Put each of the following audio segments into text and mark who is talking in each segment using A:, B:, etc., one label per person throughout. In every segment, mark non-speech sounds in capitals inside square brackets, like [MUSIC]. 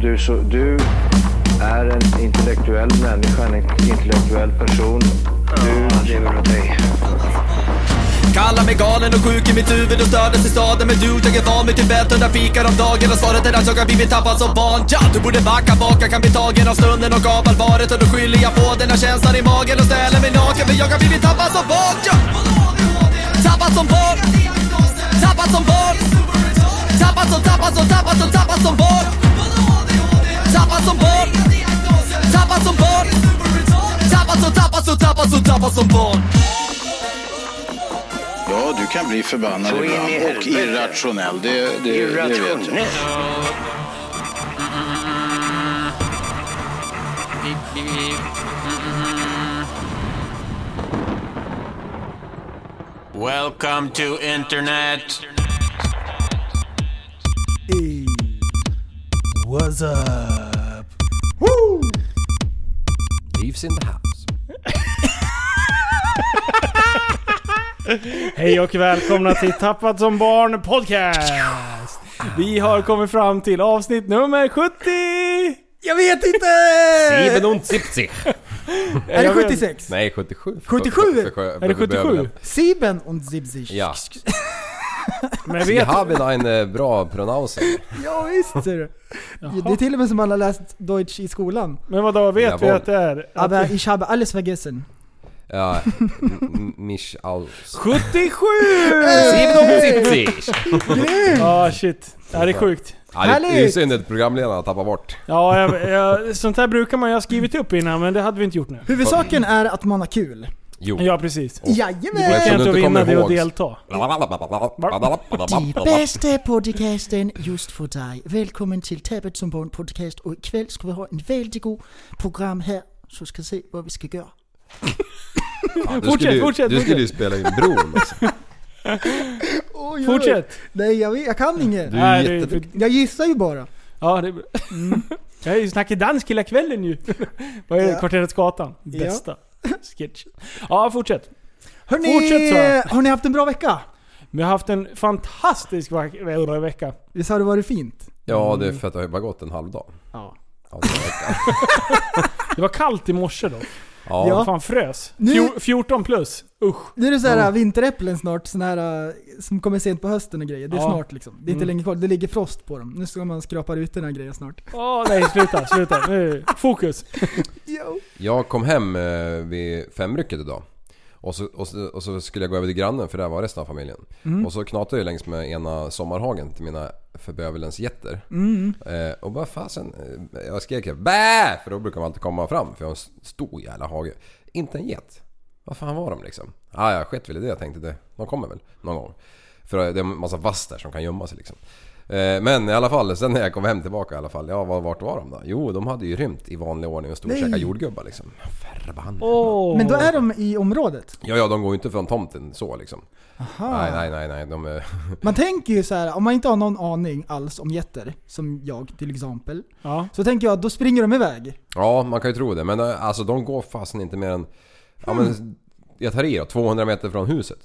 A: du, så, du är en intellektuell människa, en intellektuell person. Du lever av dig.
B: Kallar mig galen och sjuk i mitt huvud och stördes i staden Men du, jag är van vid Tibet och där fikar om dagen Och svaret är att jag har blivit tappad som barn ja, Du borde backa bak, jag kan bli tagen av stunden och av allvaret Och då skyller jag på den här känslan i magen och ställer mig naken För jag har blivit tappad som barn ja. Tappad som barn Tappad som barn Tappad som, tappad som, tappad som, tappad som barn Tappad som barn Tappad som barn Tappad som, tappad som, tappad som, tappad som barn
C: Ja, du kan bli förbannad
A: Så in i
C: ibland och
A: helvete.
C: irrationell. Det, det, det vet jag.
A: Irrationellt.
D: Welcome to internet.
E: Hey, what's up?
F: Leaves in the house.
E: Hej och välkomna till Tappad som barn podcast! Vi har kommit fram till avsnitt nummer 70!
F: Jag vet inte! Sieben und 70.
G: Är det
E: Jag vet-
G: 76?
F: Nej, 77.
G: 77?
E: Är det 77?
G: Sieben und 70.
F: Ja.
E: Men jag
F: Vi
E: vet...
F: har väl en eh, bra pronouncing.
G: Ja, visst ser du. Det är till och med som man har läst Deutsch i skolan.
E: Men vadå, vet vi
F: Jawohl.
E: att det är... Att
G: Aber ich habe alles vergessen.
F: Ja, m- m- mich aus.
E: 77!
F: Sieben und 70.
E: Ja, shit. Det här är sjukt.
F: Ja, det- det är ju
G: Härligt!
F: synd att programledaren tappar bort.
E: Ja, jag, jag, sånt här brukar man ju ha skrivit upp innan, men det hade vi inte gjort nu.
G: Huvudsaken är att man har kul.
F: Jo.
E: Ja, precis.
F: Men
E: Det
G: Jajamän!
F: eftersom
E: kan inte
F: du inte
E: vinna
F: kommer
E: det och
F: ihåg-
E: delta.
G: De bästa podcasten just för dig. Välkommen till Tabet som barn podcast och ikväll ska vi ha en väldigt god program här. Så ska se vad vi ska göra.
F: Ja, du
E: Fortsätt,
F: skulle ju-
E: fortsätt,
F: Du skulle ju spela in bron alltså.
E: Fortsätt!
G: Nej, jag, vet- jag kan inget.
F: Du är
E: Nej, det är-
F: ju jätteduktig.
G: Jag gissar ju bara.
E: Ja, det är bra. Mm. Jag har ju snackat dansk hela kvällen ju. [LAUGHS] Vad är det?
G: Ja.
E: Kvarteret Skatan. Bästa sketch. Ja, fortsätt.
G: Hörni,
E: Fortsätt, sa jag.
G: har ni haft en bra vecka?
E: Vi har haft en fantastisk vack- väl- vecka.
G: Visst har det varit fint?
F: Ja, det är för att det har ju bara gått en halv dag.
G: Ja.
F: Alltså, Ja, det är-
E: Det var kallt i morse då.
F: Ja,
G: Ja.
E: Fan frös.
G: Nu-
E: Fjor- 14 plus. Usch.
G: Nu är det såhär vinteräpplen snart, såna här äh, som kommer sent på hösten och grejer. Det är
E: Ja.
G: snart liksom. Det är inte
E: Mm.
G: länge kvar, det ligger frost på dem. Nu ska man skrapa ut den här grejen snart.
E: Åh nej, sluta, sluta. Nu, fokus.
F: jag kom hem eh, vid femrycket idag. Och så, och, så, och så skulle jag gå över till grannen för där var resten av familjen. Och så knatade jag längs med ena sommarhagen till mina förbövelens jätter. Eh, och bara fasen, eh, jag skrek här, bä! För då brukar de alltid komma fram för jag har en s- stor jävla hage. Inte en get. Vad fan var de liksom? Ah, ja, skett väl i det jag tänkte. Det. De kommer väl någon gång. För det är en massa vass där som kan gömma sig liksom. Eh, Men i alla fall, sen när jag kom hem tillbaka i alla fall. Ja, var- vart var de då? Jo, de hade ju rymt i vanlig ordning och stod och
G: Nej.
F: käkade jordgubbar liksom. Förbannat.
E: Åh.
G: Men då är de i området.
F: Ja, ja, de går ju inte från tomten så liksom. Nej, nej, nej, nej. De är... [LAUGHS]
G: Man tänker ju så här, om man inte har någon aning alls om getter, som jag till exempel.
E: Ja.
G: Så tänker jag att då springer de iväg.
F: Ja, man kan ju tro det. Men eh, alltså de går fasen inte mer än... Ja, men, jag tar i då, 200 meter från huset.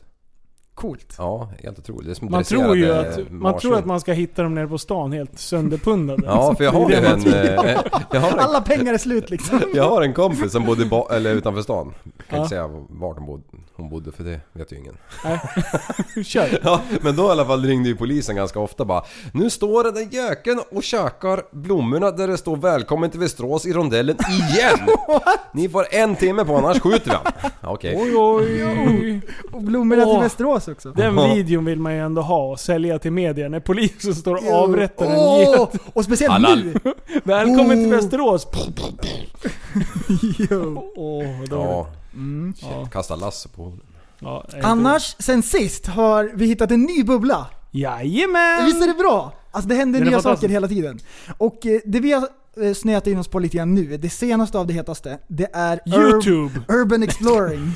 G: Coolt.
F: Ja, helt otroligt. Det är som
E: Man tror ju
F: dresserade
E: att man,
F: marsvin.
E: tror att man ska hitta dem nere på stan helt sönderpundade.
F: Ja, för jag har ju en...
E: typ-
F: eh, Jag har en,
G: Alla pengar är slut
E: [LAUGHS]
G: liksom.
F: jag har en kompis som bodde i ba, eller utanför stan. Jag
E: Ja.
F: kan inte säga vart hon bodde, hon bodde för det vet ju ingen. eh,
E: Kör.
F: [LAUGHS] Ja, men då i alla fall ringde ju polisen ganska ofta bara Nu står den där göken och käkar blommorna där det står Välkommen till Västerås i rondellen
G: [LAUGHS]
F: IGEN! Ni får en timme på annars skjuter vi han." Ja, Okej.
E: Oj, oj, oj.
G: Och blommorna till
E: Åh.
G: Västerås också.
E: Den videon vill man ju ändå ha och sälja till media när polisen står och avrättar en
G: Åh,
E: get.
G: Och speciellt
F: Halal.
G: nu!
E: Välkommen till
G: Oh.
E: Västerås!
G: [LAUGHS] Jo.
E: Åh, då var det.
F: Ja.
G: Mm.
F: Shit, Kasta lasso på honom.
E: Ja, är det-
G: Annars, sen sist har vi hittat en ny bubbla.
E: Jajamän!
G: Visst är det bra? Alltså det händer
E: Det är
G: nya
E: fantastiskt.
G: saker hela tiden. Och eh, det vi har eh, snöat in oss på lite grann nu, det senaste av det hetaste, det är ur-
E: Youtube!
G: Urban Exploring.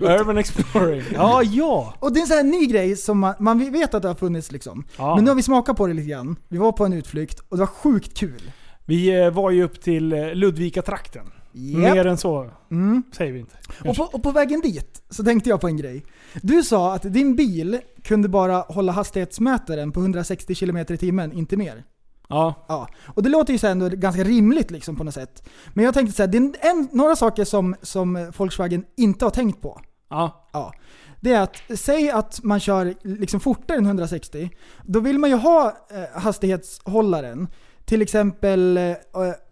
E: Urban Exploring. [LAUGHS] Ja, ja!
G: Och det är en sån här ny grej som man, man vet att det har funnits liksom.
E: Ja.
G: Men nu har vi smakat på det lite grann. Vi var på en utflykt och det var sjukt kul.
E: Vi eh, var ju upp till eh, Ludvika-trakten. Mer än så
G: Mm.
E: säger vi inte.
G: Och, på, och på vägen dit så tänkte jag på en grej. Du sa att din bil kunde bara hålla hastighetsmätaren på 160 km i timmen, inte mer.
E: Ja.
G: Ja. Och det låter ju så här ändå ganska rimligt liksom på något sätt. Men jag tänkte så här, det är en, en, några saker som, som Volkswagen inte har tänkt på.
E: Ja.
G: Ja. Det är att, säg att man kör liksom fortare än 160. Då vill man ju ha eh, hastighetshållaren. Till exempel eh,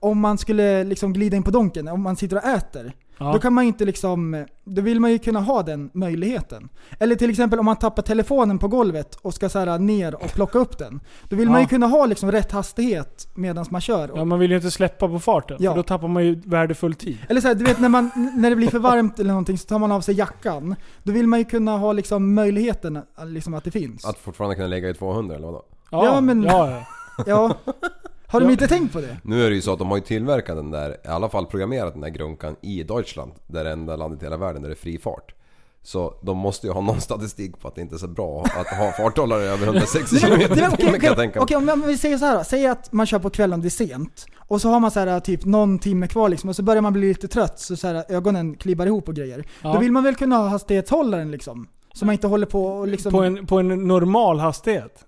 G: om man skulle liksom glida in på donken, om man sitter och äter.
E: Ja.
G: Då kan man ju inte liksom, då vill man ju kunna ha den möjligheten. Eller till exempel om man tappar telefonen på golvet och ska så här ner och plocka upp den. Då vill man ju
E: Ja.
G: kunna ha liksom rätt hastighet medan man kör.
E: ja, man vill ju inte släppa på farten.
G: Ja.
E: För då tappar man ju värdefull tid.
G: Eller så här, du vet när, man, när det blir för varmt eller någonting så tar man av sig jackan. Då vill man ju kunna ha liksom möjligheten liksom att det finns.
F: Att fortfarande kunna lägga i 200 eller vadå?
E: Ja,
G: Ja, men-
E: ja, ja.
G: Ja. Har
E: Ja.
G: de inte tänkt på det?
F: Nu är det ju så att de har ju tillverkat den där, i alla fall programmerat den där grunkan i Deutschland. Där det enda landet i hela världen där det är fri fart. Så de måste ju ha någon statistik på att det inte är så bra att ha farthållare
G: [LAUGHS]
F: över 160
G: Nej, men-
F: km
G: nej, men okej,
F: kan [LAUGHS] jag
G: okej,
F: tänka mig.
G: Okej, om jag- om vi säger så här då. Säg att man kör på kvällen, det är sent. Och så har man så här, typ någon timme kvar liksom, och så börjar man bli lite trött så, så här, ögonen klibbar ihop och grejer.
E: Ja.
G: Då vill man väl kunna ha hastighetshållaren liksom? Så man inte håller på och liksom...
E: På, en, på en normal hastighet.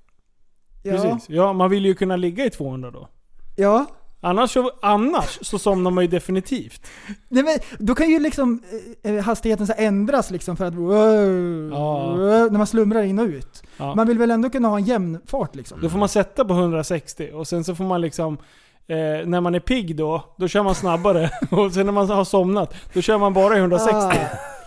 G: ja,
E: Precis. Ja, man vill ju kunna ligga i 200 då.
G: Ja.
E: Annars så, annars så somnar man ju definitivt.
G: Nej, men då kan ju liksom eh, eh, hastigheten så här ändras liksom för att... När man slumrar in och ut.
E: Ja.
G: Man vill väl ändå kunna ha en jämn fart liksom?
E: Då får man sätta på 160 och sen så får man liksom eh, när man är pigg då, då kör man snabbare. [LAUGHS] Och sen när man har somnat, då kör man bara i 160.
G: Ah,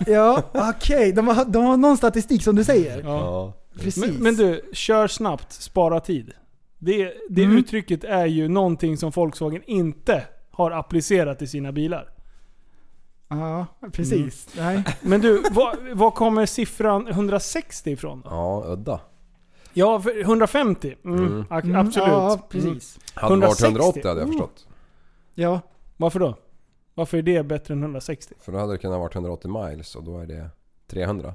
G: ja, okej. De, har, de har någon statistik som du säger.
E: Ja.
F: Ja.
G: Precis.
E: Men, men du, kör snabbt, spara tid. Det, det
G: Mm.
E: uttrycket är ju någonting som Volkswagen inte har applicerat i sina bilar.
G: Ja, precis.
E: Mm.
G: Nej.
E: Men du, var, var kommer siffran 160 ifrån då?
F: ja, udda.
E: Ja, för 150? Mm,
F: Mm.
E: a-
G: Mm,
E: [LAUGHS] Absolut.
G: Ja, precis.
F: Hade det varit
E: 160?
F: 180
G: Mm.
F: hade jag förstått.
E: [LAUGHS]
G: Ja.
E: Varför då? Varför är det bättre än 160?
F: För då hade det kunnat varit 180 miles och då är det 300.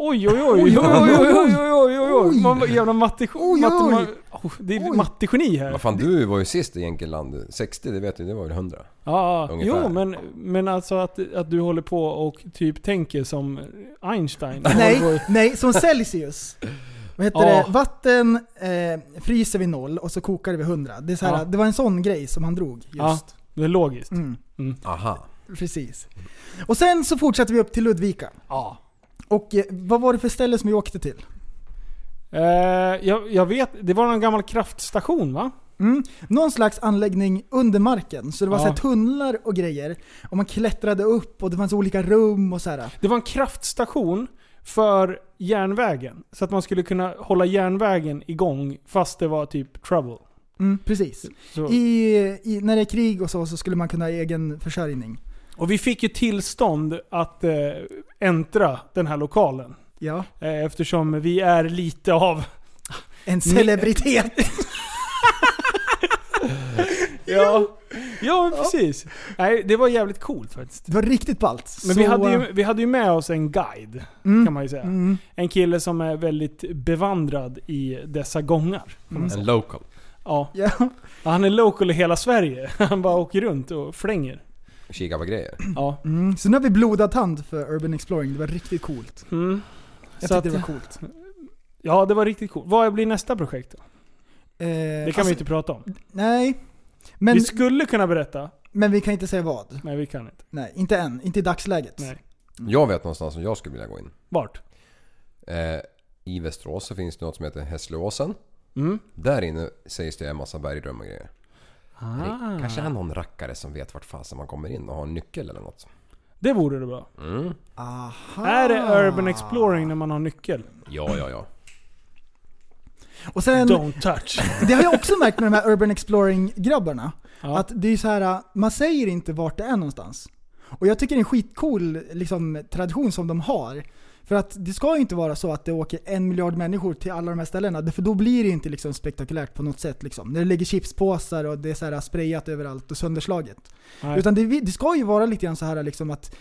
E: Oj oj oj oj oj oj oj oj oj oj Man var jävla matte...
G: Oj,
E: matte
G: oj.
E: man, oh, det är mattegeni här.
F: Vad fan du var ju sist i Enkelland. 60 det vet du, det var ju 100.
E: Ja, ja.
F: Ungefär.
E: jo men, men alltså att, att du håller på och typ tänker som
G: [LAUGHS]
E: Einstein.
G: Nej, nej, som Celsius. Vad heter
E: Ja.
G: det? Vatten eh, fryser vid noll och så kokar det vid hundra. Det, är så här,
E: Ja.
G: det var en sån grej som han drog just.
E: Ja, det är logiskt.
G: Mm,
F: Aha.
G: precis. Och sen så fortsätter vi upp till Ludvika.
E: Ja.
G: Och eh, vad var det för ställe som vi åkte till?
E: Eh, jag, jag vet, det var någon gammal kraftstation va?
G: Mm. Någon slags anläggning under marken, så det var
E: Ja.
G: så här tunnlar och grejer. Och man klättrade upp och det fanns olika rum och så här.
E: Det var en kraftstation för järnvägen. Så att man skulle kunna hålla järnvägen igång fast det var typ trouble.
G: Mm, precis.
E: Så.
G: I, i, när det är krig och så, så skulle man kunna ha egen försörjning.
E: Och vi fick ju tillstånd att eh, äntra den här lokalen.
G: Ja.
E: Eh, Eftersom vi är lite av... [LAUGHS]
G: En celebritet.
E: Ja, ja men precis. Nej, det var jävligt coolt faktiskt.
G: Det var riktigt ballt.
E: Men
G: Så,
E: vi hade,
G: äh,
E: ju, vi hade ju med oss en guide,
G: mm,
E: kan man ju säga.
G: Mm.
E: En kille som är väldigt bevandrad i dessa gångar.
G: Mm.
F: En local.
E: Ja,
G: Ja.
E: Ja, [LAUGHS] han är local i hela Sverige. [LAUGHS] Han bara åker runt
G: [CLEARS THROAT]
E: och flänger.
F: Kika på grejer.
E: Ja.
G: Mm. Så nu har vi blodad tand för Urban Exploring. Det var riktigt coolt.
E: Mm.
G: Jag
E: Så
G: tyckte
E: att,
G: det var coolt.
E: [LAUGHS]
G: Eh,
E: ja, det var riktigt coolt. Vad blir nästa projekt då? Det kan
G: det
E: vi inte prata om.
G: Eh, alltså, Nej. Men
E: vi
G: vi,
E: skulle kunna berätta.
G: men vi kan inte säga vad.
E: Nej, vi kan inte.
G: Nej, inte än. Inte i dagsläget.
E: Nej.
F: Jag vet någonstans som jag skulle vilja gå in.
E: Vart?
F: Eh, I Västerås så finns det något som heter Hässleåsen.
E: Mm.
F: Där inne sägs det en massa bergrum och grejer. Det kanske
E: Ah.
F: är någon rackare som vet vart fasen man kommer in och har en nyckel eller något.
E: Det vore det bra.
F: Mm.
G: Aha.
E: Är det Urban Exploring när man har nyckel?
F: Ja, ja, ja.
G: Och sen,
E: Don't touch.
G: [LAUGHS] det har jag också märkt med de här Urban Exploring-grabbarna.
E: Ja.
G: Att det är så här, man säger inte vart det är någonstans. Och jag tycker det är en skitcool liksom, tradition som de har. För att det ska ju inte vara så att det åker en miljard människor till alla de här ställena. För då blir det ju inte liksom spektakulärt på något sätt. Liksom. När det ligger chipspåsar och det är så här sprayat överallt och sönderslaget.
E: Nej.
G: Utan det, det ska ju vara lite grann så här liksom att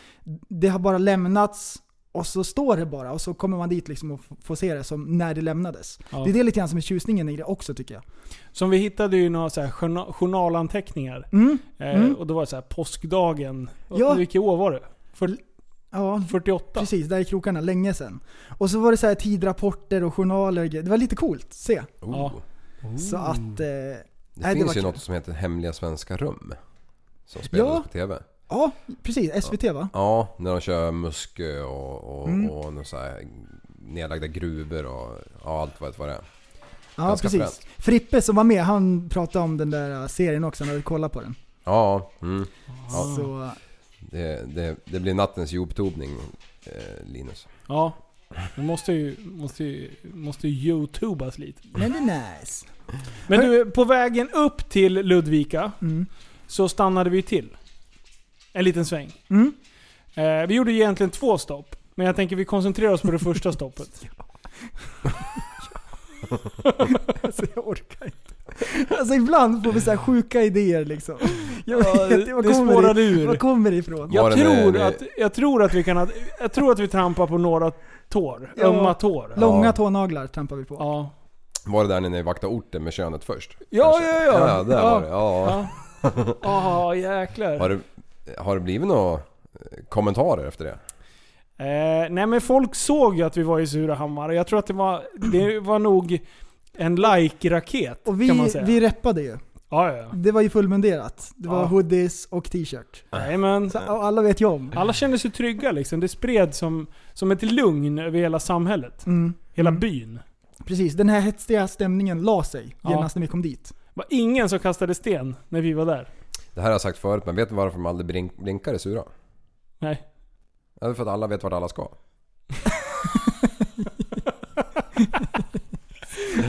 G: det har bara lämnats och så står det bara och så kommer man dit liksom och f- får se det som när det lämnades.
E: Ja.
G: Det är det lite grann som är tjusningen i det också tycker jag.
E: Som vi hittade ju några så här journa- journalanteckningar.
G: Mm. Mm.
E: Eh, och då var det så här påskdagen.
G: Ja.
E: Ja. Vilket år var det? Fyr-
G: Ja,
E: 48?
G: precis. Där i krokarna, länge sedan. Och så var det så här tidrapporter och journaler och grejer. Det var lite coolt att se.
F: Oh.
E: Ja.
G: Så att... Eh,
F: Det
G: Nej, det
F: finns
G: var
F: ju
G: kul.
F: något som heter Hemliga Svenska Rum. Som spelades
G: Ja.
F: på TV.
G: ja, precis. SVT va?
F: Ja, när de kör Muskö och, och,
E: Mm.
F: och någon så här nedlagda gruvor och ja, allt vad det vad det är.
G: Ja,
F: Ganska
G: precis.
F: fränt.
G: Frippe som var med, han pratade om den där eh, serien också, när vi kollade på den.
F: Ja, mm.
G: Så,
F: det, det, det blir nattens djuptobning eh, Linus.
E: Ja. Det måste ju, måste ju, måste ju youtubas lite.
G: men det är nice.
E: Men du, på vägen upp till Ludvika
G: Mm.
E: så stannade vi till. En liten sväng.
G: Mm.
E: Eh, vi gjorde ju egentligen två stopp. Men jag tänker vi koncentrerar oss på det första stoppet.
G: Alltså jag orkar inte. Alltså ibland får vi så här sjuka idéer liksom. [LAUGHS] Jag
E: Ja,
G: vet inte, vad
E: det
G: kommer
E: spårade
G: det,
E: ur.
G: Vad kommer det ifrån?
F: Var
E: Jag
F: det
E: tror,
F: när-
E: att, jag, tror att vi kan, ha- jag tror att vi trampar på några tår.
G: Ja.
E: Ömma tår.
G: Långa
F: Ja.
G: tånaglar trampar vi på.
E: Ja.
F: Var det där när ni vaktade orten med könet först?
E: Ja,
F: Kanske?
E: ja, ja.
F: Ja, där
E: Ja.
F: var det. Ja.
E: Ja, ah, jäklar.
F: Har, det, har det blivit några eh, kommentarer efter det?
E: Eh, nej men folk såg ju att vi var i Surahammar och jag tror att det var, det var nog en like-raket
G: Och vi,
E: kan man säga.
G: vi reppade ju.
E: ja, ja, ja.
G: Det var ju fullmunderat. Det var
E: Ja.
G: hoodies och t-shirt.
E: Nej, men,
G: Så, och alla vet ju om.
E: alla kände sig trygga liksom. Det spred som, som ett lugn över hela samhället.
G: Mm.
E: Hela
G: Mm.
E: byn.
G: Precis, den här hetsiga stämningen la sig
E: Ja.
G: genast när vi kom dit.
E: Det var ingen som kastade sten när vi var där.
F: Det här har jag sagt förut men vet du varför de aldrig blink, blinkar i sura?
E: Nej.
F: Ja, det är för att alla vet vart alla ska.
E: [LAUGHS]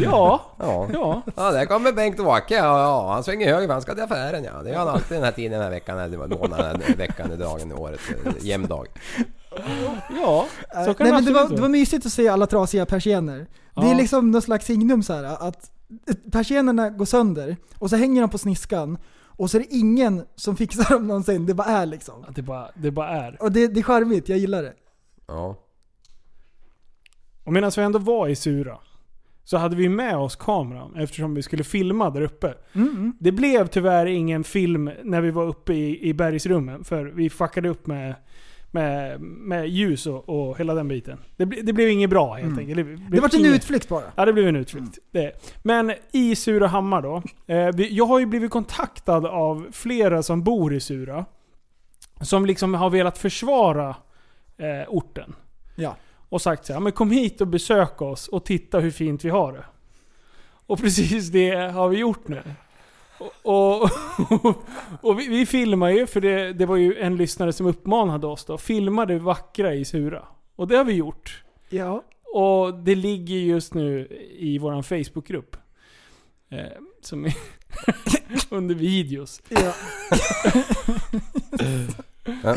E: Ja,
F: Ja.
E: ja.
F: Ja, där kommer Bengt och Åke. Ja, ja, han svänger höger för han ska till affären. Ja. Det gör han alltid den här tiden den här veckan. Eller månaden, veckan, dagen, året. eh, Jämn dag.
E: Ja, så
G: Eh,
E: kan
G: Nej,
E: det
G: men det,
E: absolut
G: var,
E: vara.
G: det var mysigt att se alla trasiga persienner. Det
E: Ja.
G: är liksom något slags signum så här att persiennerna går sönder och så hänger de på sniskan och så är det ingen som fixar dem någonsin. Det bara är liksom.
E: Att det, bara, det bara är.
G: Och det, det är charmigt, jag gillar det.
F: Ja.
E: Och medan vi ändå var i Sura så hade vi med oss kameran eftersom vi skulle filma där uppe. Det blev tyvärr ingen film när vi var uppe i, i bergsrummen för vi fuckade upp med, med, med ljus och, och hela den biten. Det, ble, det blev inget bra helt enkelt. Mm. Det, blev
G: Det var en
E: inget-
G: utflykt bara.
E: Ja, det blev en utflykt. Det. Men i Surahammar då. Eh, vi, jag har ju blivit kontaktad av flera som bor i Sura. Som liksom har velat försvara eh, orten.
G: Ja.
E: Och sagt så här, men kom hit och besök oss och titta hur fint vi har det. Och precis det har vi gjort nu. Och, [LAUGHS] och, och vi, vi filmar ju, för det, det var ju en lyssnare som uppmanade oss då. Filma det vackra i Sura. Och det har vi gjort.
G: Ja.
E: Och det ligger just nu i vår Facebookgrupp. Eh, som är [LAUGHS] under videos.
G: ja.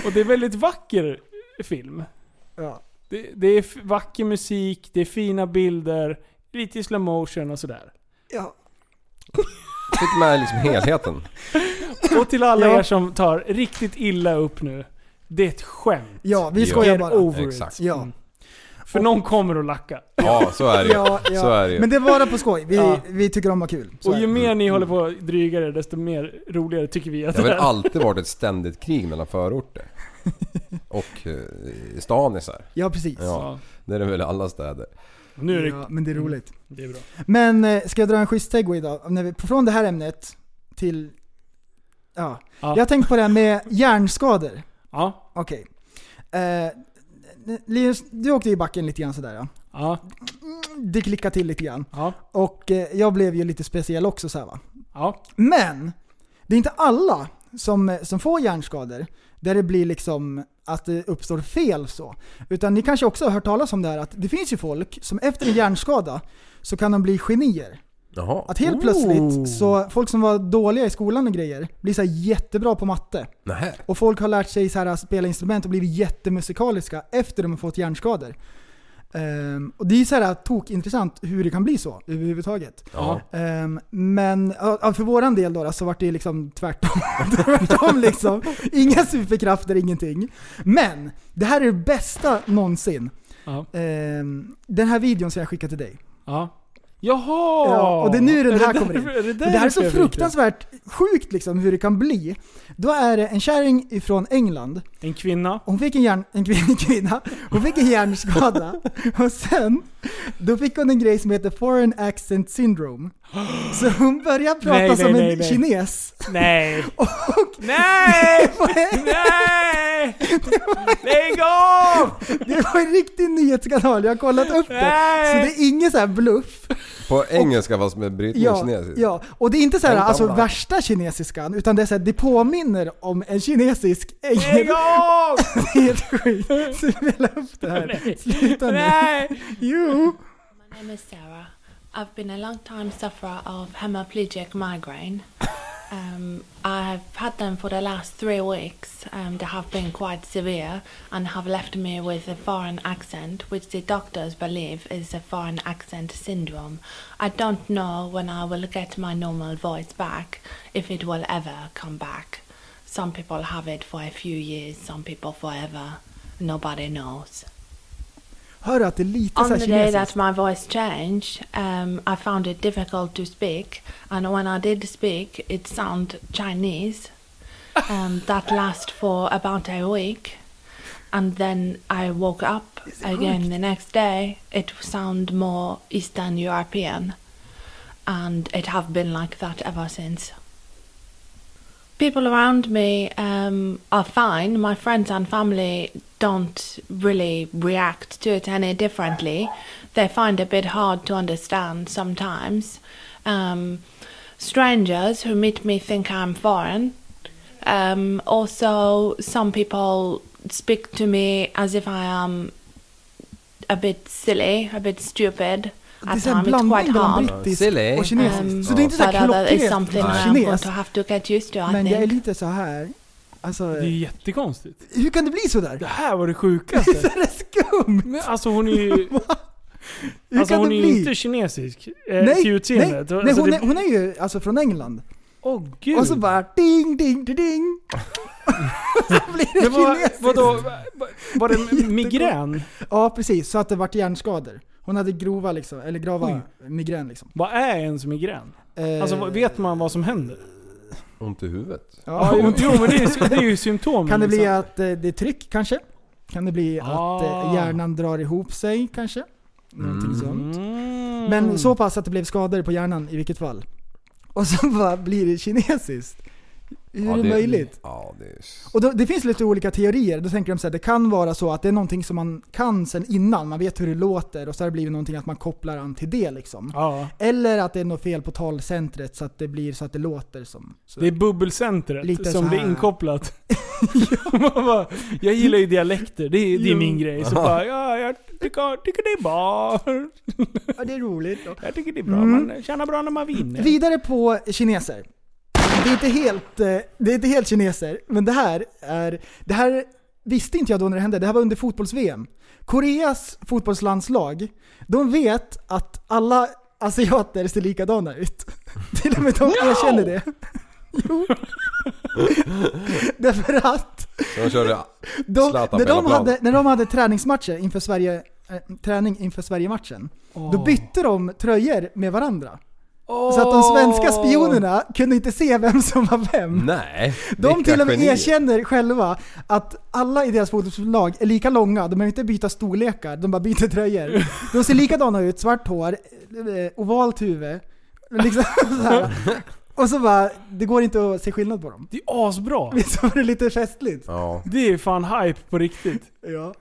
E: Och det är väldigt vacker film.
G: ja.
E: Det, det är f- vacker musik, det är fina bilder, lite i slow motion och sådär.
G: ja.
F: Fick med liksom helheten.
E: Och till alla
G: Ja.
E: er som tar riktigt illa upp nu. Det är ett skämt.
G: Ja, vi
F: Ja.
G: skojar
E: Get
G: bara.
E: over it.
F: Exakt.
G: Ja.
E: Mm. För någon kommer att lacka.
F: Ja, så är det ju.
G: Ja, ja.
F: Så är det ju.
G: Men det var på skoj. Vi,
E: Ja.
G: vi tycker om att ha kul. Så
E: Och
G: är
E: ju
G: det. Mm.
E: mer ni håller på och drygar er, desto mer roligare tycker vi att
F: Det har
E: det
F: väl
E: är.
F: alltid varit ett ständigt krig mellan förorter. Och eh, stanisar.
G: Ja, precis.
F: Ja.
E: Ja.
F: Det är det väl i alla städer.
E: Nu är det,
G: Ja, men det är roligt.
E: det är bra.
G: Men eh, ska jag dra en schysst segway idag? När vi, från det här ämnet till... Ja.
E: Ja.
G: Jag tänkte på det här med hjärnskador.
E: Ja.
G: Okej. Eh, Linus, du åkte ju i backen lite grann sådär ja.
E: Ja.
G: Det klickade till lite grann.
E: Ja.
G: Och eh, jag blev ju lite speciell också så här va.
E: Ja.
G: Men! Det är inte alla som, som får hjärnskador där det blir liksom att det uppstår fel så. Utan ni kanske också har hört talas om det här att det finns ju folk som efter en hjärnskada så kan de bli genier.
F: Jaha.
G: Att helt plötsligt så, folk som var dåliga i skolan och grejer, blir så här jättebra på matte.
F: Oh, Nähä.
G: Och folk har lärt sig så här, att spela instrument och blivit jättemusikaliska efter de har fått hjärnskador. Ehm, och det är så här tokintressant hur det kan bli så överhuvudtaget.
F: Ja.
G: Ehm, men ja, ja, för våran del då, då så vart det ju liksom tvärtom. [LAUGHS] tvärtom liksom. Inga superkrafter, ingenting. Men det här är det bästa någonsin.
E: Ja.
G: Ehm, den här videon som jag skickade till dig.
E: Ja. Jaha!
G: Ja, och det är nu den här
E: [LAUGHS]
G: kommer in.
E: därför- det,
G: Men det här är så
E: därför jag fick
G: fruktansvärt sjukt liksom hur det kan bli. Då är det en kärring ifrån England.
E: det? En kvinna.
G: Hon fick en, hjärn, en kvin- kvinna, hon fick en hjärnskada. [LAUGHS] Och sen Då fick hon en grej som heter foreign accent syndrome. Så hon började prata
E: Nej, nej,
G: som
E: nej,
G: en
E: nej.
G: kines. [LAUGHS]
E: Nej! Nej!
G: [LAUGHS]
E: Nej! Lägg av!
G: Det var en riktig nyhetskanal, jag har kollat upp det. Så
E: Nej!
G: det är ingen så här bluff.
F: På engelska fast med brytning
G: Ja,
F: kinesiskt.
G: ja. Och det är inte så här,
F: Tänk
G: alltså
F: annorlunda.
G: värsta kinesiskan, utan det är så här, det påminner om en kinesisk ängel. [LAUGHS]
E: av!
G: Det är helt sjukt. Så vi vill ha [LAUGHS] upp det här. Sluta nu. Jo.
H: My name is Sarah. I've been a long time sufferer of hemiplegic migraine. Um, I've had them for the last three weeks. Um, they have been quite severe and have left me with a foreign accent, which the doctors believe is a foreign accent syndrome. I don't know when I will get my normal voice back, if it will ever come back. Some people have it for a few years, some people forever. Nobody knows.
G: Hör du att det är lite
H: On
G: så
H: the
G: här
H: day
G: kinesiskt?
H: that my voice changed, um, I found it difficult to speak, and when I did speak, it sounded Chinese. Um, that lasted for about a week, and then I woke up again the next day. It sounded more Eastern European, and it have been like that ever since. People around me um, are fine. My friends and family don't really react to it any differently. They find it a bit hard to understand sometimes. Um, strangers who meet me think I'm foreign. Um, also, some people speak to me as if I am a bit silly, a bit stupid.
G: Det är
H: At
G: så här
H: times, it's quite
G: blandning mellan
H: hard.
G: brittiskt
F: Silly.
G: och
I: Ehm,
G: kinesiskt. Så det är inte så
H: But
G: här
H: uh, that is something
G: klockrent
H: I'm going
G: kines.
H: to have to get used to, I
G: Men jag är
H: think.
G: lite så här. Alltså,
E: Det är ju jättekonstigt.
G: hur kan det bli så där?
E: Det här var
G: Det
E: det
G: är [LAUGHS] så
E: sjukaste.
G: här skumt!
E: Men alltså
G: [LAUGHS]
E: hon är ju...
G: Hur
E: Alltså
G: kan
E: hon
G: det
E: är
G: bli?
E: ju inte kinesisk eh,
G: Nej,
E: till
G: nej,
E: utseendet.
G: nej
E: Alltså,
G: hon,
E: det-
G: är, hon är ju alltså från England.
E: Åh gud.
G: Och så bara ding, ding, ding,
E: [LAUGHS]
G: ding. så blir det,
E: det
G: kinesiskt.
E: var, vadå, var- var det migrän?
G: Ja, precis. Så att det vart hjärnskador. Hon hade grova liksom, eller grava migrän liksom.
E: Vad är ens migrän?
G: Eh,
E: Alltså vad- vet man vad som händer?
F: Ont i huvudet.
G: ja,
E: Ja, jo, jo men det är, det är ju symptomen.
G: Kan det bli
E: liksom.
G: att eh, det är tryck kanske? Bli Kan det bli att eh,
E: Ah.
G: hjärnan drar ihop sig kanske? Någonting sånt.
E: Mm.
G: Men så pass att det blev skador på hjärnan i vilket fall. Och så [LAUGHS] bara blir det kinesiskt. Hur är det, möjligt?
F: Ja, det är...
G: Och då, det finns lite olika teorier. Då tänker de så här, det kan vara så att det är någonting som man kan sen innan. Man vet hur det låter och så har det blivit någonting att man kopplar an till det liksom.
E: Ja.
G: Eller att det är något fel på talcentret så att det blir så att det låter som... Så.
E: Det är bubbelcentret
G: Lite så
E: som blir
G: här.
E: inkopplat.
G: [LAUGHS]
E: Man bara, jag gillar ju dialekter, det är, det är
G: Jo.
E: min grej. Så bara, ja, jag tycker, tycker det är bra.
G: Ja, det är roligt. då.
E: Jag tycker det är bra.
G: Mm.
E: Man tjänar bra när man vinner.
G: Vidare på kineser. Det är, inte helt, eh, det är inte helt kineser, men det här är... Det här visste inte jag då när det hände. Det här var under fotbolls-VM. Koreas fotbollslandslag, de vet att alla asiater ser likadana ut. [LAUGHS] Till och med de erkänner det. Jo. [LAUGHS] Därför att
F: Så de körde...
G: de,
F: Zlatan
G: när,
F: på
G: de
F: hela plan.
G: hade, när de hade träningsmatcher inför Sverige, eh, träning inför Sverige-matchen, då bytte de tröjor med varandra. Så att de svenska spionerna kunde inte se vem som var vem.
F: Nej.
G: De
F: Mm. vilka
G: till och med
F: genier.
G: erkänner själva att alla i deras fotbollslag är lika långa, de behöver inte byta storlekar, de bara byter tröjor. De ser likadana ut, svart hår, eh, ovalt huvud. Liksom så
F: [LAUGHS]
G: här. Och så bara, det går inte att se skillnad på dem.
E: Det är asbra.
G: Visst var det lite festligt?
F: Ja.
E: Det är fan hype på riktigt.
G: Ja.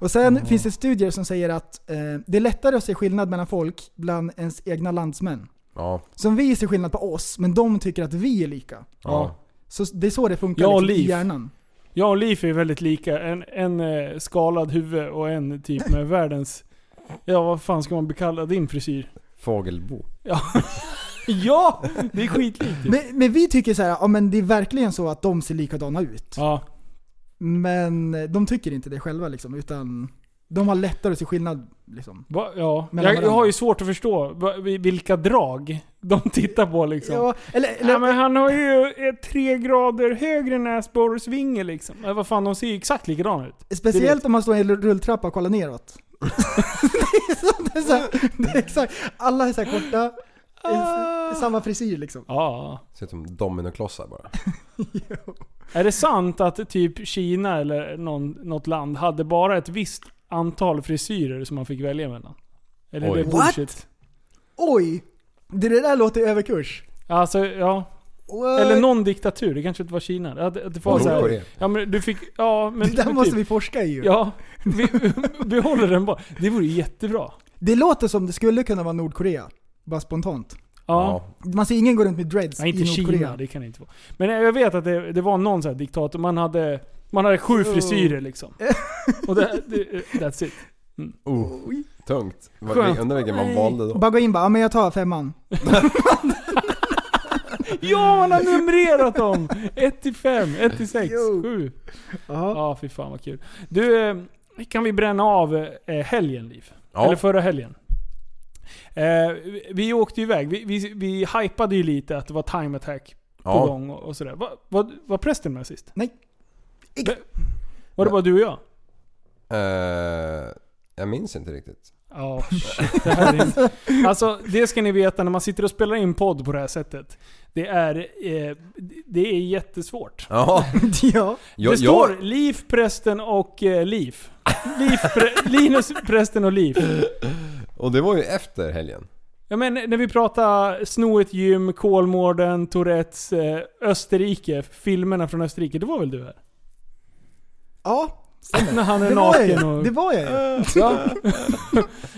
G: Och sen finns det studier som säger att eh, det är lättare att se skillnad mellan folk bland ens egna landsmän.
F: Ja.
G: Som vi ser skillnad på oss, men de tycker att vi är lika.
F: Ja.
G: Så det är så det funkar
E: Ja,
G: liksom, i
E: liv.
G: hjärnan.
E: Jag och Leif är väldigt lika. En, en eh, skalad huvud och en typ med världens... Ja, vad fan ska man bekalla din frisyr?
F: Fågelbo.
E: Ja! Det är skitlikt ju.
G: Men, men vi tycker så här, ja men det är verkligen så att de ser likadana ut.
E: Ja.
G: Men eh, de tycker inte det själva liksom, utan de har lättare att se skillnad liksom.
E: Va? Ja.
G: Mellan
E: Jag, jag har
G: varandra.
E: ju svårt att förstå va- vi- vilka drag de [LAUGHS] tittar på liksom.
G: Ja, eller, eller
E: Ja, men han har ju eh, tre grader högre näsborrsvinge liksom. Ja, vad fan, de ser ju exakt likadana ut.
G: speciellt om man står i en rulltrappa och kollar
E: [LAUGHS]
G: neråt. det är så, det är så här, det är exakt, alla är så här korta, i
E: Ah.
G: s- i samma frisyr liksom.
E: Ja.
F: Ser ut som dominoklossar bara.
E: Är det sant att typ Kina eller någon, något land hade bara ett visst antal frisyrer som man fick välja mellan? Eller
F: Oj.
E: det är
G: What?
E: bullshit.
G: Oj! Det där låter överkurs.
E: Alltså, ja.
G: What? [LAUGHS]
E: Eller någon diktatur. Det kanske inte var Kina. Att, att det var så här,
F: Nordkorea.
E: ja men du fick... Ja men...
G: det där
E: men
G: måste
E: typ.
G: vi forska i ju.
E: Ja. Vi, vi håller den bara. Det vore jättebra.
G: Det låter som det skulle kunna vara Nordkorea. Bara spontant.
E: Ja.
F: Ja.
G: Man ser ingen gå runt med dreads
E: Nej, inte
G: i
E: Kina.
G: Nordkorea.
E: Det kan det inte vara. Men jag vet att det, det var någon sån här diktator. Man hade, man hade sju frisyrer liksom. Och det, det, that's it.
F: Oh, tungt. Vad-
E: Skönt.
F: Undrar vilken man valde då.
G: Bara gå in bara, ja men jag tar femman.
E: Ja, man har numrerat dem! 1 till 5, 1 till 6,
G: Jo.
E: 7.
G: Ja.
E: Ja, fy fan vad kul. Du, eh, kan vi bränna av eh, helgen Liv?
F: Ja.
E: Eller förra helgen. Eh, vi, vi åkte ju iväg. Vi, vi, vi hypade ju lite att det var time attack på
F: Ja.
E: gång och, och sådär. Va, va, var prästen med sist?
G: Nej. Icke.
E: Var det bara du och jag?
F: Eh, jag minns inte riktigt.
E: Ja, Oh, shit, det här är inte... Alltså, det ska ni veta när man sitter och spelar in podd på det här sättet. Det är, eh, det är jättesvårt.
F: Ja.
G: [LAUGHS] ja.
F: Jag,
E: det står Liv, prästen och eh, Liv. Liv pre, Linus, prästen och Liv.
F: jag, och det var ju efter helgen.
E: Ja men när vi pratar snoigt gym, Kolmården, Tourettes, eh, Österrike, filmerna från Österrike. Det var väl du här?
G: Ja,
E: När han är
G: det var jag
E: naken
G: ju.
E: och...
G: Det var jag ju.
E: [LAUGHS]
F: [LAUGHS]
E: ja.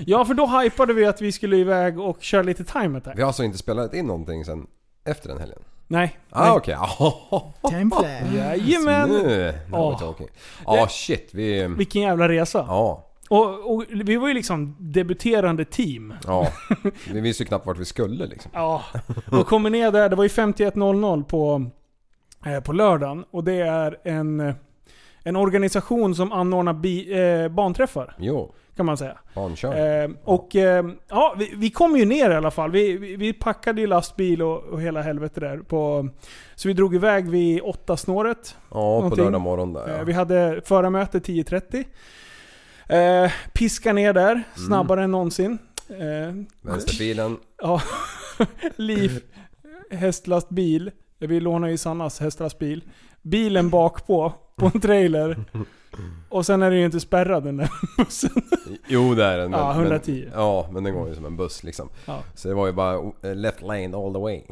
E: ja, för då hypade vi att vi skulle iväg och köra lite time attack.
F: Vi har alltså inte spelat in någonting sen efter den helgen?
E: Nej.
F: Ah okej. Ah, [LAUGHS]
G: Time flash.
E: Jajamän!
F: Nu, nu
E: Åh.
F: oh. talking. Ja ah, shit, vi...
E: Vilken jävla resa.
F: Ja.
E: Och, och vi var ju liksom debuterande team.
F: Ja. Vi visste ju knappt vart vi skulle liksom.
E: Ja. Och kommer ner där, det var ju 51.00 på, eh, på lördagen. Och det är en, eh, en organisation som anordnar bi, eh, barnträffar,
F: Jo,
E: kan man säga.
F: barnkör.
E: Eh, och eh, ja, vi, vi kom ju ner i alla fall. Vi, vi, vi packade ju lastbil och, och hela helvetet där. På, så vi drog iväg vid åtta snåret
F: Ja, på
E: någonting.
F: lördag morgon
E: Eh,
F: där
E: Vi
F: ja.
E: hade förarmöte 10.30. Eh, piska ner där, snabbare än någonsin. Eh,
F: Vänsterfilen.
E: ja, liv, hästlast, bil. Vi lånade ju Sannas hästlast bil. Bilen bakpå, på en trailer. Och sen är det ju inte spärrad den där bussen.
F: Jo det är den.
E: Ja, 110.
F: Men, ja, men den går ju som en buss liksom.
E: Ja.
F: Så det var ju bara eh, left lane all the way.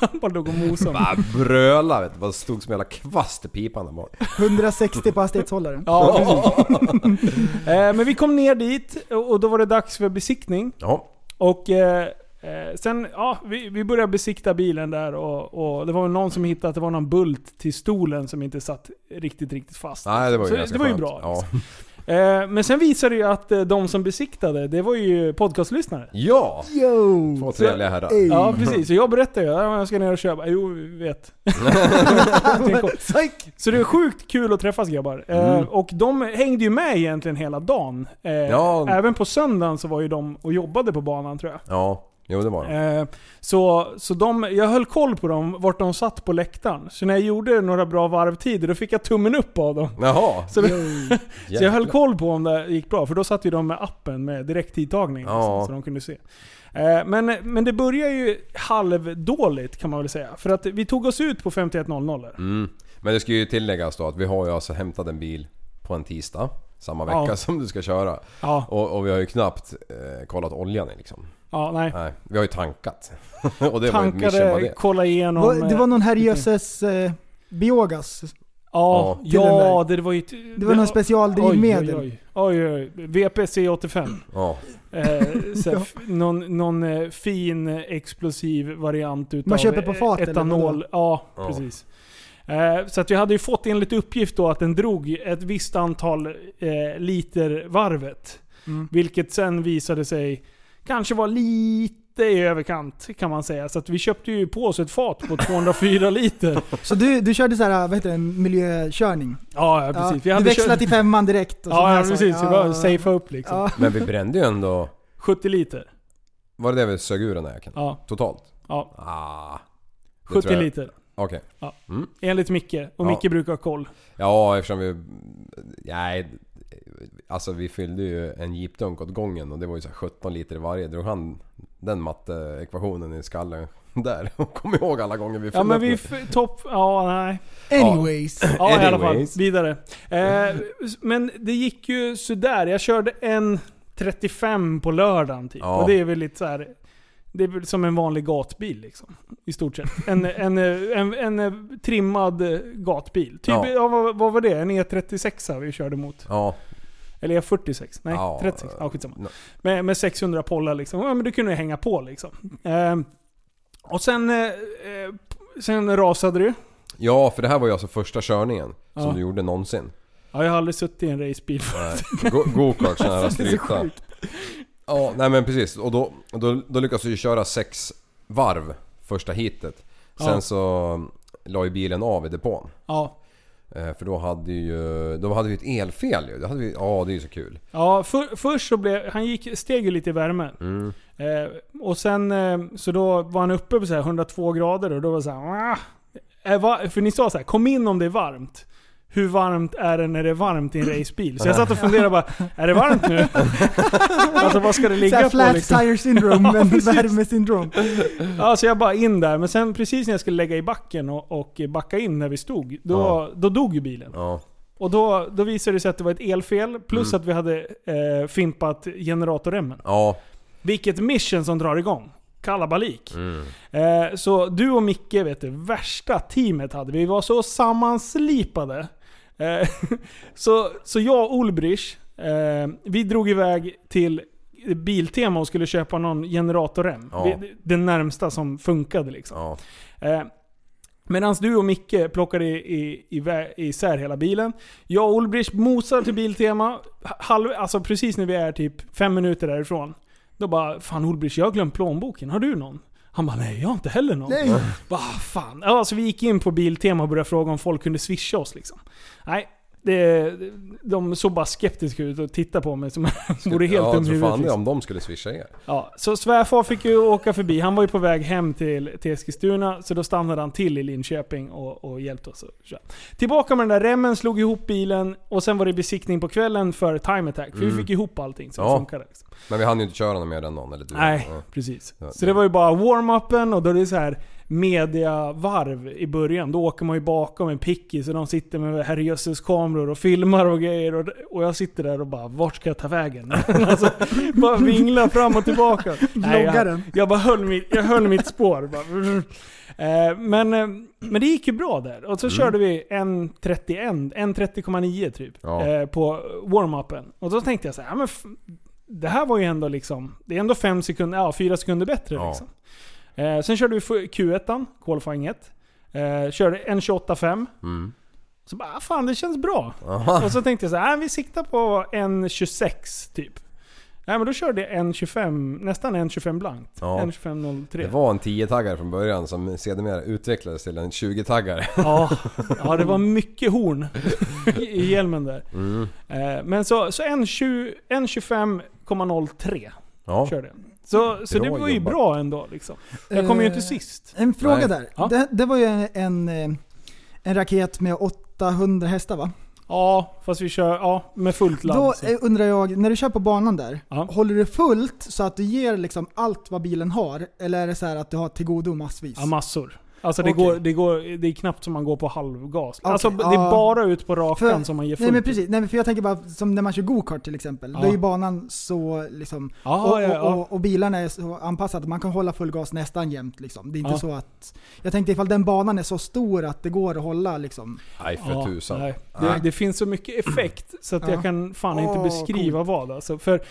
E: Han bara låg och mosade.
F: Bara bröla vet du. Bara stod som en jävla kvast i pipan där bak.
G: 160 på hastighetshållaren.
E: Ja, precis. [LAUGHS] eh, men vi kom ner dit och och då var det dags för besiktning.
F: Ja.
E: Och eh, eh, sen, ja, vi, vi började besikta bilen där och, och det var väl någon som hittade att det var någon bult till stolen som inte satt riktigt, riktigt fast.
F: Nej det var ju
E: Så
F: ganska
E: det var ju
F: skönt.
E: bra.
F: Ja.
E: Eh, men sen visade det ju att eh, de som besiktade, det var ju podcastlyssnare.
F: ja!
G: Yo!
F: Två trevliga herrar.
G: Ey.
E: Ja precis, så jag berättade ju att jag ska ner och köpa. Jo, vi vet. [LAUGHS]
G: Psyk!
E: Så det är sjukt kul att träffas grabbar.
F: Mm.
E: Eh, och de hängde ju med egentligen hela dagen. Eh,
F: Ja.
E: Även på söndagen så var ju de och jobbade på banan tror jag.
F: Ja, jo det var de.
E: Eh, Så, så de, jag höll koll på dem, vart de satt på läktaren. Så när jag gjorde några bra varvtider, då fick jag tummen upp av dem.
F: Jaha!
E: Så, [LAUGHS] så jag
F: jävlar.
E: höll koll på om det gick bra, för då satt ju de med appen med direkttidtagning.
F: Ja.
E: Liksom, så de kunde se. Eh, Men, men det börjar ju halvdåligt kan man väl säga. För att vi tog oss ut på 51.00. där.
F: Mm. Men det ska ju tilläggas då att vi har ju alltså hämtat en bil på en tisdag. Samma vecka [LAUGHS]
E: Ja.
F: som du ska köra.
E: Ja,
F: Och, och vi har ju knappt eh, kollat oljan i liksom.
E: ja, nej.
F: Nej, vi har ju tankat. [LAUGHS] och det var ju ett mission var
E: Tankade,
F: det.
E: kolla igenom.
G: Va- Det
E: eh,
G: var någon herrejösses eh, biogas.
E: Ja,
F: Ja.
G: till den
E: ja
G: där.
E: det, det var ju... ett-
G: Det var någon specialdrivmedel.
E: Oj, oj, oj. oj, oj. VPC 85.
F: Ja.
G: [LAUGHS]
E: Eh, såhär, f- någon, någon eh, fin eh, explosiv variant utav
G: Man köper på fat,
E: eh,
G: eller
E: etanol.
G: vadå?
E: Ja,
F: Ja.
E: precis. Eh, Så att vi hade ju fått enligt uppgift då att den drog ett visst antal eh, liter varvet.
G: Mm.
E: Vilket sen visade sig kanske vara lite i överkant kan man säga. Så att vi köpte ju på oss ett fat på 204 liter.
G: Så du, du körde så här, vad heter det, miljökörning?
E: Ja, ja precis.
G: Ja, du växlade till femman direkt. Och sådana
E: Ja,
G: här
E: ja precis. Vi
G: saker.
E: bara safea upp liksom.
G: Ja.
F: Men vi brände ju ändå...
E: 70 liter.
F: Var det det vi sög ur den där jäkeln?
E: Ja,
F: Totalt?
E: ja.
F: Ah, det tror
E: 70
F: jag-
E: liter.
F: Okej.
E: Enligt Micke. Och
F: Ja.
E: Micke brukar ha koll.
F: Ja, eftersom vi... Nej. Alltså vi fyllde ju en jeepdunk åt gången och det var ju så här 17 liter i varje. Drog han den matteekvationen i skallen [LAUGHS] där och kom ihåg alla gånger vi fyllde
E: Ja men
F: upp
E: vi
F: med-
E: f- topp... Ja, nej.
G: Anyways.
E: Ja i alla fall.
F: Anyways.
E: Vidare. Eh, men det gick ju sådär. Jag körde en 35 på lördagen typ.
F: Ja.
E: Och det är väl lite så här. Det är väl som en vanlig gatbil liksom. I stort sett. [LAUGHS] En, en, eh, en, en, eh, trimmad eh, gatbil. Typ,
F: Ja.
E: ja. vad, vad var det? En E36 vi körde mot.
F: Ja.
E: Eller E46? Nej,
F: Ja,
E: 36. Ja, skitsamma.
F: no.
E: Med, med 600 pollar liksom. Ja, men du kunde ju hänga på liksom. Ehm, och sen, eh, eh, sen rasade du.
F: Ja, för det här var ju alltså första körningen
E: Ja.
F: som du gjorde någonsin.
E: Ja, jag har aldrig suttit i en racebil förut.
F: Nej, go- Go-kart,
E: [LAUGHS]
F: sån här strypta. Ja, nej men precis. Och då, då, då lyckas du ju köra sex varv första hitet. Sen
E: Ja.
F: så mm, la ju bilen av i depån.
E: [LAUGHS] Ja.
F: Eh, För då hade ju, då hade vi ett elfel ju. Det hade vi, ja det är ju så kul.
E: Ja, för, först så blev han gick, steg ju lite i värme. Eh, och sen eh, så då var han uppe på så här 102 grader och då var det så här, "Ah." eh, va, För ni sa så här, kom in om det är varmt. Hur varmt är det när det är varmt i en racebil? Så jag satt och funderade bara, är det varmt nu? alltså vad ska det
G: Såhär
E: [LAUGHS] ligga på
G: flat
E: liksom?
G: tire
E: [LAUGHS]
G: syndrome, men värmesyndrom.
E: Ja, så jag bara in där. Men sen precis när jag skulle lägga i backen och, och backa in när vi stod, då,
F: Ja.
E: då dog ju bilen.
F: Ja.
E: Och då, då visade det sig att det var ett elfel, plus
F: Mm.
E: att vi hade eh, fimpat generatorremmen.
F: Ja.
E: Vilket mission som drar igång. Kalabalik.
F: Mm.
E: Eh, så du och Micke, vet du, värsta teamet hade vi. Vi var så sammanslipade. Eh, [LAUGHS] så, så jag och Ulbrich, eh, vi drog iväg till Biltema och skulle köpa någon generatorrem.
F: Ja.
E: Vi- Den närmsta som funkade liksom.
F: Ja.
E: Eh, Medan du och Micke plockade i, i, i, vä- isär hela bilen. Jag och Ulbrich mosar till Biltema. Halv, alltså precis när vi är typ fem minuter därifrån. Då bara, fan Ulbrich jag har glömt plånboken. Har du någon? Han bara, nej jag har inte heller någon.
G: Nej.
E: Bara, fan. Ja, så vi gick in på Biltema och började fråga om folk kunde swisha oss liksom. Nej. Det, de såg bara skeptiska ut och tittade på mig som [LAUGHS] om jag vore helt
F: ja,
E: dum i
F: tror
E: huvudet.
F: fan det
E: liksom.
F: om de skulle swisha er.
E: Ja, så svärfar fick ju åka förbi. Han var ju på väg hem till, till Eskilstuna, så då stannade han till i Linköping och, och hjälpte oss att köra. Tillbaka med den där remmen, slog ihop bilen och sen var det besiktning på kvällen för time attack. För vi fick ihop allting så det
F: Mm. Ja.
E: funkade. Liksom.
F: Men vi hann ju inte köra någon mer än någon eller du.
E: Nej,
F: Ja.
E: precis.
F: Ja,
E: Så
F: det-
E: det var ju bara warm-upen och då är det så här mediavarv i början. Då åker man ju bakom en pickis och de sitter med herrejösses kameror och filmar och grejer. Och, och jag sitter där och bara, vart ska jag ta vägen? [LAUGHS] alltså, bara vingla fram och tillbaka. Nej, jag,
G: Vloggaren.
E: jag bara höll mitt, jag höll mitt spår. Bara, Eh, men, eh, men det gick ju bra där. Och så
F: Mm.
E: körde vi 1.31, 1.30,9 typ.
F: Ja.
E: eh, På warm-upen. Och då tänkte jag så här, ja, men f- det här var ju ändå liksom, det är ändå fem sekunder, ja fyra sekunder bättre
F: Ja.
E: liksom. Eh, sen körde vi fu- Q1, qualifying 1. Eh, körde 1.28,5.
F: Mm.
E: Så bara, ah, fan det känns bra.
F: Aha.
E: Och så tänkte jag så här, äh, vi siktar på 1.26 typ. Nej men då körde jag 1.25, nästan 1.25 blankt.
F: Ja.
E: 1.25.03.
F: Det var en 10-taggare från början som sedermera utvecklades till en 20-taggare.
E: Ja, ja det var mycket horn i hjälmen där. Eh, Men så, så en 20 en 25,03
F: Ja.
E: körde jag. Så, så
F: Bra
E: det var ju
F: jobbat.
E: bra ändå liksom. Jag kom ju
G: Eh,
E: inte sist.
G: En fråga
F: Nej.
G: där.
E: Ja.
G: Det, det var ju en, en, eh, en raket med 800 hästar va?
E: Ja, fast vi kör ja, med fullt ladd.
G: Då
E: så.
G: eh, undrar jag, när du kör på banan där,
E: Ja.
G: håller du fullt så att du ger liksom allt vad bilen har? Eller är det så här att du har till godo massvis?
E: Ja, massor. Alltså det,
G: Okej.
E: går, det, går, det är knappt som man går på halvgas.
G: Okej,
E: Alltså det
G: ja.
E: är bara ut på rakan
G: För-
E: som man ger fullt.
G: Nej men precis, nej, men för jag tänker bara som när man kör go-kart till exempel. Då
E: Ja.
G: är ju banan så liksom...
E: Ja,
G: och,
E: ja, ja.
G: och, och, och bilarna är så anpassade att man kan hålla full gas nästan jämt liksom. Det är inte
E: Ja.
G: så att... Jag tänkte ifall den banan är så stor att det går att hålla liksom.
F: Nej för
E: Ja,
F: tusan.
E: nej.
F: Nej.
E: Det, det finns så mycket effekt så att
G: Ja.
E: jag kan fan inte
G: Åh,
E: beskriva vad. Alltså. För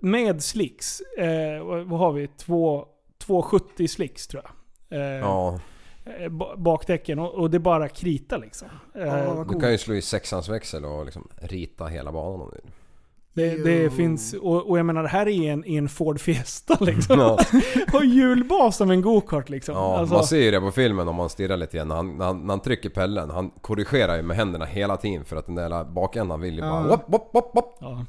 E: med slicks, eh, vad vad har vi? Två- 270 slicks tror jag. Eh,
F: Ja.
E: eh, ba- Bakdäcken och, och det bara krita liksom. Eh,
G: Ja, vad
F: Du
G: coolt.
F: kan ju slå i sexans växel och liksom rita hela banan om du vill.
E: det, det finns, och, och jag menar det här är en, en Ford
F: [LAUGHS]
E: Fiesta liksom.
F: Ja,
E: och hjulbas som en go-kart liksom.
F: ja,
E: Alltså,
F: man ser ju det på filmen om man stirrar lite igen. När han, när han, när han trycker pellen, han korrigerar ju med händerna hela tiden för att den där jävla bakändan vill ju bara...
G: Ja.
F: Wop, wop, wop, wop.
E: ja.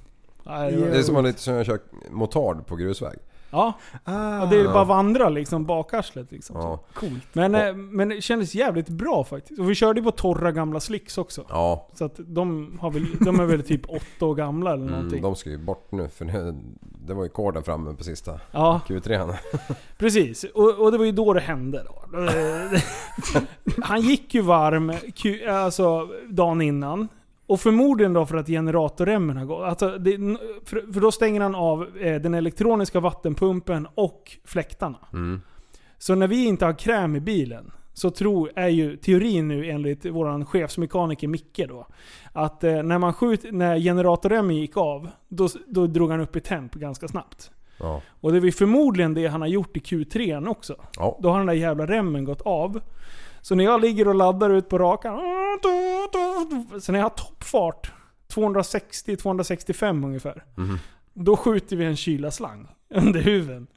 E: Nej, det var-
F: Det är som att lite som jag kör motard på grusväg.
E: ja,
G: Ah.
E: ja, det är bara vandra liksom bakarslet liksom.
F: Ja.
E: Coolt. Men, eh, men det kändes jävligt bra faktiskt. Och vi körde ju på torra gamla slicks också.
F: Ja,
E: Så att de, har väl, de är väl typ åtta år gamla eller någonting.
F: mm, de ska ju bort nu för nu, det var ju korden framme på sista
E: Ja,
F: Q3.
E: precis. Och, och det var ju då det hände.
F: [LAUGHS]
E: Då. Han gick ju varm Q, alltså, dagen innan. Och förmodligen då för att generatorremmen har gått. Alltså det, n- för, för då stänger han av eh, den elektroniska vattenpumpen och fläktarna.
F: Mm.
E: Så när vi inte har kräm i bilen så tror, är ju teorin nu enligt vår chefsmekaniker Micke då. Att eh, när, man skjut, när generatorremmen gick av, då, s- då drog han upp i temp ganska snabbt.
F: Ja.
E: Och det är ju förmodligen det han har gjort i Q3 också.
F: Ja.
E: Då har den där jävla remmen gått av. Så när jag ligger och laddar ut på rakan. Så när jag har toppfart, 260-265 ungefär.
F: Mhm.
E: Då skjuter vi en kylaslang under huven.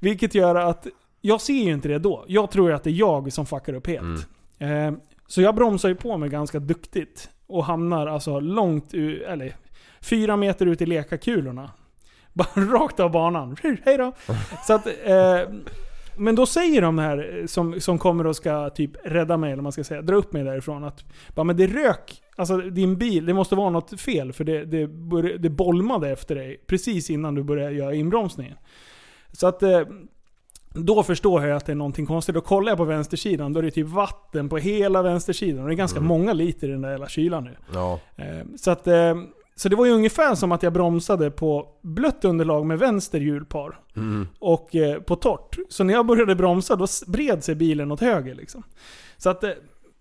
E: Vilket gör att jag ser ju inte det då. Jag tror ju att det är jag som fuckar upp helt.
F: mm.
E: Eh, så jag bromsar ju på mig ganska duktigt. Och hamnar alltså långt ur, eller fyra meter ut i lekakulorna. [LAUGHS] Bara rakt av banan. [LAUGHS] Hej då. Så att, eh, men då säger de här eh, som, som kommer och ska typ rädda mig, eller vad man ska säga, dra upp mig därifrån. Att bara, men det rök, alltså din bil, det måste vara något fel för det, det, börj- det bolmade efter dig precis innan du började göra inbromsningen. Så att eh, då förstår jag att det är någonting konstigt. Då kollar jag på vänstersidan, då är det typ vatten på hela vänstersidan. Och det är ganska många liter i den där jävla kylan nu.
F: Ja.
E: Eh, Så, att, eh, så det var ju ungefär som att jag bromsade på blött underlag med vänster hjulpar. Och eh, på torrt. Så när jag började bromsa då bred sig bilen åt höger. Liksom. Så att, eh,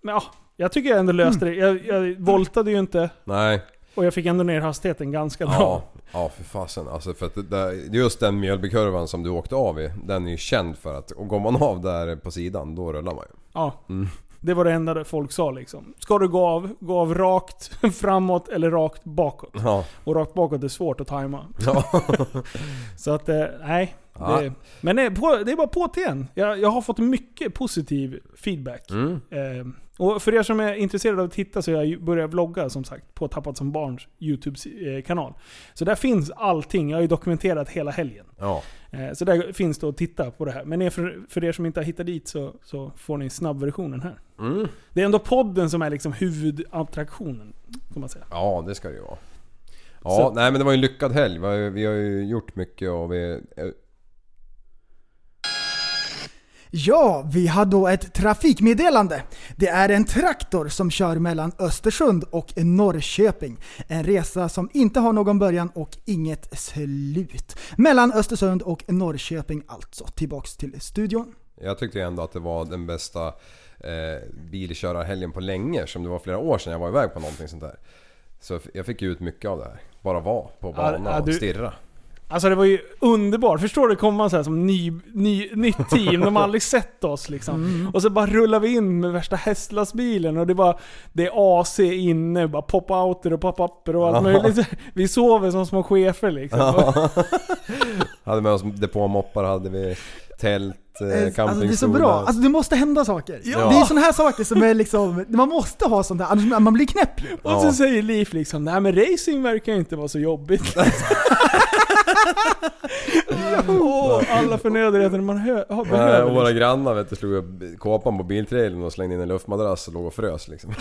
E: men, ja, jag tycker jag ändå löste det. Jag, jag voltade ju inte
F: Nej.
E: och jag fick ändå ner hastigheten ganska
F: Ja,
E: bra.
F: ja för fasen. Alltså för att det där, just den mjölbykurvan som du åkte av i, den är ju känd för att och går man av där på sidan då rullar man ju.
E: Ja.
F: Mm.
E: Det var det enda det folk sa liksom. Ska du gå av, gå av rakt [LAUGHS] framåt eller rakt bakåt.
F: Ja,
E: Och rakt bakåt är svårt att tajma.
F: ja.
E: [LAUGHS] Så att, eh, nej.
F: Ja.
E: Det, men det är, på, det är bara på till en. Jag, jag har fått mycket positiv feedback.
F: Mm.
E: Eh, och för er som är intresserade av att titta så har jag ju börjat vlogga som sagt på Tappat som barns YouTube-kanal. Så där finns allting. Jag har ju dokumenterat hela helgen.
F: ja.
E: Eh, så där finns det att titta på det här. Men er- för, för er som inte har hittat dit så, så får ni snabbversionen här.
F: Mm.
E: Det är ändå podden som är liksom huvudattraktionen. Kan man säga.
F: Ja, det ska det ju vara. Ja,
E: Så-
F: nej men det var ju en lyckad helg. Vi har ju, vi har ju gjort mycket och vi... eh,
G: Ja, vi har då ett trafikmeddelande. Det är en traktor som kör mellan Östersund och Norrköping. En resa som inte har någon början och inget slut. Mellan Östersund och Norrköping alltså. Tillbaks till studion.
F: Jag tyckte ändå att det var den bästa eh, bilkörarhelgen på länge som det var flera år sedan jag var iväg på någonting sånt där. Så f- jag fick ju ut mycket av det här. Bara vara på banan
E: ja, du-
F: och stirra.
E: Alltså det var ju underbart. Förstår du komma så här som ny, ny, nytt team.
F: [LAUGHS]
E: De har aldrig sett oss liksom.
F: Mm.
E: Och så bara rullar vi in med värsta hästlastbilen och det är bara det är AC inne, bara pop-outer och pop-upper och allt möjligt. [LAUGHS] Vi sover som små chefer liksom.
F: Hade med oss depåmoppar, hade vi tält,
G: alltså,
F: eh,
G: det är så
F: campingstolar.
G: bra. Alltså, det måste hända saker.
F: Ja.
G: Det är sådana här saker som är liksom, man måste ha sånt där, annars man blir knäpp.
E: [LAUGHS]
G: ju.
E: [LAUGHS] Och så säger Liv liksom Nej men racing verkar inte vara så
F: [LAUGHS]
E: jobbigt. [LAUGHS] Åh, alla förnödenheter man hö- har
F: Nej, och
E: behöver.
F: våra grannar vet du, slog upp kåpan på biltrailern och slängde in en luftmadrass och låg och frös liksom.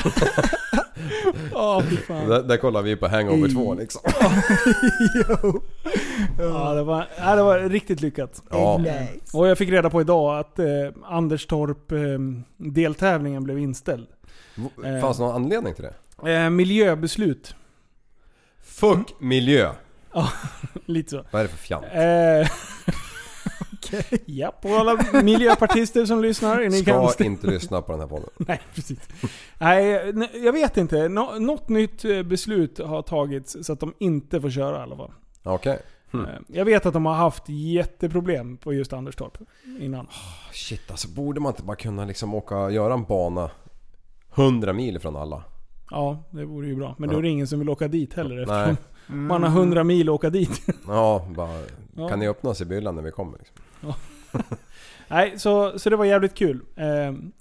E: Ja, fy fan.
F: [LAUGHS] Där, där kollar vi på Hangover 2 liksom.
E: Ja, det, var, ja, det var riktigt lyckat.
F: Ja,
E: Och jag fick reda på idag att eh, Anderstorp eh, deltävlingen blev inställd.
F: V- fanns det någon anledning till det?
E: Eh, miljöbeslut. [LAUGHS]
F: Fuck miljö!
E: Lite så.
F: Vad är det för fjant?
E: Eh, [LAUGHS] Japp, och alla miljöpartister som lyssnar. Är ni
F: Ska
E: kanske-
F: inte lyssna på den här podden.
E: [LAUGHS] Nej, precis. Nej, ne- jag vet inte. Nå- något nytt eh, beslut har tagits så att de inte får köra i alla fall.
F: Okej.
E: Eh, jag vet att de har haft jätteproblem på just Anderstorp innan.
F: Shit alltså, borde man inte bara kunna liksom åka och göra en bana 100 mil från alla?
E: Ja, det vore ju bra. Men då är det ingen som vill åka dit heller
F: Nej.
E: eftersom man har 100 mil att åka dit. [LAUGHS]
F: Ja, bara...
E: Mhm. Ja.
F: Kan ni öppna Sibylla när vi kommer? Liksom?
E: Nej, så, så det var jävligt kul. Ehm,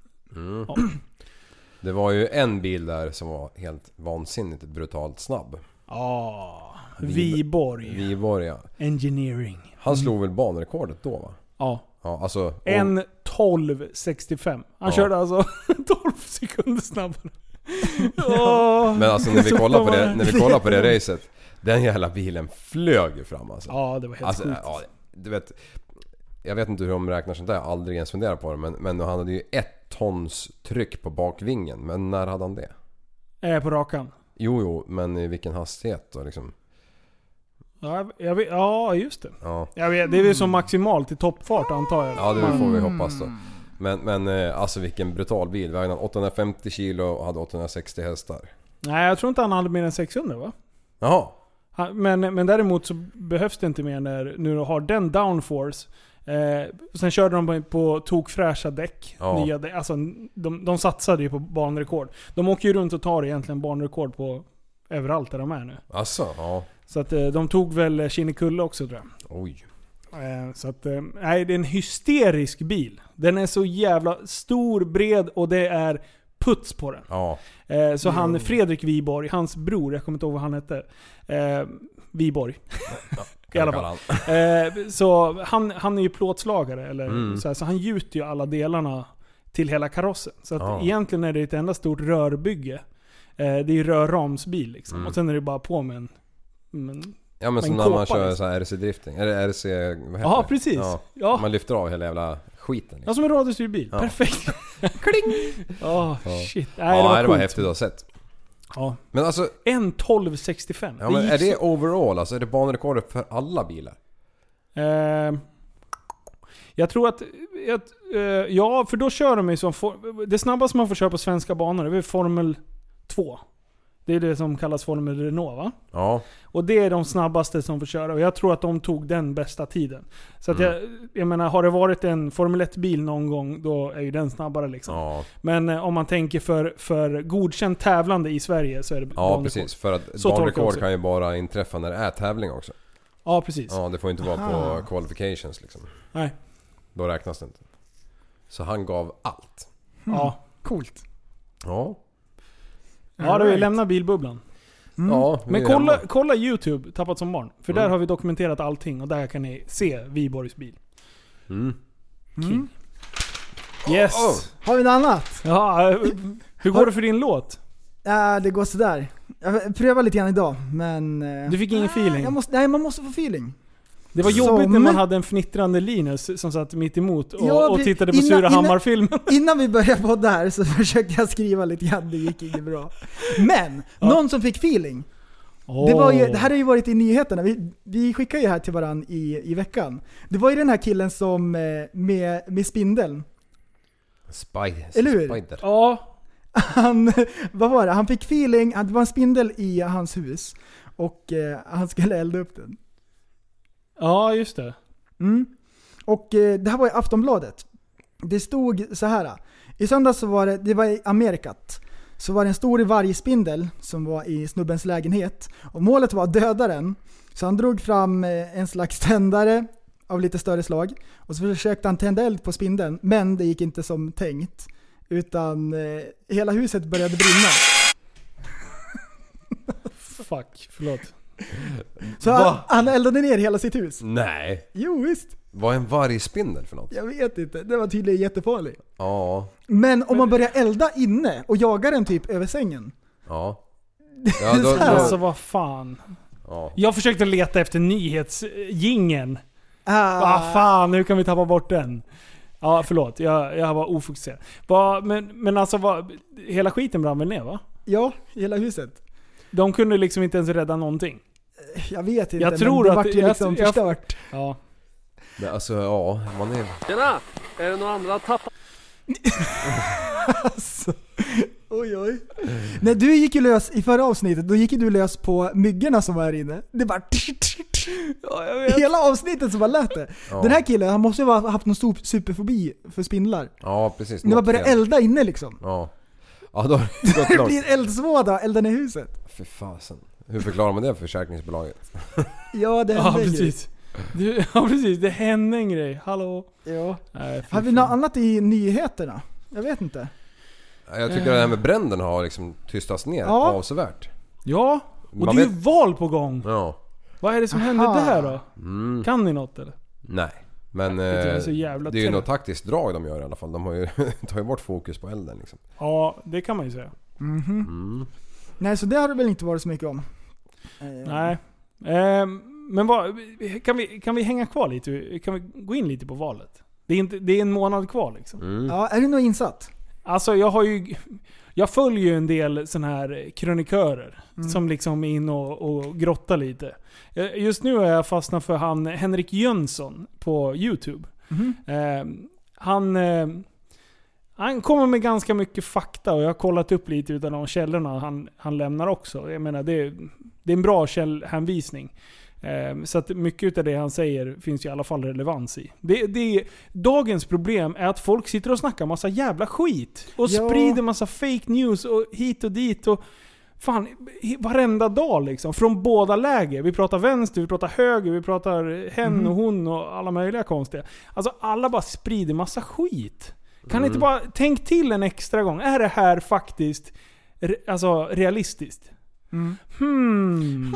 F: Det var ju en bil där som var helt vansinnigt brutalt snabb.
E: Ja,
F: Vi-
E: Viborg.
F: Viborg ja.
E: Engineering.
F: Han slog väl banrekordet då va?
E: Ja.
F: Ja, alltså... och-
E: Mm. En 12.65. Han
F: Ja.
E: körde alltså [LAUGHS] 12 sekunder [LAUGHS] snabbare. ja.
F: Men
E: [LAUGHS]
F: alltså när vi
E: Så
F: kollar
E: de
F: på
E: var-
F: det, när vi kollar på det racet. Den jävla bilen flög ju fram alltså.
E: ja, det var helt
F: alltså,
E: sjukt.
F: ja, du vet, jag vet inte hur de räknar sånt där, jag har aldrig ens funderat på det. Men, men han hade ju ett tons tryck på bakvingen. Men när hade han det?
E: Eh, på rakan.
F: Jo, jo, men i vilken hastighet då liksom?
E: Ja, jag- jag vet, ja just det.
F: Ja,
E: Jag vet, det är väl som maximalt i toppfart antar jag.
F: Mm. ja det
E: Man-
F: får vi hoppas då. Men, men eh, alltså vilken brutal bil. Vägde han 850 kilo och hade 860 hästar.
E: Nej, jag tror inte han hade mer än 600 va?
F: Jaha,
E: Han- Men, men däremot så behövs det inte mer när nu du har den downforce. Eh, sen körde de på, på tokfräscha däck.
F: Ja.
E: Nya däck. Alltså, de, de satsade ju på banrekord. De åker ju runt och tar egentligen banrekord på överallt där de är nu.
F: alltså ja.
E: Så att, eh, de tog väl eh, Kinnekulle också tror jag.
F: Oj.
E: Eh, Så att, eh, nej det är en hysterisk bil. Den är så jävla stor, bred och det är puts på den.
F: Ja,
E: Eh, Så han Fredrik Viborg, hans bror, jag kommer inte ihåg vad han hette. Eh, Viborg. [LAUGHS] I alla fall.
F: fall.
E: Eh, så han, han är ju plåtslagare, eller
F: Mm.
E: så, här, så han gjuter ju alla delarna till hela karossen. Så att
F: Ja.
E: egentligen är det ett enda stort rörbygge. Eh, det är ju rörramsbil liksom.
F: Mm.
E: Och sen är det bara på med en... Men,
F: Ja men
E: Men
F: som när
E: kåpa,
F: man kör
E: liksom.
F: så här RC-drifting. Eller RC... Vad heter
E: ja,
F: det?
E: precis. Ja.
F: Ja.
E: Ja. Alltså,
F: Man lyfter av hela jävla skiten. Liksom.
E: som en radiostyrd bil.
F: Ja. [LAUGHS]
E: Perfekt. Kling! Åh
F: Ja.
E: shit.
F: Ja,
E: Nej, det var,
F: det var
E: coolt.
F: häftigt att ha sett.
E: Ja.
F: Men alltså,
E: En 1265.
F: ja, men
E: gick
F: är det
E: så-
F: overall? Alltså är det banrekordet för alla bilar?
E: Eh, jag tror att... Jag, eh, ja, för då kör de ju som... for- Det snabbaste man får köra på svenska banor det är väl Formel 2. Det är det som kallas Formel Renault va?
F: Ja.
E: Och det är de snabbaste som får köra. Och jag tror att de tog den bästa tiden. Så
F: Mm.
E: att jag, jag menar, har det varit en Formel 1-bil någon gång, då är ju den snabbare liksom.
F: Ja,
E: Men eh, om man tänker för, för godkänt tävlande i Sverige så är det
F: ja
E: banrekord.
F: precis. För att
E: Så tolkar jag också.
F: banrekord kan ju bara inträffa när det är tävling också.
E: Ja, precis.
F: Ja, det får inte vara
G: Aha.
F: på qualifications liksom.
E: Nej.
F: Då räknas det inte. Så han gav allt.
E: Ja.
G: Coolt.
F: Ja.
E: Ja, då vi
G: Alright.
E: lämnar bilbubblan.
G: Mm.
F: ja vi
E: Men
F: är
E: kolla,
F: hemma.
E: kolla YouTube, Tappat som barn. För där
F: Mm.
E: har vi dokumenterat allting och där kan ni se Viborgs bil.
F: Mm.
E: King. Yes!
F: Oh, oh.
G: Har vi något annat?
E: Ja, eh, hur går det för din låt?
G: Ja, Äh, det går sådär. Jag prövade lite grann idag, men... eh,
E: Du fick ingen feeling?
G: Jag måste, nej, man måste få feeling.
E: Det var
G: Som-
E: jobbigt när man hade en fnittrande Linus som satt mitt emot och,
G: Ja,
E: och
G: vi-
E: tittade på
G: innan-
E: Sura
G: innan-
E: Hammar-filmen.
G: Innan vi började podda här så [LAUGHS] försökte jag skriva lite grann, det gick inte bra. Men, någon som fick feeling. Det, var ju, det här har ju varit i nyheterna, vi, vi skickar ju här till varann i, i veckan. Det var ju den här killen som, eh, med, med spindeln, [LAUGHS]
F: Spider.
G: Eller hur?
F: Spider.
E: Ja,
G: han, vad var det? Han fick feeling, att det var en spindel i hans hus. Och eh, han skulle elda upp den.
E: ja just det.
G: Mm. Och eh, det här var i Aftonbladet. Det stod så här. I söndags så var det, det var i Amerikat. Så var det en stor vargspindel som var i snubbens lägenhet. Och målet var att döda den. Så han drog fram eh, en slags tändare av lite större slag. Och så försökte han tända eld på spindeln, men det gick inte som tänkt. Utan eh, hela huset började brinna.
E: Fuck, förlåt.
G: Så han, han eldade ner hela sitt hus.
F: Nej.
G: Jo visst,
F: Vad är en vargspindel för något?
G: jag vet inte. Det var tydligen jättefarligt.
F: Ja.
G: Men om man börjar elda inne och jagar den typ över sängen.
F: Ja. Ja, då,
G: så här.
E: Alltså
F: då,
E: vad fan.
F: ja.
E: Jag försökte leta efter nyhetsjingen.
G: Ah,
E: Vad fan, hur kan vi tappa bort den? Ja, förlåt. Jag, jag var ofokuserad. Vad- men, men alltså, vad- hela skiten brann väl ner va?
G: Ja, i hela huset.
E: De kunde liksom inte ens rädda någonting.
G: Jag vet inte,
E: Jag tror
G: men det
E: att-
G: vart ju
E: jag-
G: liksom
E: jag-
G: förstört.
E: Ja.
F: Men alltså ja, man är...
G: Oj, oj. När du gick ju lös i förra avsnittet, då gick ju du lös på myggorna som var här inne. Det bara... Hela avsnittet som bara lät det.
F: Ja,
G: Den här killen, han måste ju ha haft någon stor superfobi för spindlar.
F: ja precis.
G: När man
F: Något
G: börjar
F: fel.
G: elda inne liksom. [LAUGHS]
F: Ja. Ja då har det gått
G: Det
F: långt.
G: blir eldsvåda, elda ner huset.
F: Fy fasen. Hur förklarar man det för försäkringsbolaget?
G: Ja, det
E: Ja
G: hände ju.
E: precis. Du, ja precis, det hände en grej. Hallå?
G: Ja.
E: Nej, fy
G: Har vi
E: fan.
G: något annat i nyheterna? Jag vet inte.
F: Jag tycker att det här med bränderna har liksom tystats ner
G: Eh. Ja.
F: avsevärt.
E: Ja, och
F: Man
E: det är ju
F: vet-
E: val på gång.
F: Ja.
E: Vad är det som
G: Aha.
E: händer där då?
F: Mm.
E: Kan ni något eller?
F: Nej. Men
E: Jag tycker det är
F: eh,
E: så jävla
F: det är ju
E: trött.
F: något taktiskt drag de gör i alla fall. De har ju, [LAUGHS] tar ju bort fokus på elden liksom.
E: Ja, det kan man ju säga. Mhm.
F: Mm,
G: Nej, så det har det väl inte varit så mycket om. Eh,
E: Nej. Ehm, men vad, kan, vi, kan vi hänga kvar
F: mm.
E: lite? Kan vi gå in lite på valet? Det är, inte, det är en månad kvar liksom.
G: Ja, är du nog insatt?
E: Alltså jag har ju... Jag följer ju en del sån här krönikörer som liksom är inne och, och grottar lite. Eh, Just nu har jag fastnat för han Henrik Jönsson på Youtube. Eh, han, eh, han kommer med ganska mycket fakta och jag har kollat upp lite utav de källorna han, han lämnar också. Jag menar, det, är- det är en bra källhänvisning. Eh, Så att mycket utav det han säger finns ju i alla fall relevans i. Det, det, dagens problem är att folk sitter och snackar massa jävla skit. Och
G: Ja.
E: sprider massa fake news och hit och dit. Och, Fan, i- varenda dag liksom. Från båda läger. Vi pratar vänster, vi pratar höger, vi pratar hen och hon och alla möjliga konstiga. Alltså alla bara sprider massa skit. Kan
G: Mm.
E: ni inte bara, tänk till en extra gång. Är det här faktiskt re, alltså, realistiskt?
G: Mm.
E: Hmm.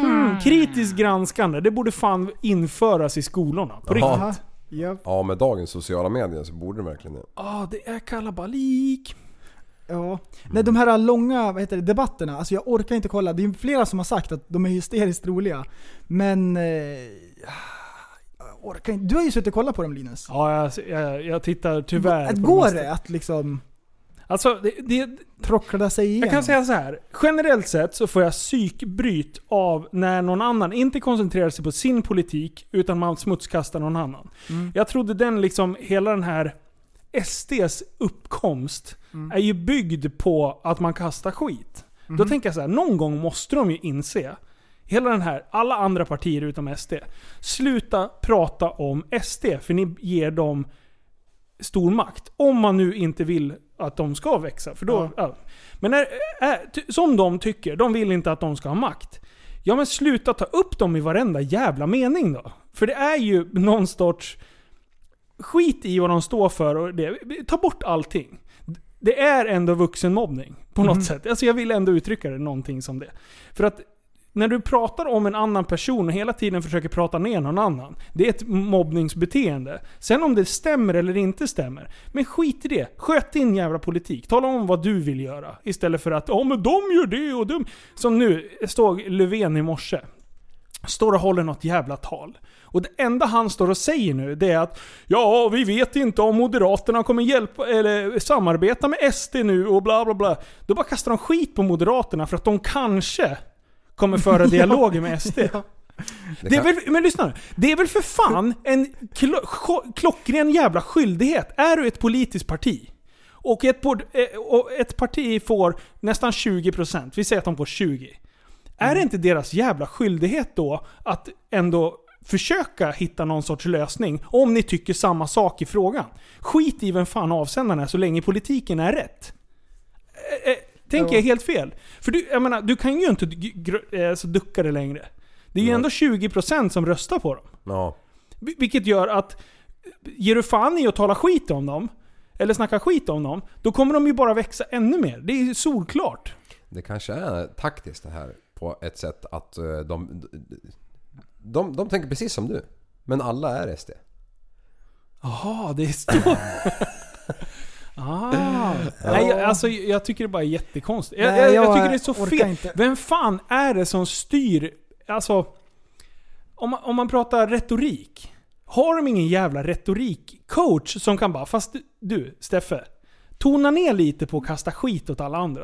E: Hmm. Kritiskt granskande, det borde fan införas i skolorna. På riktigt.
F: Jaha.
G: Aha. Ja,
F: Ja, med dagens sociala medier så borde det verkligen det.
E: Ah, det är kalabalik.
G: ja. Nej, de här långa vad heter det, debatterna, alltså jag orkar inte kolla. Det är flera som har sagt att de är hysteriskt roliga. Men... Eh, jag orkar inte. Du har ju suttit och kollat på dem Linus.
E: Ja, jag, jag, jag tittar tyvärr på de
G: Går
E: mesta.
G: det att liksom
E: Alltså, det, det,
G: trockla sig igenom?
E: Jag kan säga så här. Generellt sett så får jag psykbryt av när någon annan inte koncentrerar sig på sin politik, utan man smutskastar någon annan. Jag trodde den liksom, hela den här SDs uppkomst är ju byggd på att man kastar skit. Då tänker jag så här, någon gång måste de ju inse, hela den här, alla andra partier utom SD, sluta prata om SD, för ni ger dem stor makt. Om man nu inte vill att de ska växa. För då, ja. Men när, äh, ty- som de tycker, de vill inte att de ska ha makt. Ja men sluta ta upp dem i varenda jävla mening då. För det är ju någon sorts skit i vad de står för och det, ta bort allting. Det är ändå vuxenmobbning på något sätt. Alltså jag vill ändå uttrycka det någonting som det. För att när du pratar om en annan person och hela tiden försöker prata ner någon annan. Det är ett mobbningsbeteende. Sen om det stämmer eller inte stämmer. Men skit i det. Sköt din jävla politik. Tala om vad du vill göra. Istället för att ja men de gör det och de... Som nu, stod Löfven i morse. Står och håller något jävla tal. Och det enda han står och säger nu det är att Ja, vi vet inte om Moderaterna kommer hjälpa eller samarbeta med SD nu och bla bla bla. Då bara kastar de skit på Moderaterna för att de kanske kommer föra dialoger med SD. Det är
F: kan-
E: väl, men lyssna nu. Det är väl för fan en klo, cho- klockren jävla skyldighet. Är du ett politiskt parti och ett, pod- eh, och ett parti får nästan 20%, vi säger att de får 20%. Är det inte deras jävla skyldighet då att ändå försöka hitta någon sorts lösning om ni tycker samma sak i frågan? Skit i vem fan avsändaren är så länge politiken är rätt. Eh, eh, Tänker jag helt fel? För du, jag menar, du kan ju inte g- gr- eh, så ducka det längre. Det är ju ändå 20% som röstar på dem.
F: Ja.
E: Vil- Vilket gör att ger du fan i att tala skit om dem, eller snacka skit om dem, då kommer de ju bara växa ännu mer. Det är ju solklart.
F: Det kanske är taktiskt det här på ett sätt att eh, de... De, de tänker precis som du. Men alla är SD.
E: Jaha, det är stort. [LAUGHS] ah. Nej, jag, alltså, jag tycker det bara är jättekonstigt. Jag,
G: Nej,
E: jag, jag
G: jag
E: tycker det är så
G: orkar
E: fel.
G: inte.
E: Vem fan är det som styr? Alltså, om man, om man pratar retorik. Har de ingen jävla retorikcoach som kan bara, fast du- du Steffe. Tona ner lite på att kasta skit åt alla andra.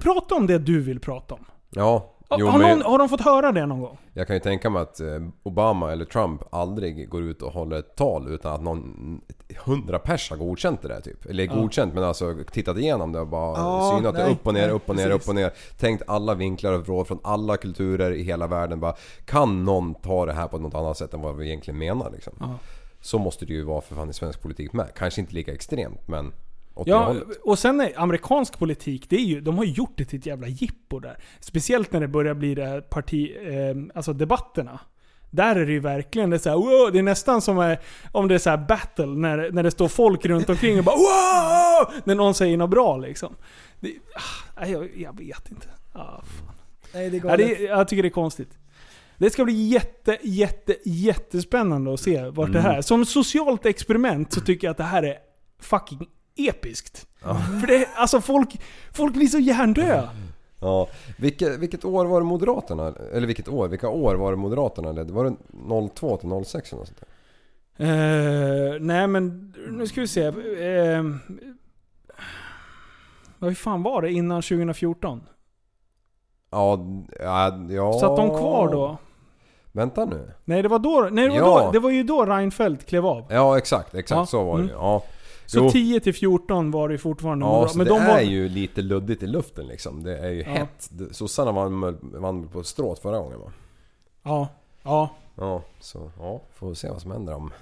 E: Prata om det du vill prata om.
F: Ja. Mm. Jo,
E: har,
F: men
E: någon, har de fått höra det någon gång?
F: jag kan ju tänka mig att eh, Obama eller Trump aldrig går ut och håller ett tal utan att någon... 100 pers har godkänt det där typ. Eller godkänt men alltså tittat igenom det och bara
G: Ja,
F: synat det
G: nej,
F: upp och ner,
G: nej,
F: upp och ner,
G: precis.
F: upp och ner. Tänkt alla vinklar och vrår från alla kulturer i hela världen bara. Kan någon ta det här på något annat sätt än vad vi egentligen menar liksom? Så måste det ju vara för fan i svensk politik med. Kanske inte lika extremt men åt det
E: Ja,
F: hållet.
G: eh,
E: och sen är amerikansk politik, det är ju, de har ju gjort det till ett jävla jippo där. Speciellt när det börjar bli det här parti, eh, alltså debatterna. Där är det ju verkligen det är så här, wow, det är nästan som eh, om det är så här battle, när, när det står folk runt omkring och bara wow! När någon säger något bra liksom. Det, ah, nej, jag, jag vet inte. Ah, fan.
G: Nej, det är
E: Ja,
G: galet.
E: det, jag tycker det är konstigt. Det ska bli jätte, jätte, jättespännande att se vart
F: Mm.
E: det här... Som socialt experiment så tycker jag att det här är fucking episkt. För det, alltså folk, folk blir så hjärndöda.
F: Ja, vilket, vilket år var det Moderaterna? Eller vilket år? Vilka år var det Moderaterna ledde? Var det 02 till 06 eller något sånt där?
E: Eh, nej men, nu ska vi se. Eh, Vad fan var det innan 2014?
F: Ja, ja, ja...
E: Satt de kvar då?
F: Vänta nu.
E: Nej, det var, då, nej, det var,
F: Ja.
E: då, det var ju då Reinfeldt klev av.
F: Ja, exakt. Exakt
E: Ja, Mm.
F: så var det ju. Ja.
E: Så
F: Jo.
E: 10 till 14 var det ju fortfarande.
F: Ja,
E: bra.
F: så
E: Men
F: det
E: de
F: är
E: var,
F: ju lite luddigt i luften liksom. Det är ju hett. Det- Sossarna vann, vann på strået förra gången va?
E: Ja, ja.
F: Ja, så ja, får vi se vad som händer om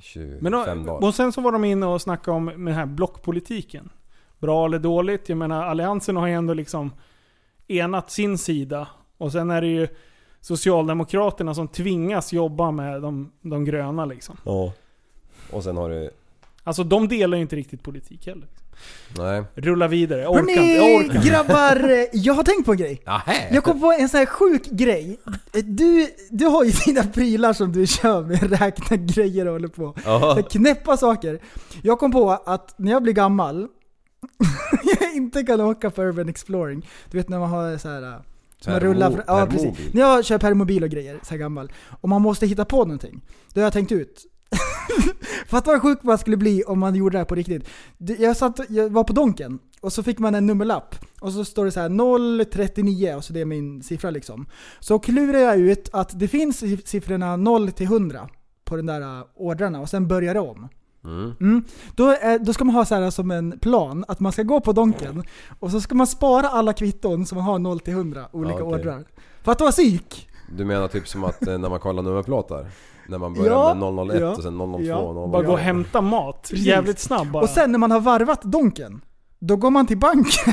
F: 25
E: Men då,
F: dagar.
E: och sen så var de inne och snackade om med den här blockpolitiken. Bra eller dåligt? Jag menar alliansen har ju ändå liksom enat sin sida. Och sen är det ju Socialdemokraterna som tvingas jobba med de, de gröna liksom.
F: Ja. Och sen har du...
E: Alltså de delar ju inte riktigt politik heller.
F: Nej.
E: Rulla vidare, jag orkar inte. Jag orkar
G: Hörni
E: inte.
G: grabbar, eh, jag har tänkt på en grej.
F: Nähä?
G: Jag kom på en sån här sjuk grej. Eh, Du, du har ju dina prylar som du kör med, räkna grejer och håller på.
F: Ja.
G: Knäppa saker. Jag kom på att när jag blir gammal, [LAUGHS] jag inte kan åka på Urban Exploring. Du vet när man har så här... eh,
F: Så
G: Man
F: här,
G: rullar
F: mo-
G: fram, ja,
F: här
G: precis.
F: mobil.
G: När jag kör permobil och grejer, så här gammal, och man måste hitta på någonting. Då har jag tänkt ut. [LAUGHS] Fatta vad sjuk man skulle bli om man gjorde det här på riktigt. Du, Jag, satt, jag var på Donken och så fick man en nummerlapp och så står det så här 039 och så det är min siffra liksom. Så klurar jag ut att det finns i- siffrorna 0 till 100 på den där äh, ordrarna och sen börjar det om.
F: Mm.
G: Mm. Då, är, då ska man ha så här som en plan, att man ska gå på Donken och så ska man spara alla kvitton som man har 0 till 100 olika
F: Ja, okej.
G: ordrar. För att det var psyk!
F: Du menar typ som att eh, när man kollar nummerplåtar? När man börjar
G: Ja,
F: med 001
G: ja,
F: och sen 002
G: ja.
F: och 003.
E: Bara gå och hämta mat.
G: Precis.
E: Jävligt snabb bara.
G: Och sen när man har varvat Donken, då går man till banken.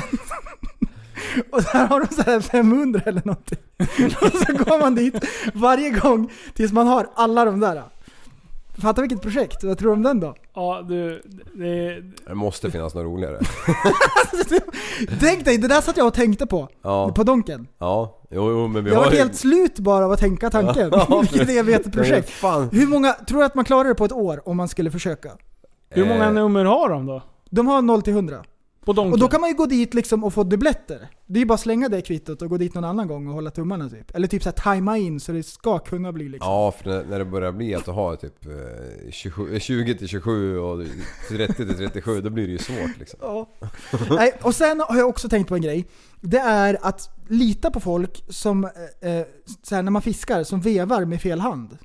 G: [LAUGHS] Och där har de så här 500 eller någonting. [LAUGHS] Och så går man dit varje gång tills man har alla de där. Fatta vilket projekt, vad tror du om den då?
E: Ja, du, det,
F: Det måste finnas
E: [LAUGHS]
F: något roligare.
G: Tänk dig, det där satt jag och tänkte på.
F: Ja.
G: På Donken.
F: Ja. Jo, jo men vi
G: Jag
F: har
G: var
F: ju...
G: helt slut bara av att tänka tanken.
F: [LAUGHS] Ja,
G: [LAUGHS] Vilket
F: Nej,
G: evighetsprojekt.
F: Fan.
G: Hur många, tror du att man klarar det på ett år om man skulle försöka?
E: hur många
F: Eh,
E: nummer har de då?
G: De har 0 till 100.
E: På Donken?
G: Och då kan man ju gå dit liksom och få dubbletter. Det är ju bara att slänga det kvittot och gå dit någon annan gång och hålla tummarna typ. Eller typ såhär tajma in så det ska kunna bli liksom.
F: Ja, för när- när det börjar bli att du har typ eh, 27, eh, 20 till 27 och 30 till 37, då blir det ju svårt liksom.
G: Ja. [LAUGHS] Nej, och sen har jag också tänkt på en grej. Det är att lita på folk som, eh, eh, såhär när man fiskar, som vevar med fel hand.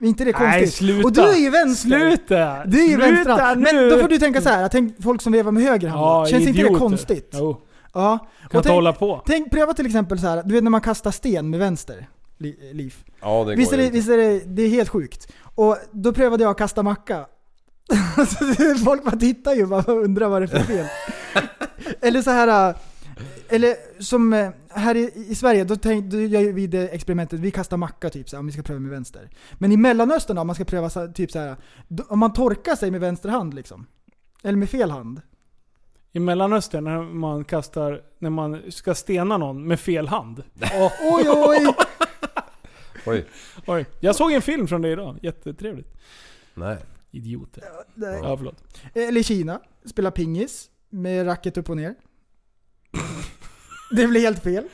G: Är inte det konstigt?
E: Nej, sluta.
G: Och du är ju vänster!
E: Sluta!
G: Du är ju
E: Sluta
G: vänsterhand. Men då får du tänka så här. tänk folk som vevar med höger hand.
E: Ja,
G: Känns inte det
E: idioter.
G: konstigt?
E: Jo,
G: Ja.
E: kan
G: Och
E: inte
G: tänk-
E: hålla på.
G: Tänk, pröva till exempel så här. du vet när man kastar sten med vänster, li, liv.
F: Ja, det
G: Visst är
F: går ju
G: det,
F: inte.
G: visst är det, det är helt sjukt. Och då prövade jag att kasta macka. [LAUGHS] Alltså, det- Folk bara tittar ju och undrar vad det är för fel. [LAUGHS] eller så här... äh, Eller som eh, här i, i Sverige, då, tänk, då gör ju vi det experimentet, vi kastar macka typ så här, om vi ska pröva med vänster. Men i Mellanöstern då, om man ska pröva så, här, typ så här, då, om man torkar sig med vänster hand liksom. Eller med fel hand.
E: I Mellanöstern när man kastar, när man ska stena någon med fel hand.
G: Oj oj!
F: Oj.
E: Oj. Jag såg en film från det idag, jättetrevligt.
F: Nej.
E: Idioter.
G: Nej.
E: Ja, förlåt.
G: Eh, Eller Kina, spela pingis med racket upp och ner. Det blir helt fel.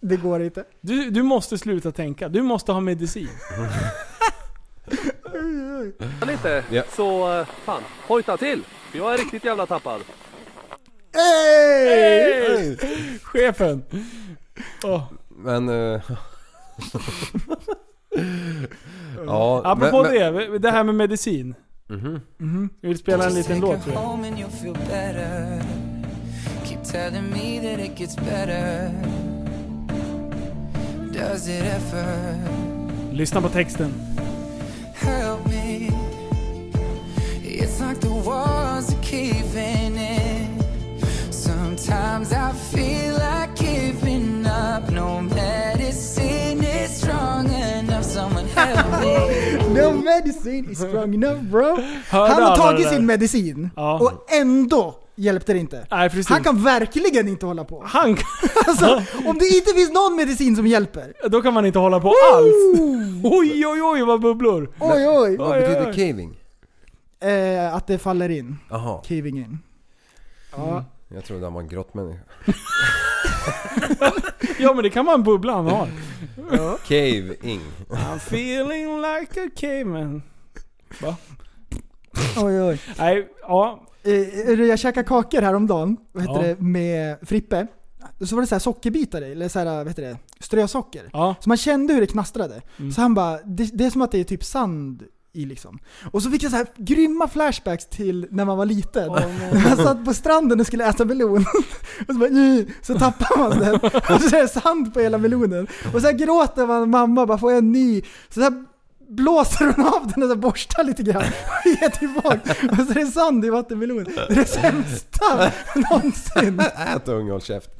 G: Det går inte.
E: Du, du måste sluta tänka, du måste ha
J: [LAUGHS]
E: medicin.
J: lite
F: Ja.
J: så eh, fan, hojta till. För jag är riktigt jävla tappad.
E: Hey! Chefen! Åh.
F: Men... eh, [LAUGHS] ja,
E: Apropå
F: men,
E: det, det här med medicin. Mhm. Vi vill spela en liten låt tror jag. Lyssna på texten.
I: [LAUGHS]
G: No medicine is strong enough bro.
E: Hörde
G: Han har
E: alla
G: tagit
E: det där?
G: sin medicin
E: Ja.
G: och ändå hjälpte det inte.
E: Nej precis.
G: Han kan verkligen inte hålla på.
E: Han kan...
G: [LAUGHS] Alltså, om det inte finns någon medicin som hjälper.
E: Då kan man inte hålla på alls. [LAUGHS] Oj oj oj vad bubblor.
G: Oj oj!
F: Vad betyder
E: Oj, oj.
F: caving?
G: Eh, att det faller in.
F: Jaha,
G: Caving in. Ja.
F: jag trodde han var en grottmänniska.
E: Ja men det kan vara en bubbla han har.
F: Cave-ing.
E: I'm feeling like a caveman. Va?
G: Oj, oj.
E: Nej, ja.
G: Eh, Jag käkade kakor häromdagen, vad heter
E: Ja.
G: det, med Frippe. Så var det så här sockerbitar i, eller så här, vad heter det, strösocker.
E: ja.
G: Så man kände hur det knastrade. Så han bara, det, det är som att det är typ sand i liksom. Och så fick jag så här grymma flashbacks till när man var liten. [LAUGHS] man satt på stranden och skulle äta melon. [LAUGHS] och så bara, "Ih", så tappar man den. Och så är det sand på hela melonen. Och så här gråter man, mamma bara får jag en ny. Så här blåser hon av den och så här borstar lite grann [LAUGHS] och ger tillbaka. Och så är det sand i vattenmelonen. Det är det sämsta någonsin.
F: Ät unge, håll käft.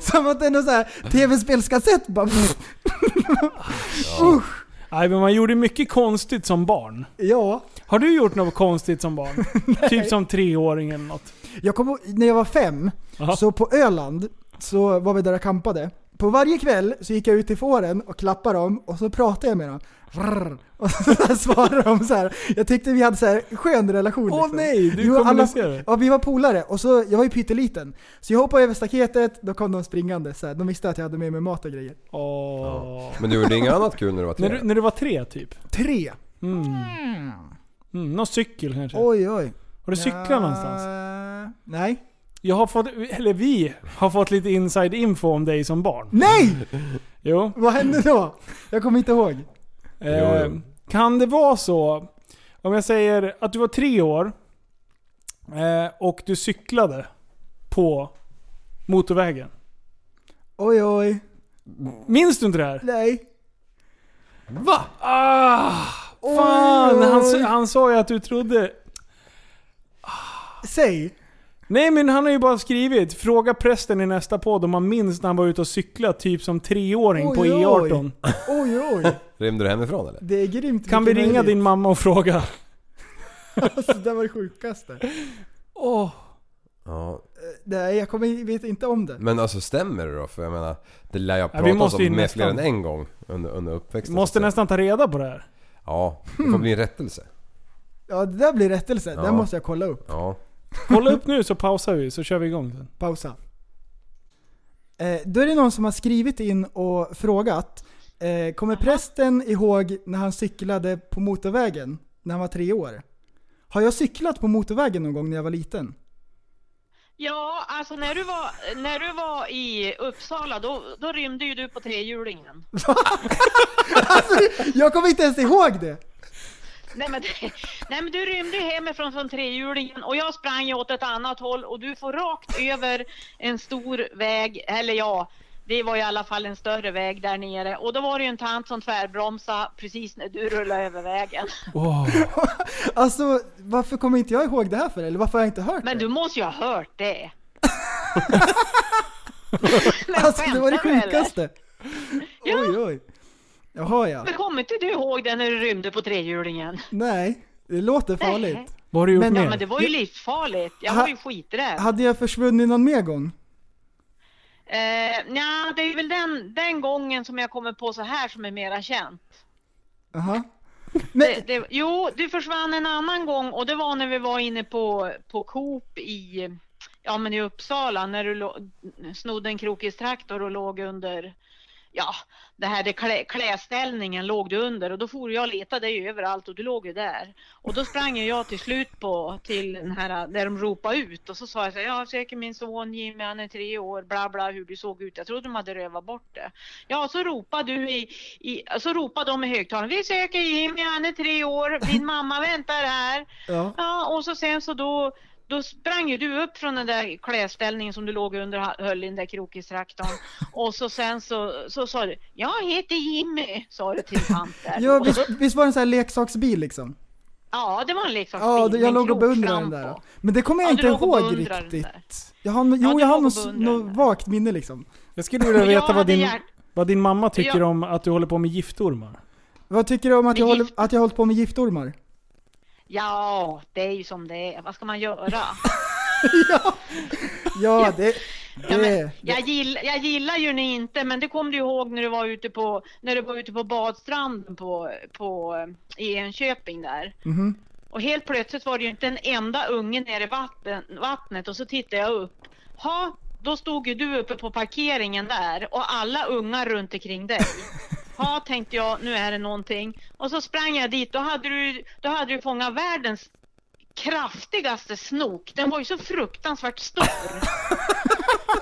G: Som att det är någon så här tv-spelskassett bara. [LAUGHS] Usch.
E: Nej, men man gjorde mycket konstigt som barn.
G: Ja.
E: Har du gjort något konstigt som [LAUGHS] barn? typ som treåring eller något?
G: Jag kommer ihåg, när jag var fem,
E: Jaha.
G: så på Öland så var vi där och kampade. På varje kväll så gick jag ut till fåren och klappade dem och så pratade jag med dem. Vrrr. [LAUGHS] Och så där svarade de så här. Jag tyckte vi hade så här skön relation. liksom.
E: Åh nej, du
G: Jo, alla-
E: kommunicerar.
G: Ja, vi var polare och så, jag var ju pytteliten. Så jag hoppade över staketet, då kom de springande så här. De visste att jag hade med mig mat och grejer.
E: Åh.
F: Men du gjorde inget annat kul när du var
E: När, du,
F: tre?
E: när du var tre typ?
G: Tre!
E: Mm, någon cykel kanske?
G: Oj oj.
E: Har du cyklat någonstans?
G: Nej.
E: Jag har fått, eller vi, har fått lite inside info om dig som barn.
G: Nej!
E: Jo.
G: Vad hände då? Jag kommer inte ihåg.
E: Eh,
F: jo.
E: kan det vara så, om jag säger att du var tre år eh, och du cyklade på motorvägen.
G: Oj oj.
E: Minns du inte det här?
G: Nej.
E: Va? Ah, fan,
G: Oj.
E: han, sa- han sa ju att du trodde...
G: Säg.
E: Nej men han har ju bara skrivit, fråga prästen i nästa podd om han minns när han var ute och cyklade typ som treåring på E
G: Oj, oj.
E: E18.
G: Oj oj.
F: Rymde du hemifrån eller?
G: Det är grymt.
E: Kan vi
G: Vilken
E: ringa
G: möjlighet.
E: din mamma och fråga?
G: [LAUGHS] Alltså, det var det sjukaste.
E: Åh,
F: Ja.
G: Nej, jag kommer, vet inte om det.
F: Men alltså stämmer det då? För jag menar, det lär jag
E: Ja, vi
F: prata
E: måste ju
F: om med
E: nästan-
F: fler än en gång under, under uppväxten.
E: måste
F: så att säga.
E: nästan ta reda på det här.
F: Ja, det får bli en rättelse.
G: Ja, det där blir rättelse. Det
F: Ja.
G: måste jag kolla upp.
F: [LAUGHS] Ja.
E: Kolla upp nu så pausar vi så kör vi igång sen.
G: Pausa. Eh, då är det någon som har skrivit in och frågat. Eh, kommer prästen ihåg när han cyklade på motorvägen när han var tre år? Har jag cyklat på motorvägen någon gång när jag var liten?
I: Ja, alltså när du var, när du var i Uppsala då, då rymde ju du på trehjulingen.
G: Jag kommer inte ens ihåg det!
I: Nej men, [LAUGHS] nej men du rymde ju hemifrån från trehjulingen och jag sprang ju åt ett annat håll och du får rakt över en stor väg, eller ja, det var i alla fall en större väg där nere och då var det ju en tant som tvärbromsade precis när du rullade över vägen.
G: Alltså, varför kommer inte jag ihåg det här för? Eller varför har jag inte hört
I: Men
G: det?
I: du måste ju ha hört det.
G: Alltså det var det
I: skämtar du, eller?
G: sjukaste!
I: Ja.
G: Oj oj. Jaha ja.
I: Men kommer inte du ihåg det när du rymde på trehjulingen?
G: Nej, det låter farligt.
E: Vad har du gjort
G: Men- eh,
E: mer?
I: Ja men det var ju livsfarligt. Jag var ju skiträdd.
G: Hade jag försvunnit någon mer gång?
I: Eh, nja, det är väl den, den gången som jag kommer på så här som är mera känt.
G: Jaha.
I: Det, det, jo, du försvann en annan gång och det var när vi var inne på, på Coop i, ja, men i Uppsala när du lå- snodde en krokis traktor och låg under Ja, det här det klä, kläställningen låg du under och då for jag och letade dig överallt och du låg ju där. Och då sprang ju jag till slut på till den här där de ropade ut och så sa jag så här, jag söker min son Jimmy, han är tre år, bla bla hur du såg ut. Jag trodde de hade rövat bort det. Ja, så ropade du i, i så ropade de i högtalaren, vi söker Jimmy, han är tre år, din mamma väntar här.
G: Ja.
I: Ja, och så sen så då, då sprang ju du upp från den där kläställningen som du låg under och höll i den där krokistraktorn. Och så sen så, så sa du, jag heter Jimmy, sa du till tanten.
G: Ja,
I: Och så-
G: visst, visst var det en sån här leksaksbil liksom?
I: ja, det var en liksom leksaksbil
G: Ja,
I: med
G: jag
I: en
G: låg och
I: krok
G: beundrade den
I: fram
G: där.
I: på.
G: Men det kommer jag
I: Ja,
G: inte
I: du låg och
G: ihåg
I: beundrade den där.
G: riktigt. Jag har, jo,
I: du
G: jag har
I: låg och
G: något,
I: beundrade den
G: något
I: där.
G: vagt minne liksom.
E: Jag skulle vilja
I: Jag
E: veta vad
I: hade
E: din,
I: hjärt-
E: vad din mamma tycker
I: Jag-
E: om att du håller på med giftormar.
G: Vad tycker du om att
I: Med
G: jag, håller,
I: gift-
G: att jag har hållit på med giftormar?
I: Ja, det är ju som det är. Vad ska man göra?
G: Ja, det...
I: Ja, men,
G: det
I: jag, gill, jag gillar ju ni inte, men det kom du ihåg när du var ute på, när du var ute på badstranden på, på, eh, i Enköping där.
G: Mhm.
I: Och helt plötsligt var det ju inte en enda unge nere i vatten, vattnet och så tittade jag upp.
G: [LAUGHS]
I: Ha, då stod ju du uppe på parkeringen där och alla ungar runt omkring dig. ha tänkte jag, nu är det någonting. Och så sprang jag dit, då hade du, då hade du fångat världens kraftigaste snok. Den var ju så fruktansvärt stor.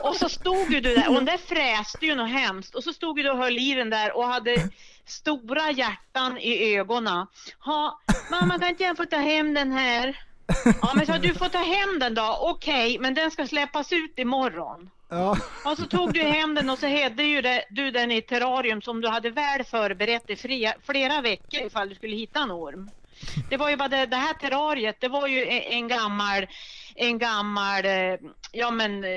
I: och så stod ju du där, och den där fräste ju något hemskt. Och så stod ju du och höll i den där och hade stora hjärtan i ögonen. Ha, mamma kan inte jag få ta hem den här? Ja men så du får ta hem den då, okej, men den ska släppas ut imorgon.
G: Ja.
I: Och så tog du hem den och så hade ju det, du den i ett terrarium som du hade väl förberett i fria, flera veckor ifall du skulle hitta en orm. Det var ju bara det, det här terrariet, det var ju e, en, en gammal, en gammal, eh, ja men eh,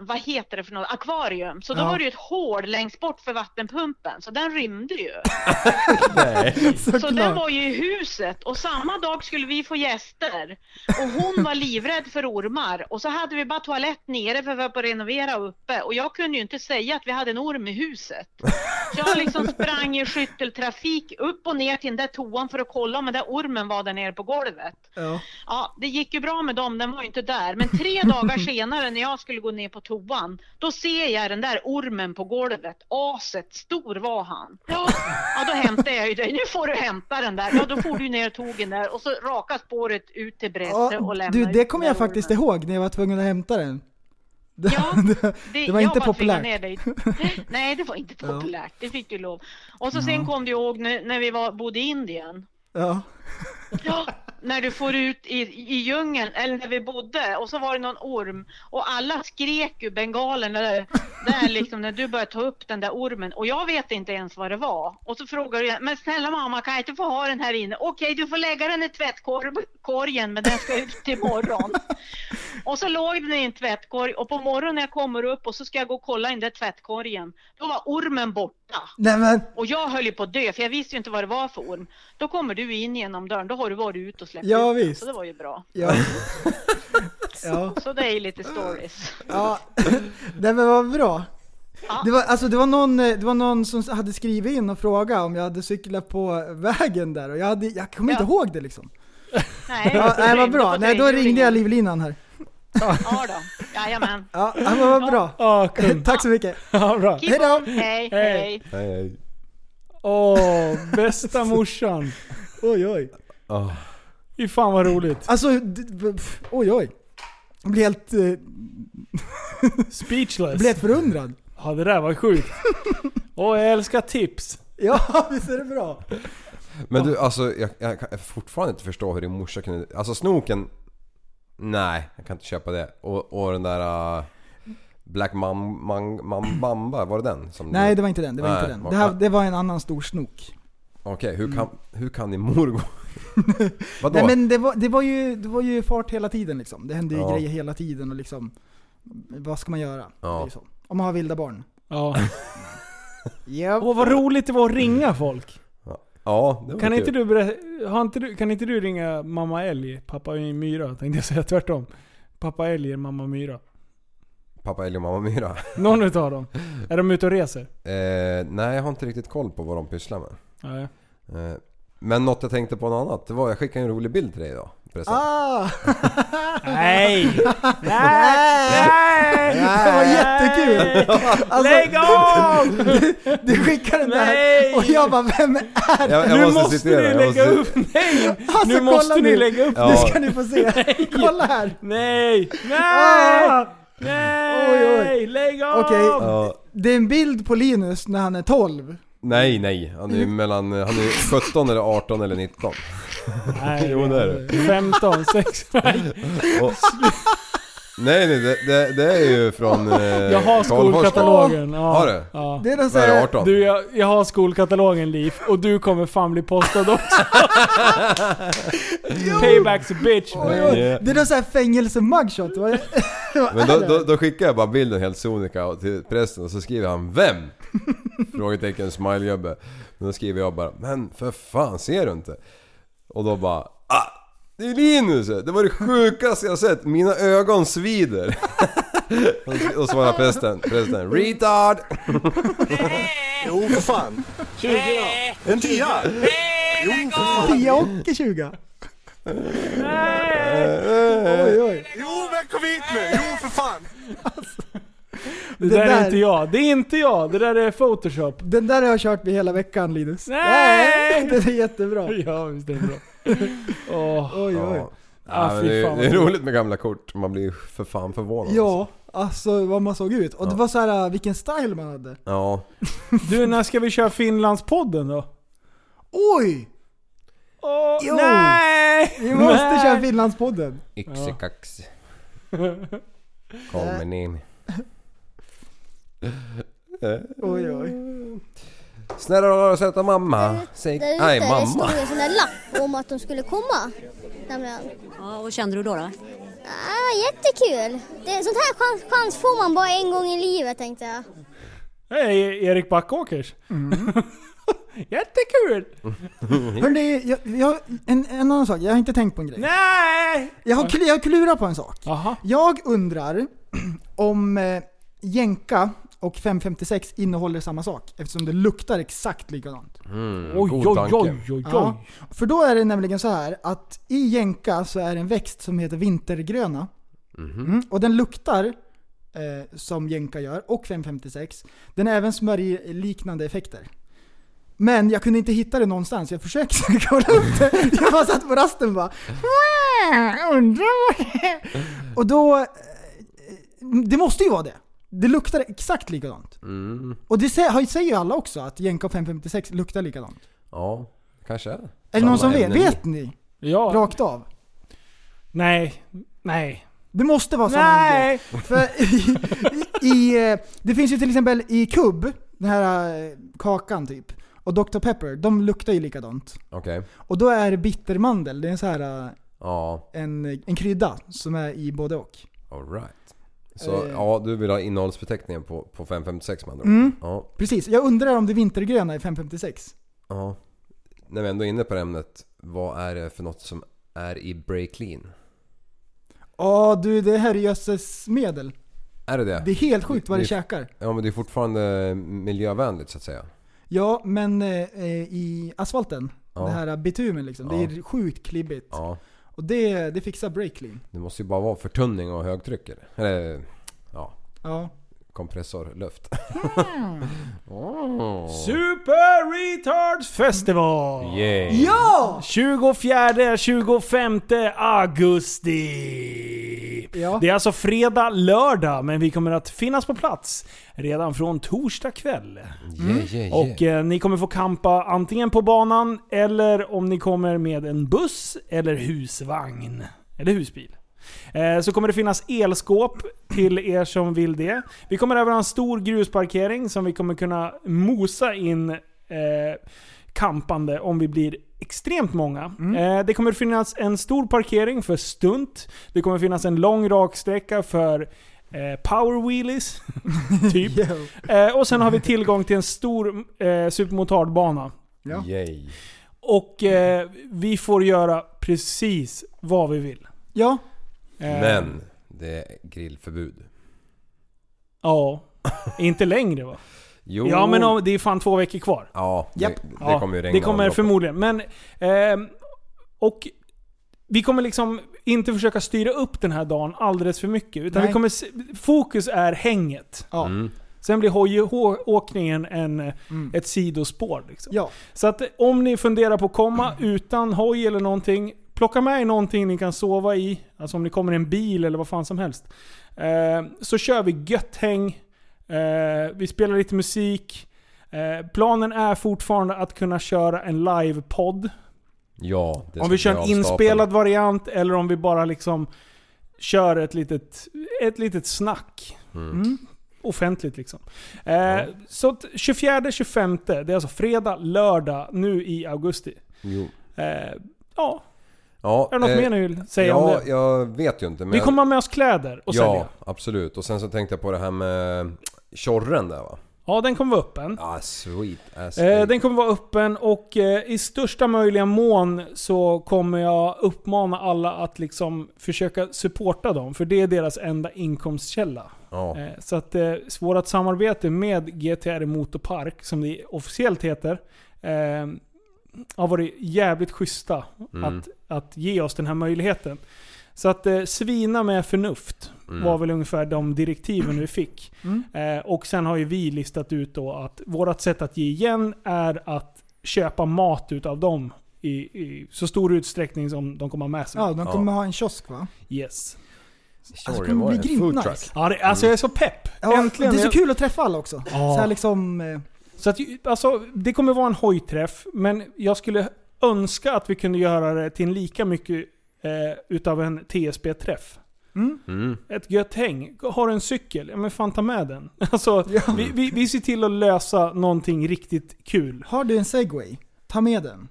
I: vad heter det för något, akvarium. Så då
G: Ja.
I: var det ju ett hål längst bort för vattenpumpen, så den rymde ju. Så den var ju i huset och samma dag skulle vi få gäster. Och hon var livrädd för ormar. Och så hade vi bara toalett nere för vi var på att renovera uppe. Och jag kunde ju inte säga att vi hade en orm i huset. Så jag liksom sprang i skytteltrafik upp och ner till den där toan för att kolla om den där ormen var där nere på golvet.
G: Ja.
I: Ja, det gick ju bra med dem, den var ju inte där. Men
G: [LAUGHS]
I: tre dagar senare när jag skulle gå ner på toan, då ser jag den där ormen på golvet. Aset, stor var han. Ja, ja då hämtade jag ju dig. Nu får du hämta den där. Ja, då får du ner och tog den där och så raka spåret ut till Bräste och
G: Ja,
I: lämna
G: du,
I: ut
G: det kommer
I: den
G: jag
I: där
G: faktiskt
I: ormen.
G: ihåg när jag var tvungen att hämta den. [LAUGHS] Det,
I: Ja,
G: det,
I: Det,
G: det var inte
I: jag bara tvingade
G: populärt. [LAUGHS]
I: Ner dig. Nej, det var inte
G: Ja.
I: populärt. Det fick du lov. Och så sen kom du ihåg när, när vi var, bodde i Indien.
G: Ja.
I: Ja, när du får ut i, i djungeln, eller när vi bodde, och så var det någon orm. Och alla skrek ju bengalen där, där liksom, när du började ta upp den där ormen. Och jag vet inte ens vad det var. Och så frågade jag, men snälla mamma kan jag inte få ha den här inne? Okej, du får lägga den i tvättkorgen, men den ska ut till morgon. Och så låg den i en tvättkorg och på morgonen när jag kommer upp och så ska jag gå och kolla i den där tvättkorgen, då var ormen borta.
G: Nej men,
I: Och jag höll ju på att dö för jag visste ju inte vad det var för orm. Då kommer du in genom dörren, då har du varit ute och släppt
G: Ja,
I: ut den,
G: visst.
I: Så det var ju bra.
G: ja. [LAUGHS] ja.
I: Så det är ju
G: [LAUGHS]
I: lite stories.
G: Ja, nej men vad bra.
I: Ja.
G: Det var, alltså, det, var någon, eh, det var någon som hade skrivit in och frågat om jag hade cyklat på vägen där och jag, hade, jag kommer
I: Ja.
G: inte ihåg det liksom.
I: Nej,
G: Ja,
I: du
G: nej vad
I: ringde
G: bra, nej
I: på
G: då
I: trädgården.
G: ringde jag livlinan här.
I: Ja då, jajamän.
G: [LAUGHS] Ja, ja, men vad bra.
E: Ja, [LAUGHS] kung.
G: Tack så mycket.
E: Mm. Ja, bra.
I: Keep
G: Hej då.
I: on. Hej,
E: Hej.
I: hej.
F: Nej, nej.
E: Åh, [LAUGHS] bästa morsan.
G: Oj oj.
F: Ah.
E: Fy fan vad roligt.
G: Alltså, d- pff, oj oj. Jag blir helt, eh, jag
E: Speechless.
G: blir helt förundrad.
E: Ja, det där var sjukt. Åh, jag älskar tips.
G: Ja, [LAUGHS] visst är det bra?
F: Men du, alltså jag, jag kan fortfarande inte förstå hur din morsa kunde... Alltså snoken... Nej, jag kan inte köpa det. Och, och den där... Uh, Black Mam, Mam, Mam, Mamba, var det den? Som
G: Nej det var inte den, det var
F: Nej,
G: inte den.
F: var-
G: Det, här, det var en annan stor snok.
F: Okej, hur, kan, hur kan din
G: [LAUGHS]
F: mor gå... Vadå?
G: Nej men det var, det, var ju, det var ju fart hela tiden liksom. Det hände ju
F: Ja.
G: grejer hela tiden och liksom... Vad ska man göra?
F: Ja.
G: Det är ju så. Om man har vilda barn.
E: Ja.
G: Yep.
E: Åh, vad roligt det var att ringa folk.
F: Ja, det var
E: Kan
F: kul.
E: inte du, berä- har inte du, kan inte du ringa mamma älg, pappa i myra? Tänkte jag säga tvärtom. Pappa älg, är mamma myra.
F: Pappa Ellie och mamma Myra?
E: Någon utav dem. Är de ute och reser?
F: Eh, nej, jag har inte riktigt koll på vad de pysslar med.
E: Nej.
F: Eh, men något jag tänkte på något annat, det var jag skickade en rolig bild till dig idag. Present.
G: Ah!
E: Nej!
G: Nej! [LAUGHS] Det var
E: [LAUGHS]
G: jättekul! Alltså,
E: Lägg av!
G: du skickade den
E: Nej!
G: där och jag bara vem är
F: Jag, jag
E: Nu måste
F: citera,
E: ni
F: jag
E: lägga
F: måste-
E: upp! Nej!
G: Alltså,
E: Nu måste
G: kolla
E: ni
G: nu.
E: lägga upp!
F: Ja.
G: Nu ska ni få
E: [LAUGHS]
G: se. Kolla här!
E: Nej! Nej!
G: Ah! Oj,
E: Nej! Lägg av!
G: Okej.
F: Ja,
G: Det är en bild på Linus när han är 12.
F: nej, nej. Han är ju mellan, han är 17 eller 18 eller 19.
E: Nej,
F: Jo, det Eh, är det.
E: 15, 16.
F: Och, nej, nej, det, det, det är ju från eh,
E: Jag har
F: Karlfors.
E: skolkatalogen. Ja.
F: Har du?
E: Ja.
G: Det är den
F: Vad är det,
G: såhär...
F: 18?
E: Du, jag, jag har skolkatalogen Liv och du kommer fan bli postad
F: [LAUGHS]
E: också. Paybacks a bitch.
F: Yeah.
G: Det är någon sån här fängelse-mugshot. Vad [LAUGHS] vad
F: [LAUGHS] Men
G: är
F: då,
G: det?
F: då, då skickar jag bara bilden helt sonika och till prästen och så skriver han VEM? [LAUGHS] Frågetecken smilegubbe. Men då skriver jag bara Men för fan ser du inte? Och då bara ah, Det är Linus! Det var det sjukaste jag sett! Mina ögon svider! [LAUGHS] och, och svarar prästen, prästen Retard!
K: Jo, för fan. 20 då. En tia. Jo, för fan.
G: 10 och 20. Oj, oj. Alltså,
K: Jo, men kom hit nu. Jo, för fan.
E: Det, där, är inte jag. Det är inte jag. Det där
G: [LAUGHS]
E: är Photoshop.
G: Den där har jag kört med hela veckan Linus. [LAUGHS]
E: Nej!
G: Den är jättebra.
E: Ja, visst är det bra. [LAUGHS] Åh.
G: Oj, oj.
F: Ja.
E: Ah,
F: Ja, men
E: fy
F: det,
E: fan,
F: är-
E: vad
F: det är
E: roligt.
F: roligt med gamla kort. Man blir ju för fan förvånad.
G: Ja, alltså vad man såg ut. Och det
F: Ja.
G: var så här äh, vilken style man hade.
F: Ja.
E: Du, när ska vi köra Finlandspodden då?
G: Oj!
E: Åh,
G: Jo.
E: nej!
G: Vi måste
E: Nej.
G: köra Finlandspodden.
F: Yxekax. Call my name.
G: Oj, oj.
F: Snälla rara söta mamma. Säg...
L: Där ute
F: Nej, mamma.
L: stod en sån där lapp om att de skulle komma. Nämligen. Ja, och kände du då? då? Ah, jättekul! Det, sånt här chans, chans får man bara en gång i livet tänkte jag.
E: Hej, Erik Backåkers.
G: Mm.
E: [LAUGHS] Jättekul!
G: Hörrni, jag, jag, en, en annan sak. Jag har inte tänkt på en grej.
E: Nej!
G: Jag har, kl- jag har klurat på en sak.
E: Aha.
G: Jag undrar om eh, Jenka och 556 innehåller samma sak eftersom det luktar exakt likadant.
F: Mm,
E: Oj,
F: god
E: oj,
F: tanke.
E: oj, oj, oj.
G: Ja, för då är det nämligen så här att i jenka så är det en växt som heter vintergröna.
F: Mhm.
G: Mm, och den luktar eh, som jenka gör och 556. Den har även smörjliknande effekter. Men jag kunde inte hitta det någonstans. Jag försökte [LAUGHS] kolla upp det. Jag bara satt på rasten och bara "Wow, undrar vad det är?" Och då... eh, Det måste ju vara det. Det luktar exakt likadant.
F: Mm.
G: Och det sä- har- säger ju alla också att jenka och 556 luktar likadant.
F: Ja, kanske är det.
G: Är det någon som
F: Samma
G: vet?
F: ämnen i.
G: Vet ni?
E: Ja.
G: Rakt av.
E: Nej. Nej.
G: Det måste vara samma
E: Nej!
G: grej. För i, i, eh, det finns ju till exempel i kubb, den här eh, kakan typ, och Dr Pepper, de luktar ju likadant.
F: Okej.
G: Och då är det bittermandel, det är en, så här,
F: Ja,
G: eh, en, en krydda som är i både och.
F: alright. Så
G: Eh.
F: ja, du vill ha innehållsförteckningen på, på 556 man
G: Mm.
F: Ja.
G: Precis, jag undrar om det vintergröna är 556?
F: Ja. När vi ändå är inne på det ämnet. Vad är det för något som är i Break Clean?
G: Ja du, det här är jösses medel.
F: Är det det?
G: Det är helt sjukt vad det
F: är-
G: käkar.
F: Ja men det är fortfarande miljövänligt så att säga.
G: Ja, men eh, eh, i asfalten,
F: Ja.
G: det här bitumen liksom,
F: Ja.
G: det är sjukt klibbigt.
F: Ja.
G: Och det, det fixar breaklean.
F: Det måste ju bara vara förtunning och högtryck eller? Eller ja,
G: Ja.
F: kompressorluft.
E: Super Retards Festival!
F: Yeah.
G: Ja!
E: 24-25 augusti.
G: Ja.
E: Det är alltså fredag, lördag, men vi kommer att finnas på plats redan från torsdag kväll.
F: Yeah, yeah, yeah.
E: Och eh, ni kommer få kampa antingen på banan, eller om ni kommer med en buss, eller husvagn. Eller husbil. Eh, Så kommer det finnas elskåp till er som vill det. Vi kommer även ha en stor grusparkering som vi kommer kunna mosa in eh, kampande om vi blir extremt många. Eh, det kommer finnas en stor parkering för stunt. Det kommer finnas en lång raksträcka för eh, power wheelies. [LAUGHS] typ. Eh, och sen har vi tillgång till en stor eh, supermotardbana.
G: Ja.
F: Yay.
E: Och eh, vi får göra precis vad vi vill.
G: Ja,
E: Eh,
F: Men det är grillförbud.
E: Ja. Inte längre va?
F: Jo.
E: Ja men om, det är fan två veckor kvar.
F: Ja, det,
G: Japp.
F: det
E: Ja,
F: kommer ju regna.
E: Det kommer
F: avloppet.
E: förmodligen. Men, ehm, och vi kommer liksom inte försöka styra upp den här dagen alldeles för mycket. Utan
G: Nej.
E: vi kommer, se- fokus är hänget.
G: Ja.
F: Mm.
E: Sen blir hojåkningen en, eh, ett sidospår. Liksom.
G: ja.
E: Så att eh, om ni funderar på att komma utan hoj eller någonting, plocka med er någonting ni kan sova i. Alltså om ni kommer i en bil eller vad fan som helst. Eh, så kör vi gött häng. Eh, vi spelar lite musik. Eh, planen är fortfarande att kunna köra en livepodd.
F: Ja, det
E: Om vi
F: ska
E: kör
F: bli
E: en
F: av stapeln.
E: inspelad variant eller om vi bara liksom kör ett litet, ett litet snack.
G: Mm.
E: Offentligt liksom. Eh, Så att 24-25, det är alltså fredag, lördag nu i augusti.
F: Jo.
E: Eh, ja,
F: Ja,
E: är det något
F: eh,
E: mer ni vill säga
F: ja,
E: om det?
F: jag vet ju inte. Men
E: vi kommer ha med oss kläder och
F: jag, Ja,
E: sälja.
F: absolut. Och sen så tänkte jag på det här med tjorren där va?
E: Ja, den kommer vara öppen.
F: Ah, sweet as
E: Eh,
F: cake.
E: den kommer vara öppen och eh, i största möjliga mån så kommer jag uppmana alla att liksom försöka supporta dem. För det är deras enda inkomstkälla.
F: Ja.
E: Eh, Så att eh, vårt samarbete med GTR Motorpark, som det officiellt heter, eh, har varit jävligt schyssta
F: Mm.
E: att, att ge oss den här möjligheten. Så att eh, svina med förnuft
M: Mm.
E: var väl ungefär de direktiven vi fick. Eh, och sen har ju vi listat ut då att vårt sätt att ge igen är att köpa mat utav dem i, i så stor utsträckning som de kommer ha med sig.
G: Ja, de kommer ha en kiosk va?
E: Yes.
G: Alltså, det kommer bli grymt nice.
E: Ja, det, alltså jag är så pepp.
G: Ja,
E: Äntligen.
G: Det är så
E: Jag-
G: kul att träffa alla också.
E: Ja.
G: Så här liksom... eh,
E: Så att, ju- alltså, det kommer vara en hojträff, men jag skulle önska att vi kunde göra det till en lika mycket eh, utav en TSB-träff.
F: Mm.
E: Ett gött häng. Har du en cykel? Ja men fan ta med den. [LAUGHS] Alltså, vi, vi, vi ser till att lösa någonting riktigt kul. [LAUGHS]
G: Har du en segway? Ta med den.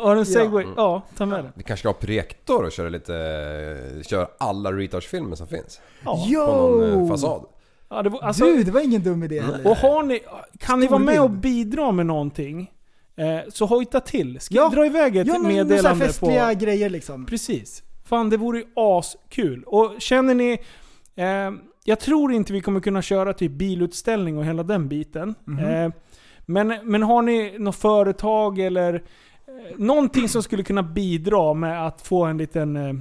E: Har du en segway?
F: Mm.
E: Ja, ta med den.
F: Vi kanske ska ha projektor och köra lite... eh, Köra alla retards-filmer som finns.
E: Ja.
F: På någon eh, fasad.
E: Ja, det var, alltså,
G: du, det var ingen dum idé heller.
E: Och har ni, kan ni
G: Stor
E: vara med
G: bild.
E: och bidra med någonting, eh, så hojta till. Ska dra iväg ett
G: Ja, men- men så här
E: meddelande
G: festliga
E: på...
G: grejer liksom.
E: Precis. Fan, det vore ju askul. Och känner ni... Eh, jag tror inte vi kommer kunna köra typ bilutställning och hela den biten.
M: Mhm.
E: Eh, men, men har ni något företag eller eh, någonting som skulle kunna bidra med att få en liten... Eh,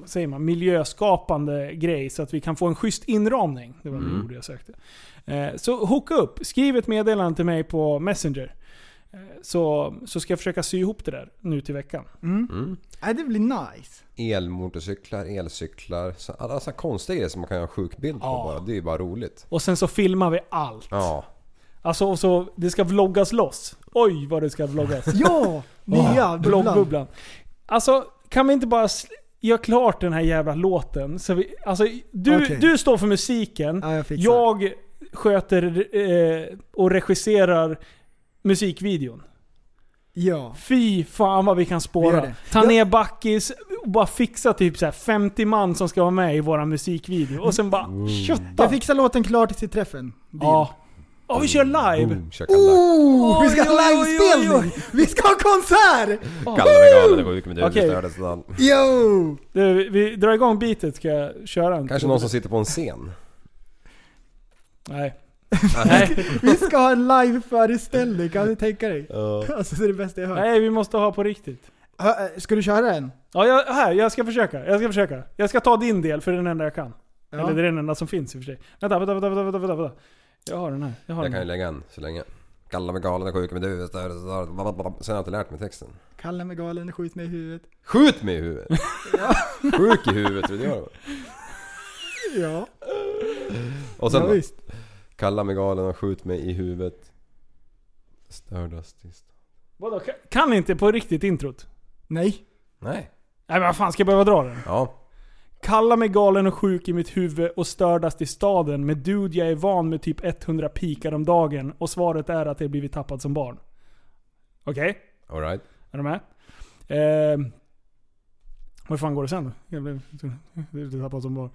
E: vad säger man, miljöskapande grej så att vi kan få en schysst inramning. Det var det
M: Mm.
E: ordet jag sökte. Eh, Så hooka upp, skriv ett meddelande till mig på Messenger. Eh, Så, så ska jag försöka sy ihop det där nu till veckan.
F: Mm.
G: Nej, det blir nice.
F: Elmotorcyklar, elcyklar. Så alla sådana konstiga grejer som man kan göra sjukbild på
G: Ah.
F: bara. Det är ju bara roligt.
E: Och sen så filmar vi allt.
F: Ja.
E: Alltså och så, det ska vloggas loss. Oj vad det ska vloggas. [LAUGHS]
G: Ja! [LAUGHS] Nya bubblan.
E: Bloggbubblan. Alltså, kan vi inte bara sl- göra klart den här jävla låten? Så vi, alltså, du,
M: Okej.
E: du står för musiken, jag, sköter eh, och regisserar musikvideon.
G: Ja.
E: Fy fan vad vi kan
G: Vi
E: spåra.
G: gör det.
E: Ta ner Backis och bara fixa typ så här 50 man som ska vara med i våra musikvideo. Och sen bara kötta.
G: Mm. Jag fixar låten klar till träffen.
E: Ja. Ja, vi kör live.
G: Ah,
F: Mm,
G: Oh, vi ska ha
E: Oj, oj, oj, oj, oj.
G: livespelning! Vi ska ha konsert!
E: Okej.
G: Yo!
E: Du, vi- vi drar igång beatet ska jag köra en
F: Kanske någon som sitter på en scen.
E: Nej.
G: Vi ska ha en live-föreställning, kan du tänka dig?
F: Ja.
G: Alltså det är det bästa jag hört.
E: Nej, vi måste ha på riktigt.
G: Ö, ö, eh, Ska du köra en?
E: Ja, jag, här, jag ska försöka. Jag ska försöka. Jag ska ta din del för det är den enda jag kan.
G: Ja.
E: Eller det är den enda som finns i och för sig. Vänta, vänta, vänta, vänta, vänta, vänta. vänta. Jag har den här. Jag har den
F: Jag kan ju
E: här.
F: lägga en så länge. Kalla mig galen och sjuk med huvudet. där, där, blablabla. Sen har jag inte lärt mig texten.
G: Kalla mig galen, skjut mig i huvudet.
F: Skjut mig i huvudet! Sjuk i huvudet, tror du det var?
G: Ja.
F: Och sen
G: Ja,
F: då?
G: visst.
F: Kalla mig galen och skjut mig i huvudet. Stördast i stan.
E: Vadå, kan, kan inte på riktigt introt?
G: Nej.
F: Nej.
E: Nej men vad fan, ska jag behöva dra den?
F: Ja.
E: Kalla mig galen och sjuk i mitt huvud och stördast i staden. Med dude jag är van med typ 100 pikar om dagen. Och svaret är att jag blivit tappad som barn. Okej?
F: Alright.
E: Är du med? Eh, vad fan går det sen då? Jag blev lite tappad som barn.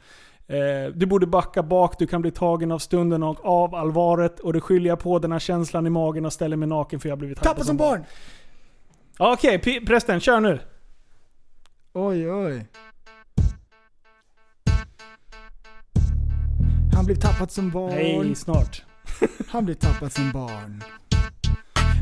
E: Eh, du borde backa bak, du kan bli tagen av stunden och av allvaret. Och det skyller jag på, den här känslan i magen och ställer mig naken för jag har blivit tappad,
G: Tappa som barn!
E: barn. Okej, p- prästen, kör nu.
G: Oj, oj. Han blev tappad som barn.
E: Nej, snart.
G: Han blev tappad som barn.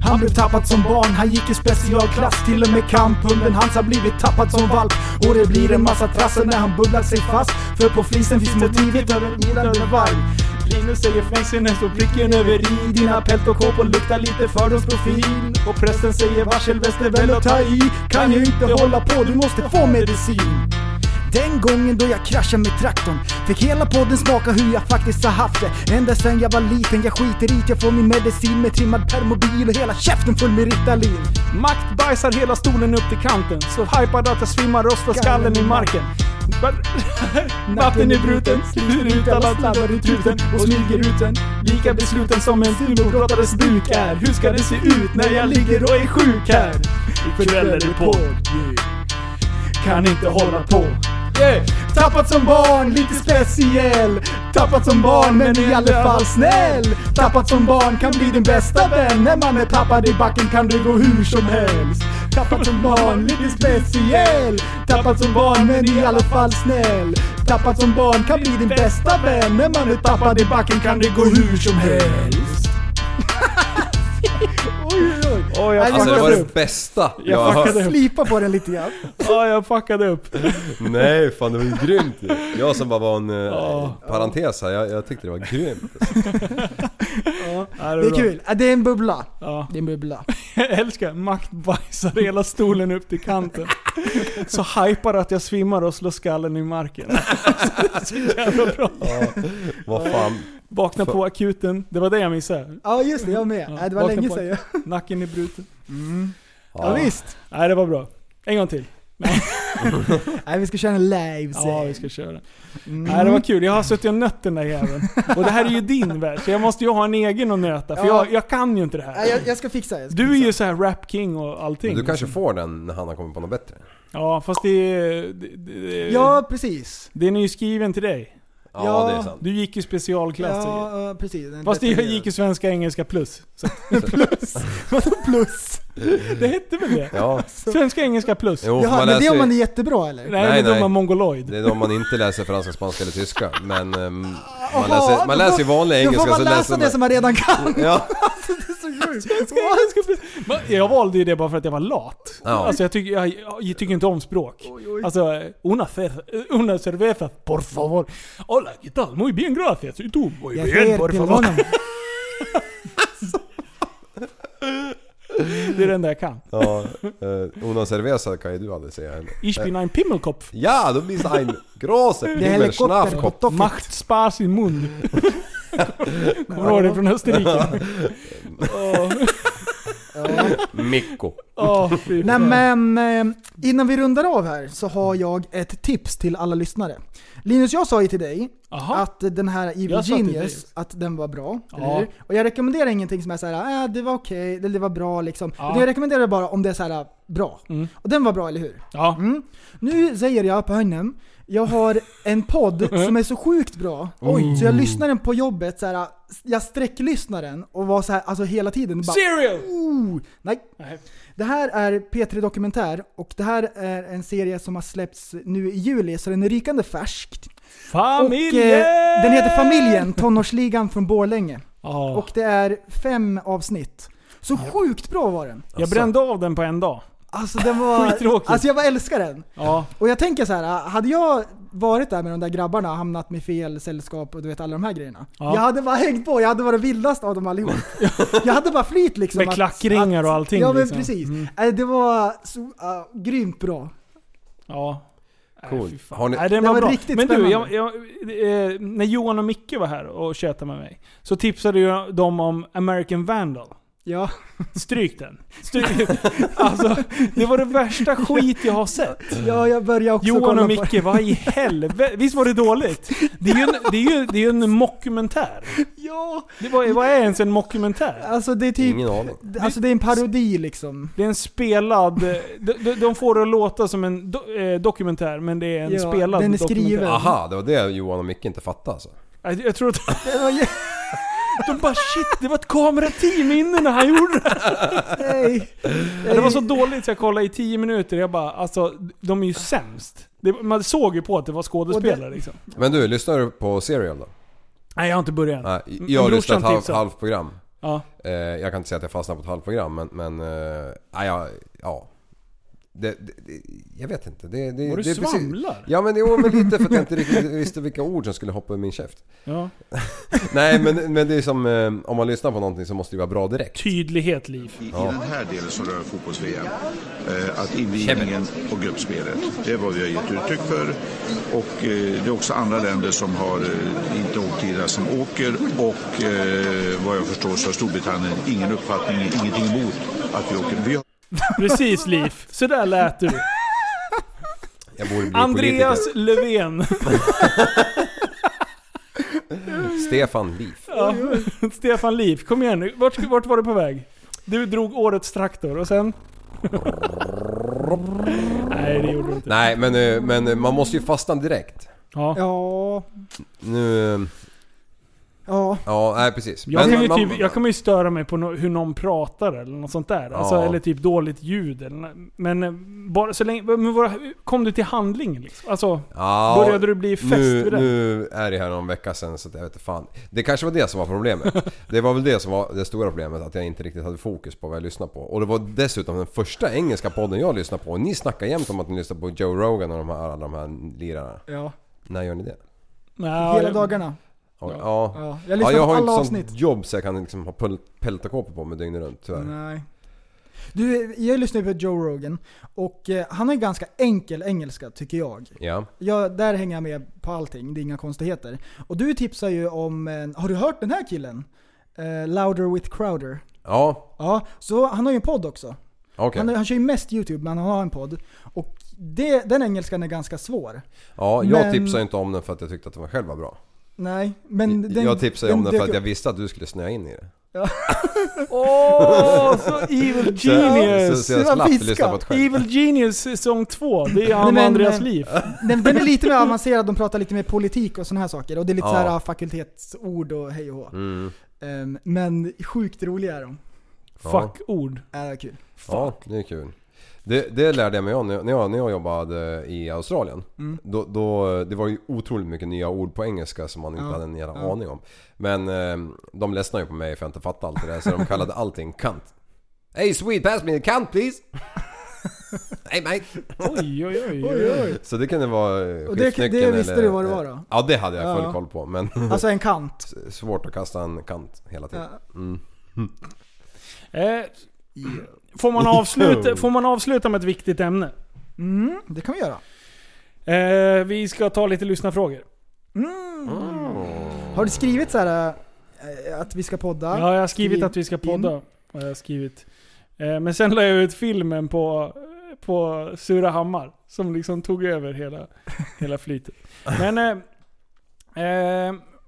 G: Han blev tappad som barn, han gick i specialklass Till och med kamphunden hans har blivit tappad som valp Och det blir en massa trassel när han bubblat sig fast För på flisen finns motivet över midande varg
E: Linus säger fängselnäs och pricken över i Dina pält och kåpor luktar lite fördomsprofil Och prästen säger varsel
G: väl att ta i Kan ju inte hålla på, du måste få medicin den gången då jag kraschade med traktorn Fick hela podden smaka hur jag faktiskt har haft det Ända sen jag var liten, jag skiter i att jag får min medicin Med trimmad permobil och hela käften full med Ritalin
E: Makt bajsar hela stolen upp till kanten Så hypad att jag svimmar rostar skallen i marken [LAUGHS] Natten är bruten, sliter ut alla sladdar i truten och smyger ut den Lika besluten som en silverbrottades duk är Hur ska det se ut när jag ligger och är sjuk här? Ikväll är det podd, kan inte hålla på
G: Yeah. Tappat som barn, lite speciell Tappat som barn, men i alla fall snäll Tappat som barn kan bli din bästa vän När man är tappad i backen kan det gå hur som helst Tappat som barn, lite speciell Tappat som barn, men i alla fall snäll Tappat som barn kan bli din bästa vän När man är tappad i backen kan det gå hur som helst Oj, oj, oj.
E: Åh, jag
F: Alltså det var
E: fuckade
F: det
E: upp.
F: bästa
E: Jag
F: jag har
E: fuckade
F: hört.
E: upp.
G: Slipa på den lite grann.
E: Ja, jag fuckade upp.
F: Nej fan det var ju grymt ju. Jag som bara var en eh,
E: Ja.
F: parentes här, jag, jag tyckte det var grymt.
E: Ja,
G: Det är
E: bra.
G: kul. Ja, Det är en bubbla.
E: Ja.
G: Det är en bubbla.
E: Jag älskar Makt bajsar hela stolen upp till kanten. Så hypar att jag svimmar och slår skallen i marken. [LAUGHS] Så jävla bra.
F: Ja, vad fan.
E: Vakna på akuten. Det var det jag missade.
G: Ja just det, jag med. Ja, det var
E: Vakna
G: länge
E: på
G: sedan. jag-
E: akuten. Nacken är bruten.
G: Ja, visst.
E: Nej, det var bra. En gång till.
G: Nej vi ska köra en live sen.
E: Ja, vi ska köra. Nej, det var kul. Jag har suttit och nött den där jäveln. Och det här är ju din värld, så jag måste ju ha en egen att nöta. För
G: Ja.
E: jag, jag kan ju inte det
G: Nej,
E: här.
G: jag, jag ska fixa det.
E: Du är ju så här rap king och allting.
F: Men du kanske får den när han har kommit på något bättre.
E: Ja, fast det är... Det, det,
G: Ja precis.
E: Den är ju skriven till dig.
F: Ja,
G: Ja.
F: det är sant.
E: Du gick ju specialklass. Ja.
G: Ja, ja, precis. En
E: Fast det
G: detaljerad.
E: gick ju svenska, engelska plus. Så [LAUGHS]
G: Plus. Vadå plus?
E: det hette väl
F: [LAUGHS]
E: det?
F: Ja.
E: Svenska, engelska plus.
F: Jo, för
G: Jaha,
F: Oh, man
G: men det
F: läser
G: om man är
F: ju...
G: jättebra eller?
E: Nej,
F: Nej,
E: det är
F: nej.
E: dumma mongoloid. [LAUGHS]
F: Det är de man inte läser franska, spanska eller tyska. Men ehm,
G: Jaha,
F: man läser,
G: då får-
F: man läser ju vanlig
G: Då får
F: engelska
G: man
F: så
G: läsa
F: läser
G: det
F: man...
G: som man redan
E: [LAUGHS]
G: kan.
F: Ja,
G: Det är så sjukt.
E: Svenska, engelska plus. Men Jag valde ju det bara för att jag var lat.
F: Ja.
E: Alltså jag tycker, jag, jag tycker inte om språk. Alltså, una, cer, una cerveza, por favor. Hola, ¿qué tal? Muy bien, gracias. Y tú, muy
G: Jag
E: bien,
G: ser
E: por
G: till
E: favor.
G: honom.
E: Det är det enda jag kan.
F: ja eh, una cerveza kan ju du aldrig säga heller.
E: Ich bin ein Pimmelkopf.
F: Ja, då blir det en große
G: Det är
F: Pimmel
G: helikopter på
F: Schnapskopp.
G: toppen.
E: Macht Spaß im
F: [LAUGHS]
E: Mund. Kommer du ihåg det från Österrike? Åh,
F: Mikko.
E: åh,
G: [LAUGHS]
E: fy
G: Nej
E: fan.
G: men eh, innan vi rundar av här så har jag ett tips till alla lyssnare. Linus, jag sa ju till dig
E: Aha.
G: att den här Evil
E: Jag sa till dig
G: Genius,
E: just.
G: att den var bra.
E: Ja.
G: Eller hur? Och jag rekommenderar ingenting som är såhär äh, det var okej, eller det var bra liksom.
E: Ja.
G: Utan Jag rekommenderar bara om det är såhär bra.
E: Mm.
G: Och den var bra, eller hur?
E: Ja.
G: Mm. Nu säger jag på höjden, jag har en
E: [LAUGHS]
G: podd som är så sjukt bra. Oj. Så jag lyssnar den på jobbet, så här, jag sträcklyssnar den och var så här, alltså hela tiden. Bara,
E: Serial!
G: oh, nej.
E: Nej.
G: Det här är P3 Dokumentär och det här är en serie som har släppts nu i juli så den är rykande färsk. Och,
E: Familjen!
G: eh, den heter Familjen, tonårsligan från Borlänge.
E: Ja.
G: Och det är fem avsnitt. Så sjukt bra var den.
E: Jag brände av den på en dag.
G: Alltså den var...
E: [LAUGHS] Skittråkigt.
G: alltså jag bara älskar den.
E: Ja.
G: Och jag tänker så här, hade jag varit där med de där grabbarna och hamnat med fel sällskap och du vet alla de här grejerna.
E: Ja.
G: Jag hade bara hängt på, jag hade varit vildast av dem
E: [LAUGHS]
G: allihop. jag hade bara flytt liksom.
E: Med klackringar och allting,
G: Ja men
E: liksom.
G: precis.
E: Mm.
G: Eh, Det var så, ah, grymt bra.
E: Ja.
F: Cool.
E: fy fan.
F: Har ni-
E: Nej, den
G: Det
E: var,
G: var
E: bra.
G: riktigt
E: Men du, jag,
G: spännande.
E: jag, eh, när Johan och Micke var här och tjötade med mig så tipsade ju de om American Vandal. [LAUGHS]
G: Ja.
E: Stryk den. Stryk.
G: [LAUGHS]
E: alltså, det var det värsta skit jag har sett.
G: ja, jag börjar också
E: Johan
G: kolla
E: och
G: på
E: Micke, vad i helvete? Visst var det dåligt? Det är ju en, det är ju, det är ju en mockumentär.
G: Ja,
E: Det var, vad är ens en mockumentär?
G: alltså det är typ...
F: Ingen aning.
G: Alltså det är en parodi liksom.
E: Det är en spelad... eh, De, de, de får det att låta som en do, eh, dokumentär, men det är en
G: Ja,
E: spelad
G: den är
E: dokumentär.
G: skriven.
F: Aha, det var det Johan och Micke inte fattade alltså.
E: Jag, jag tror att [LAUGHS]
G: Det var
F: [LAUGHS]
G: jä-
E: de bara shit, det var ett kamerateam inne när han gjorde det.
G: Nej.
E: Ja, Det var så dåligt så jag kollade i 10 minuter jag bara alltså, de är ju sämst. Det, man såg ju på att det var skådespelare
G: Och det-
E: liksom.
F: Men du, lyssnar du på Serial då?
E: Nej jag har inte börjat än.
F: Nej,
E: Mm,
F: jag har
E: brorsan
F: lyssnat halv,
G: typ
E: tipsade.
F: halvt program.
E: Ja.
F: Eh, jag kan inte säga att jag fastnade på ett halvt program men... men eh, nej, ja, ja. Det, det, det, jag vet inte. Det, det,
E: Och du
F: det är precis-
E: svamlar.
F: Ja men jo men lite för att jag inte riktigt visste vilka ord som skulle hoppa ur min käft.
E: Ja.
F: Nej men, men det är som eh, om man lyssnar på någonting så måste det vara bra direkt.
E: Tydlighet liv.
M: I, I den här delen som rör fotbolls-VM. Eh, att invigningen och gruppspelet, det är vad vi har gett uttryck för. Och eh, det är också andra länder som har eh, inte åkt till det som åker och eh, vad jag förstår så har Storbritannien ingen uppfattning, ingenting emot att vi åker. Vi har...
E: Precis liv. Så där lät du.
F: Jag borde bli
E: Andreas
F: politiker.
E: Löfven.
F: Stefan Lief.
E: Ja. Stefan Liv, kom igen nu. Vart, vart var du på väg? Du drog årets traktor och sen? Nej det gjorde du inte.
F: Nej men, eh, men eh, man måste ju fastna direkt.
E: Ja.
G: Ja.
F: Nu... eh,
G: Ja.
F: Ja, nej precis.
E: Jag,
F: Men
E: kan ju
F: man-
E: typ, jag kommer ju störa mig på no, hur någon pratar eller något sånt där. Alltså,
F: Ja.
E: eller typ dåligt ljud. Eller, nå- men eh, bara så länge... Men våra, kom du till handling liksom? Alltså,
F: Ja,
E: började du bli fäst
F: nu,
E: vid det?
F: Nu är det här någon vecka sedan så att jag vet inte fan. Det kanske var det som var problemet.
G: [LAUGHS]
F: det var väl det som var det stora problemet, att jag inte riktigt hade fokus på vad jag lyssnade på. Och det var dessutom den första engelska podden jag lyssnade på. Ni snackar jämt om att ni lyssnar på Joe Rogan och de här, alla de här lirarna.
G: Ja.
F: När gör ni det?
E: Nej,
G: Hela
E: jag-
G: dagarna.
F: Ja. Ja.
G: Ja, jag
F: jag,
G: lyssnar på
F: har ju
G: alla
F: inte
G: avsnitt.
F: sånt jobb så jag kan liksom ha pul- peltakåpor på mig dygnet runt tyvärr.
G: Nej. Du, jag lyssnar ju på Joe Rogan och eh, han är ganska enkel engelska tycker jag.
F: Ja.
G: Ja, där hänger jag med på allting. Det är inga konstigheter. Och du tipsar ju om, eh, har du hört den här killen? Eh, Louder with Crowder.
F: Ja,
G: Ja, så han har ju en podd också.
F: okej.
G: Han, han kör ju mest YouTube men han har en podd. Och det, den engelskan är ganska svår.
F: Ja, jag
G: Men-
F: tipsade ju inte om den för att jag tyckte att den själv var bra.
G: Nej, men den,
F: jag tipsade ju om den för
G: dök
F: att jag
G: upp.
F: visste att du skulle snöa in i det.
E: Åh, så Evil
F: Så- så-
E: Genius!
F: så jag Det var slapp fiska. lyssna på ett skämt.
E: Evil Genius säsong två. Det är han och
G: Nej, men,
E: Andreas
G: eh,
E: liv.
G: Den, den är lite mer avancerad, de pratar lite mer politik och sådana här saker. Och det är lite
F: Ja.
G: så här ah, fakultetsord och hej och hå.
F: Mm.
G: Ehm, men sjukt roliga är de.
F: Ja.
E: ord.
G: Ja, det är kul.
F: Ja, det är kul. Det, det lärde jag mig av när när jag, när jag jobbade i Australien.
G: Mm.
F: Då, då, det var ju otroligt mycket nya ord på engelska som man inte
G: Ja,
F: hade en jävla
G: ja.
F: aning om. Men eh, de ledsnade ju på mig för jag inte fattade allt det där så
G: [LAUGHS]
F: de kallade allting kant. Hey sweet pass me a cunt please! hey mate!
E: Oj, oj, oj.
G: Oj, oj.
F: Så det kunde vara eh,
G: Och det- det
F: skiftnyckeln
G: visste
F: eller-
G: du vad det var då?
F: Ja det hade jag full
G: Ja.
F: koll
G: [LAUGHS]
F: på men...
G: Alltså en kant.
F: S- Svårt att kasta en kant hela tiden. Mm.
E: Eh, får, man avsluta, får man avsluta med ett viktigt ämne?
G: Mm, det kan vi göra.
E: Eh, vi ska ta lite lyssnarfrågor.
G: Har du skrivit så här eh, att vi ska podda?
E: Ja, jag har skrivit
G: Skriv
E: att vi ska
G: in.
E: podda. Har jag skrivit. Eh, Men sen la jag ut filmen på, på Surahammar. Som liksom tog över hela, hela flytet. Men eh, eh,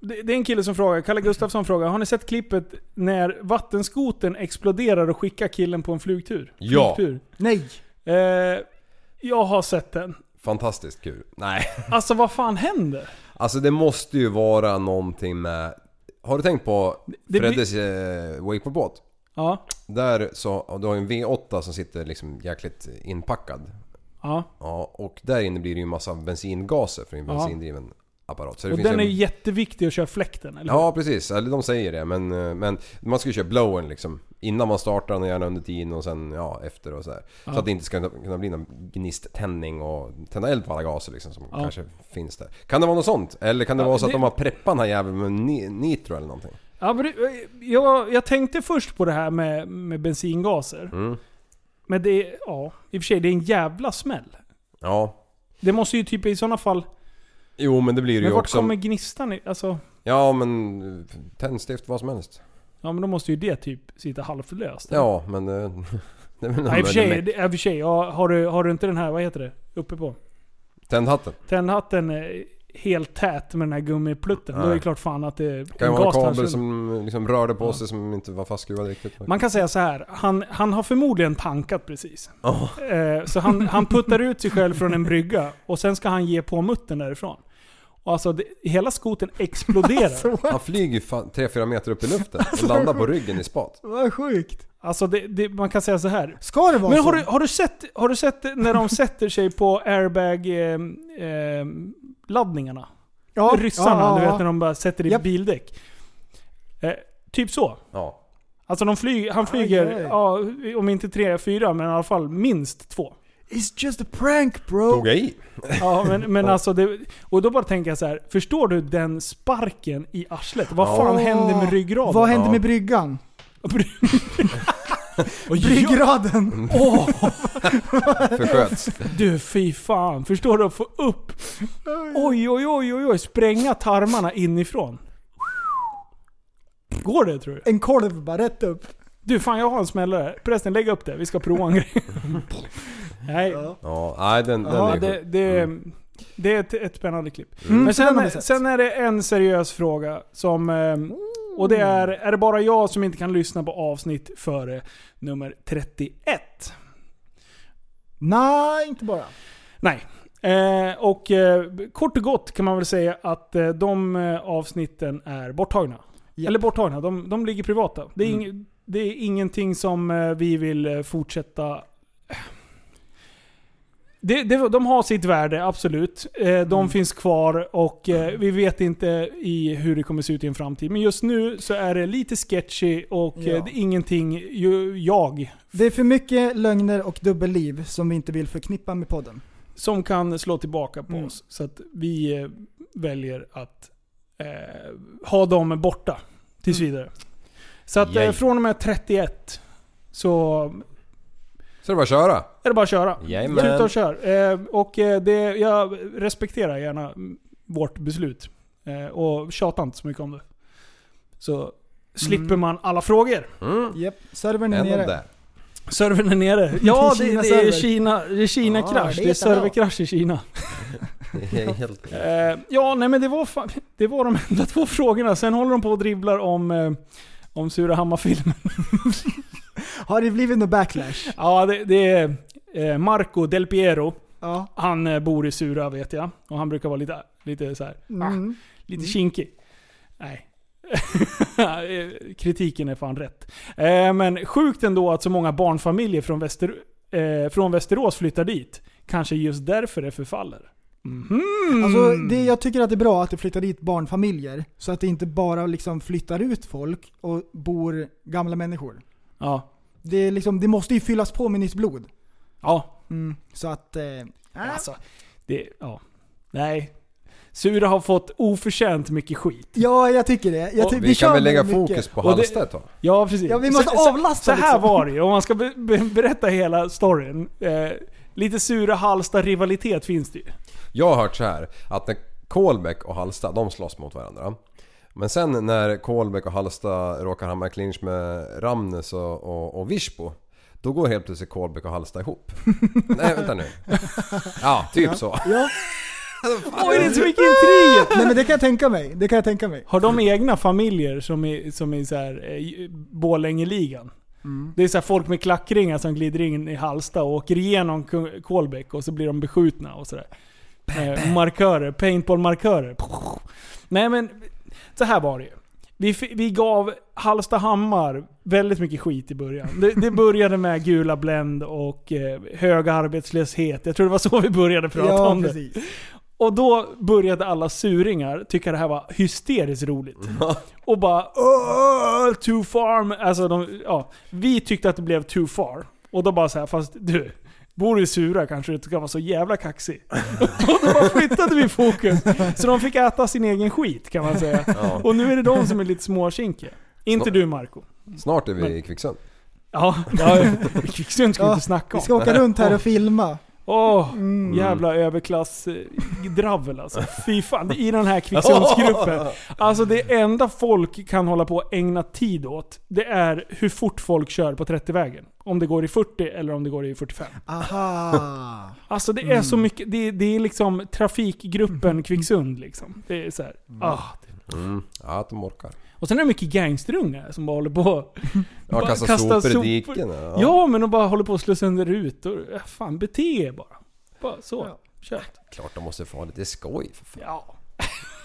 E: det, det är en kille som frågar, Kalle Gustafsson frågar. Har ni sett klippet när vattenskoten exploderar och skickar killen på en flugtur?
F: Ja.
E: Flygtur?
G: Nej!
E: Eh, jag har sett den.
F: Fantastiskt kul. Nej.
E: Alltså vad fan händer?
F: Alltså det måste ju vara någonting med... Har du tänkt på
E: det blir-
F: Freddes eh, wakeboardbåt?
E: Ja.
F: Där så, du har ju en V8 som sitter liksom jäkligt inpackad.
E: Ja.
F: Ja, och där inne blir det ju en massa bensingaser för en
E: Ja.
F: bensindriven apparat. Så det
E: och
F: finns
E: den
F: ju
E: är
F: en...
E: ju jätteviktig att köra fläkten, eller hur?
F: Ja precis, eller de säger det men, eh, men man ska ju köra blowern liksom Innan man startar den och gärna under tiden och sen ja, efter och sådär
E: Ja.
F: Så att det inte ska kunna bli någon gnisttändning och tända eld på alla gaser liksom som
E: Ja.
F: kanske finns där Kan det vara något sånt? Eller kan det
E: Ja,
F: vara så att
E: det-
F: de har preppat den här jäveln med ni- nitro eller någonting?
E: Ja, men det, jag, jag tänkte först på det här med, med bensingaser.
F: Mm.
E: Men det är, ja, i och för sig, det är en jävla smäll.
F: Ja
E: Det måste ju typ i sådana fall...
F: Jo men det blir
E: Men
F: ju
E: vart
F: också...
E: kommer gnistan i- Alltså,
F: Ja men eh, tändstift vad som helst
E: ja men då måste ju det typ sitta halvlöst. eller?
F: Ja Mm. men... eh, [LAUGHS] det är väl
E: Nej, i och för sig,
F: med-
E: det- i och för sig ja, har, du, har du inte den här, vad heter det, uppe på?
F: Tändhatten?
E: Tändhatten är helt tät med den här gummiplutten. Då är det
F: Nej.
E: klart fan att det är
F: Kan ju
E: en
F: vara en
E: gas tar
F: kabel
E: sönder.
F: som liksom rörde på sig som inte var fastskruvad riktigt
E: Man kan säga så här. Han, han har förmodligen tankat precis.
F: Ja.
E: Eh, så han, han puttar ut sig själv från en brygga och sen ska han ge på muttern därifrån. Och alltså, det, hela skoten exploderar.
G: Alltså.
F: Han flyger ju fan 3-4 meter upp i luften och landar på ryggen i spat.
G: Vad sjukt.
E: Alltså det, det, man kan säga så här.
G: Ska det vara
E: Men
G: så?
E: har du, har, du sett, har du sett när de sätter sig på eh, airbag-laddningarna?
G: Ja,
E: Ryssarna,
G: ja, ja,
E: du vet
G: ja.
E: när de bara sätter i
G: Japp.
E: bildäck. Eh, typ så.
F: Ja.
E: Alltså de flyger, han flyger,
G: Aj, aj.
E: ja, om inte tre, fyra, men i alla fall minst två.
G: It's just a prank bro!
F: Tog jag i?
E: Ja, men, men alltså det, Och då bara tänker jag så här. förstår du den sparken i arslet? Vad
F: Ja.
E: fan hände med ryggraden?
G: Vad
E: [LAUGHS]
G: hände
F: Ja.
G: med bryggan?
E: Oj,
G: Bryggraden!
E: Åh!
F: Försköts.
E: Du fy fan, förstår du att få upp... Oj, oj, oj, oj, oj. Spränga tarmarna inifrån. Går det tror du?
G: En kolv bara rätt upp.
E: Du fan jag har en smällare. Förresten lägg upp det, vi ska prova en grej. Nej.
F: Ja, nej den, den
E: Ja,
F: är
E: det,
F: det,
E: det, det är ett, ett spännande klipp.
F: Mm,
E: Men
G: den har vi
E: sen,
G: sett.
E: sen är det en seriös fråga som... ehm, Och det är, är det bara jag som inte kan lyssna på avsnitt före nummer 31?
G: Nej, inte bara.
E: Nej. Eh, och eh, kort och gott kan man väl säga att eh, de eh, avsnitten är borttagna. Eller borttagna. De, de ligger privata. Det är, ing, det är ingenting som eh, vi vill eh, fortsätta... eh, Det, det, de har sitt värde, absolut. Eh, De finns kvar och eh, vi vet inte i hur det kommer se ut i en framtid. Men just nu så är det lite sketchy och eh,
G: Ja.
E: det är ingenting ju, jag
G: Det är för mycket lögner och dubbelliv som vi inte vill förknippa med podden.
E: som kan slå tillbaka på oss. Så att vi eh, väljer att eh, ha dem borta tills vidare. Så att eh,
F: Yay.
E: från och med 31 så
F: Så det är bara att köra.
E: är det bara att köra.
F: Jajamän.
E: Tuta och kör. Eh, och eh, det, jag respekterar gärna mm, vårt beslut. Eh, och tjatar inte så mycket om det. Så slipper man alla frågor.
F: Mm.
G: Japp, servern är
E: Ändå
G: nere.
E: där. Servern är nere. Ja, [LAUGHS] det, det
G: Kina-server.
E: är Kina, det är Kina-krasch.
G: Ja,
E: det är
G: det är bra.
E: serverkrasch i Kina.
F: Det är helt...
E: Eh, ja, nej men det var, fan, [LAUGHS] det var de enda två frågorna. Sen håller de på och dribblar om, eh, om Surahammar-filmen. [LAUGHS]
G: Har det blivit någon backlash?
E: Ja, det, det är eh, Marco Del Piero. Han eh, bor i Sura vet jag. Och han brukar vara lite, lite så här,
G: Mm.
E: ah, lite kinkig. Nej. [LAUGHS] Eh, Kritiken är fan rätt. Eh, men sjukt ändå att så många barnfamiljer från, Väster, eh, från Västerås flyttar dit. Kanske just därför det förfaller. Mhm.
G: Alltså, det, jag tycker att det är bra att det flyttar dit barnfamiljer. Så att det inte bara liksom flyttar ut folk och bor gamla människor.
E: Ja.
G: Det, är liksom, det måste ju fyllas på med nytt blod.
E: Ja.
G: Mm, så att... Eh,
E: alltså, det, ja. Nej. Sura har fått oförtjänt mycket skit.
G: Ja, jag tycker det. Jag ty-
F: vi kan
G: kör
F: väl lägga
G: mycket.
F: fokus på
E: Och det-
F: Halmstad ett tag?
E: Ja, precis.
G: Ja, vi måste
E: så,
G: avlasta
E: Så, så här
G: liksom.
E: var det ju, om man ska be, be, berätta hela storyn. Eh, lite Sura Halsta-rivalitet finns det ju.
F: Jag har hört så här att när Kolbäck och Halsta, de slåss mot varandra. Men sen när Kolbäck och Halsta råkar hamna i clinch med Ramnes och, och, och Virsbo. Då går helt plötsligt Kolbäck och Halsta ihop. Nej vänta nu. Ja, typ så.
G: Ja.
E: Oj, det är så mycket intriger!
G: Nej men det kan jag tänka mig. Det kan jag tänka mig.
E: Har de egna familjer som är, som är så här, eh, Borlängeligan?
G: Mm.
E: Det är så här folk med klackringar som glider in i Halsta och åker igenom Kung- Kolbäck och så blir de beskjutna och sådär. Eh, markörer, paintball-markörer. Nej men, så här var det ju. Vi, fi- vi gav Hallstahammar väldigt mycket skit i början. Det, det började med gula Blend och eh, hög arbetslöshet. Jag tror det var så vi började prata
G: Ja,
E: om
G: precis.
E: det. Och då började alla suringar tycka det här var
G: [LAUGHS]
E: hysteriskt roligt. Och bara "Åh, too far. Alltså de, ja. Vi tyckte att det blev too far. Och då bara så här, fast du. Bor du i Sura kanske du inte ska vara så
G: [LAUGHS]
E: jävla kaxig. och då bara flyttade vi fokus. Så de fick äta sin egen skit kan man säga.
F: Ja.
E: Och nu är det de som är lite småkinkiga. Inte
F: Snart-
E: du Marco.
F: Snart är vi
E: Men-
F: i Kvicksund.
E: Ja, [LAUGHS] ja Kvicksund ska vi
G: Ja,
E: inte snacka om.
G: Vi ska åka runt här och filma.
E: Åh,
G: Mm.
E: jävla överklassdravel alltså. Fy fan, i den
F: [LAUGHS]
E: här Kvicksundsgruppen. Alltså det enda folk kan hålla på och ägna tid åt, det är hur fort folk kör på 30-vägen. Om det går i 40 eller om det går i 45.
G: [LAUGHS] Aha.
E: Alltså det är så
F: Mm.
E: mycket, det, det är liksom trafikgruppen Kvicksund liksom. Det är så här, ah.
F: Mm. Ja, att de orkar.
E: Och sen är det mycket gangsterungar som bara håller på och-
F: [LAUGHS] Ja,
E: bara
F: kasta
E: kastar
F: sopor i
E: sopor.
F: diken.
E: Ja.
F: Ja.
E: men de bara håller på att slå sönder rutor. Ja, Fan, bete er bara. Bara så. Kör.
F: Klart de måste få ha lite skoj för fan.
E: Ja.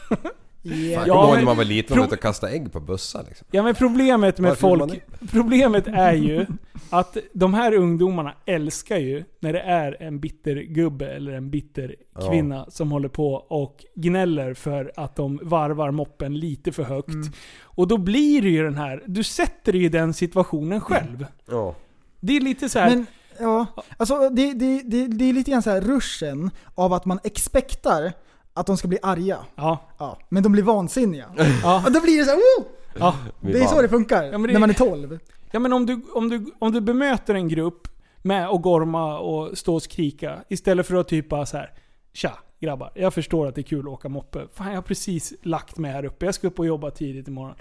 F: Fan,
E: Ja,
F: jag kommer ihåg när
E: men-
F: man var liten och
E: pro-
F: var ute och kastade ägg på bussar liksom.
E: Ja men problemet med
F: Varför gjorde man
E: folk... [LAUGHS] Problemet är ju att de här ungdomarna älskar ju när det är en bitter gubbe eller en bitter
F: Ja.
E: kvinna som håller på och gnäller för att de varvar moppen lite för högt.
F: Mm.
E: Och då blir det ju den här... Du sätter dig i den situationen
F: Mm.
E: själv.
F: Ja.
E: Det är lite så här.
G: Men, ja. Alltså det, det, det, det är lite grann så här ruschen av att man expektar att de ska bli arga.
E: Ja.
G: Men de blir vansinniga.
E: [LAUGHS] Ja.
G: Och då blir det så här, oh!
E: Ja.
G: Det är så det funkar
E: men det-
G: när man är 12.
E: Ja men om du, om du, om du bemöter en grupp med att gorma och stå och skrika istället för att typ bara så här. Tja grabbar, jag förstår att det är kul att åka moppe. Fan jag har precis lagt mig här uppe, jag ska upp och jobba tidigt imorgon.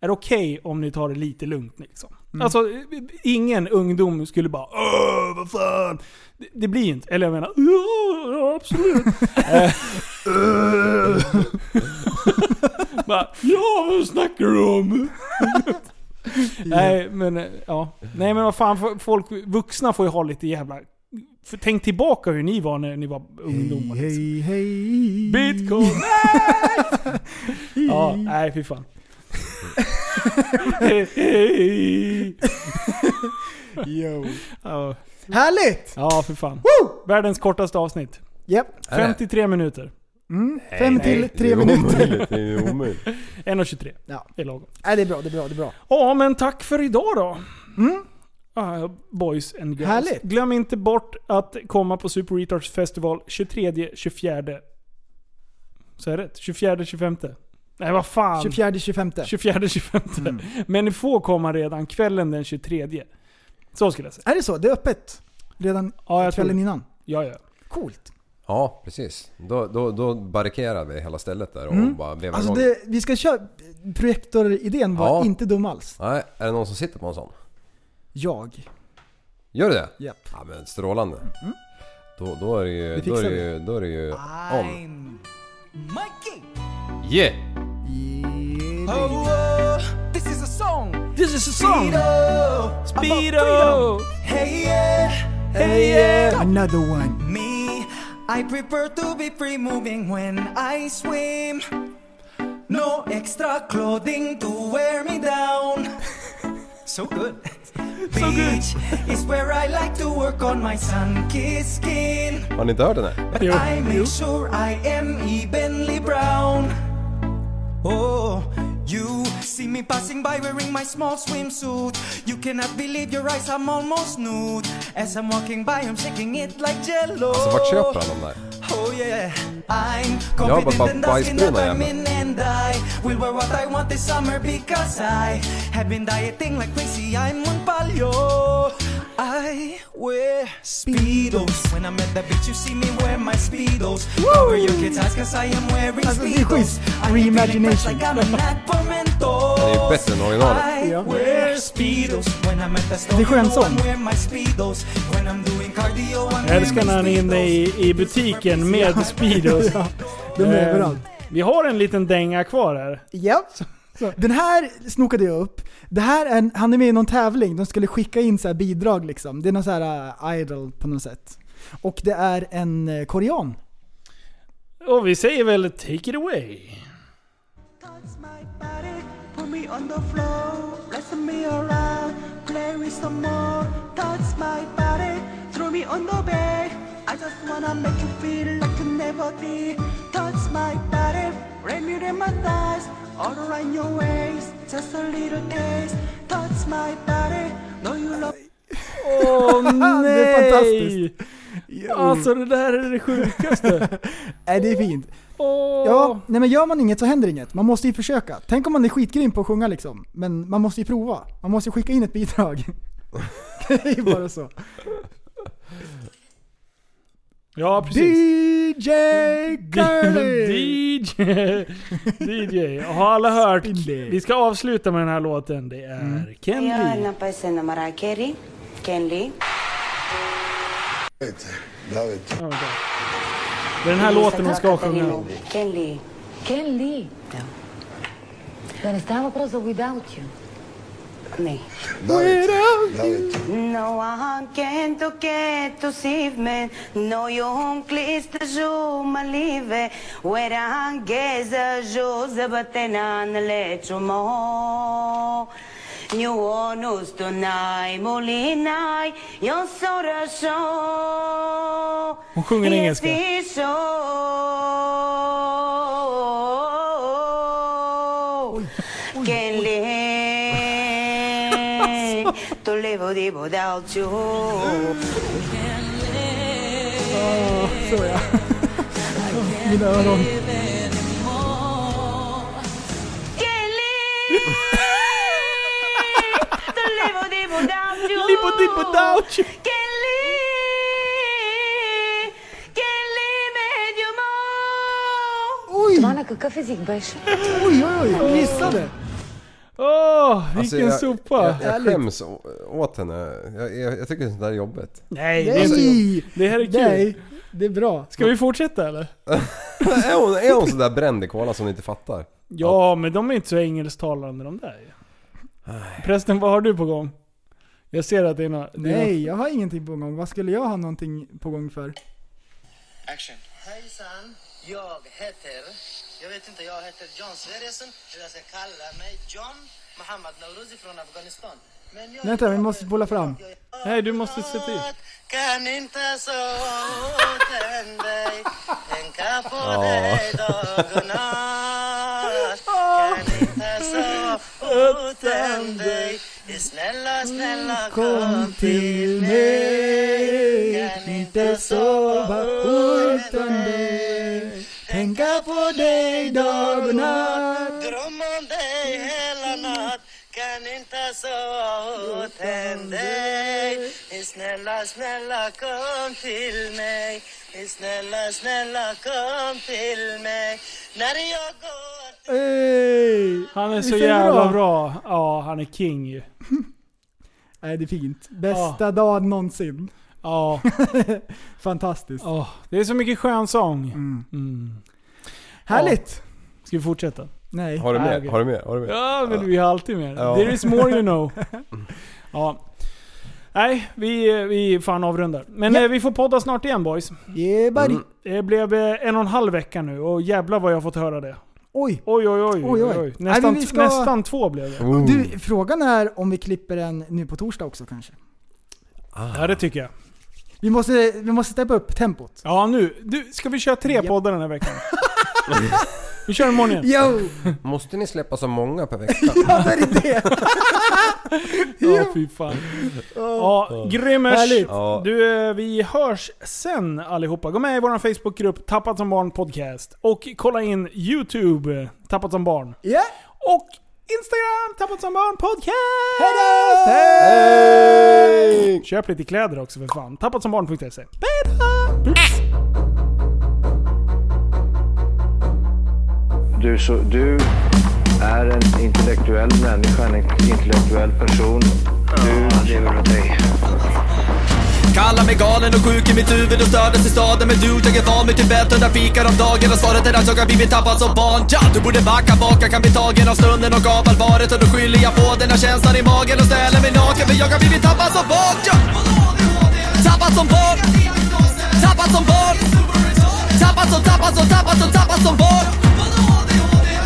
E: Är det okej om ni tar det lite lugnt liksom? Alltså ingen ungdom skulle bara Åh, vad fan. Det, det blir ju inte. Eller jag menar "Ja, ja, absolut. Eh, [LAUGHS] bara, ja vad snackar du om? [LAUGHS] Nej men, eh, ja. Nej men vad fan, fo- folk, vuxna får ju ha lite jävla... För tänk tillbaka hur ni var när ni var ungdomar. liksom.
G: Hej, hej. [LAUGHS]
E: Bitcoin! ja, nej fy fan.
G: Jo.
E: Ja.
G: Härligt!
E: Ja, för fan.
G: Woo!
E: Världens kortaste avsnitt.
G: Japp.
F: Är det?
E: 53 minuter.
G: Mm, fem till tre minuter.
F: Det är omöjligt.
E: 1.23.
G: Ja.
E: Det är lagom.
G: Nej, det är bra, det är bra, det är bra.
E: Ja, men tack för idag då. Ah, boys and girls.
G: Mm. Härligt.
E: Glöm inte bort att komma på Super Retards Festival 23-24. Så är det rätt? 24-25? Nej, vad fan.
G: 24-25.
E: 24-25.
G: Mm.
E: Men ni får komma redan kvällen den 23. Så skulle jag säga.
G: Är det så? Det är öppet? Redan
E: Ja, jag tror
G: kvällen
E: det.
G: innan?
E: Ja, ja.
G: Coolt.
F: Ja, precis. Då, då, då barrikaderar vi hela stället där och bara vevar
G: Alltså
F: igång.
G: det, vi ska köra... Projektoridén var
F: Ja.
G: inte dum alls.
F: Nej, är det någon som sitter på en sån?
G: Jag.
F: Gör du det?
G: Japp.
F: Ja men strålande. Då, då är det ju...
G: Det
F: Då är
G: fixar
F: det ju, då är det ju om. Yeah!
N: Oh, oh, this is a song.
E: This is a song.
N: Speedo.
E: Speedo.
N: About freedom. Hey yeah. Hey yeah.
G: Another one.
N: Me, I prefer to be free moving when I swim. No extra clothing to wear me down. [LAUGHS] So good. so good. is where I like to work on my sun-kissed skin.
F: Har ni inte hört den här?
N: But I make sure I am evenly brown. Oh, you see me passing by wearing my small swimsuit. You cannot believe your eyes, I'm almost nude. As I'm walking by, I'm shaking it like jello.
F: Alltså vart köper han de där?
N: Oh yeah, I'm
F: Jag har bara
N: confident and asking that
F: bajsbruna
N: I'm
F: jävlar.
N: in and I will wear what I want this summer because I have been dieting like crazy. I'm on palio. I wear speedos. When I'm at the beach, you see me wear my speedos. Cover your kids' eyes cause I am wearing
G: Alltså det är
N: speedos.
G: schysst.
N: I am feeling fresh
G: Reimagination.
N: like I'm an Apartmento.
F: Den är ju bättre än originalet.
N: I wear speedos. When I'm at the
E: Det
N: store,
E: är
N: you
E: skön
N: know
E: sång.
N: I wear my speedos. When I'm doing cardio, I'm
E: Jag älskar när han är
N: wearing
E: inne i, i butiken med [LAUGHS] Speedos.
G: de är
E: Eh,
G: överallt.
E: Vi har en liten dänga kvar här.
G: Japp. Den här snokade jag upp. Det här är en, han är med i någon tävling. De skulle skicka in så här bidrag liksom. Det är någon så här uh, idol på något sätt. Och det är en eh, korean.
E: Och vi säger väl take it away.
N: Put me on the floor, lesson me around, play with some more, touch my body, throw me on the bed. I just wanna make you feel like you never did. Touch my body, remunerate my thighs, all around your waist, just a little taste. Touch my body, know you love.
E: Åh
G: [LAUGHS]
E: nej!
G: Det är fantastiskt.
E: Alltså det där är det sjukaste.
G: [LAUGHS] Nej, det är fint.
E: Åh.
G: Ja, nej men gör man inget så händer inget. Man måste ju försöka. Tänk om man är skitgrym på att sjunga liksom. Men man måste ju prova. Man måste ju skicka in ett bidrag. [LAUGHS] det är ju bara så.
E: Ja, precis.
G: DJ Curly!
E: DJ. [LAUGHS] DJ. Har alla hört? Vi ska avsluta med den här låten. Det är Ken Lee. Det är den här låten hon ska sjunga.
O: Kelly. Kelly. No. Then estaba просто without you. Me.
P: No one can to get to see me. No young clist jo malive. Where I guess jo zabatenan lecho mo. New onus tonight, molinai, yon sora show.
E: Hon sjunger engelska.
P: Can live to live without you.
G: Så ja. Mina öron.
P: Can live to live without you.
E: Libo-dibo-doubt you.
P: Can live, can live med you more.
O: Ой. Мана, какъв език беше?
G: Oj, oj, oj. Missade.
E: Åh,
F: Alltså,
E: vilken
F: jag-
E: sopa.
F: Jag, jag skäms å- åt henne. Jag, jag, jag tycker sånt där är jobbigt. [LAUGHS]
E: Nej, det är inte
G: Nej!
E: Det här är kul.
G: Nej, det är bra.
E: Ska vi fortsätta eller?
F: är, hon, är hon sådär bränd i kolan som ni inte fattar?
E: Ja, men de är inte så engelsktalande de där ju. Prästen, vad har du på gång? Jag ser att det är några... det är några-
G: Nej, jag har ingenting på gång. Vad skulle jag ha någonting på gång för?
Q: Action. Hejsan, jag heter... Jag vet inte, jag heter John Sverjesson. Eller jag ska kalla mig John Mohammad Nauruzi från Afghanistan. Men jag
G: Vänta, vi måste spola fram.
E: Nej, du måste se till.
Q: kan inte såten dig Tänka på dig dag och natt Kan inte såten dig Snälla, snälla kom
G: till mig Inte sova utan dig Tänka på dig dag och natt
Q: Dröm om dig hela natt Kan inte sova utan dig Snälla, snälla kom till mig Snälla, snälla kom till mig När jag
G: Ey!
E: Han är
G: Visst
E: så
G: det
E: jävla bra. Ja, han är king ju.
G: Nej, det är fint. Bästa dagen någonsin.
E: [LAUGHS] Ja.
G: Fantastiskt.
E: Åh, det är så mycket skön sång. Mm.
G: Härligt!
E: Ja. Ska vi fortsätta?
G: Nej.
F: Har du
E: Nej,
F: mer?
E: okej.
F: Har du mer? Har du mer?
E: Ja, men vi har alltid mer.
F: Ja.
E: There is more you know. ja. Nej, vi, vi fan avrundar. Men eh, vi får podda snart igen boys.
G: Yeah, buddy.
E: Det blev eh, en och en halv vecka nu och jävlar vad jag har fått höra det.
G: Oj!
E: Oj, oj, oj.
G: Oj, oj.
E: Nästan,
G: Nej, vi ska-
E: nästan två blev det.
F: Mm.
G: Du, frågan är om vi klipper den nu på torsdag också kanske?
E: Ja, det tycker jag.
G: Vi måste, vi måste steppa upp tempot.
E: Ja, nu. Du, ska vi köra tre poddar den här veckan? [LAUGHS] vi kör imorgon igen.
G: Yo!
F: Måste ni släppa så många per vecka?
G: ja, det är det!
E: Ja, fy fan. Ja, Grimmers.
F: Härligt. Ja.
E: Du, eh, vi hörs sen allihopa. Gå med i vår Facebookgrupp Tappat som barn podcast. Och kolla in YouTube eh, Tappat som barn.
G: Ja!
E: Och Instagram Tappat som barn podcast!
F: Hej!
E: Köp lite kläder också för fan. Tappat som barn.se.
A: Du, så, du är en intellektuell människa, en intellektuell person. Du lever av dig.
B: Kallar mig galen och sjuk i mitt huvud och stördes i staden Men du, jag är van vid Tibet och där fikar om dagen Och svaret är att jag har blivit tappad som barn ja, Du borde backa bak, jag kan bli tagen av stunden och av allvaret Och då skyller jag på den här känslan i magen och ställer mig naken För jag har blivit tappad som barn ja. Tappad som barn Tappad som barn Tappad som, tappad som, tappad som, tappad som barn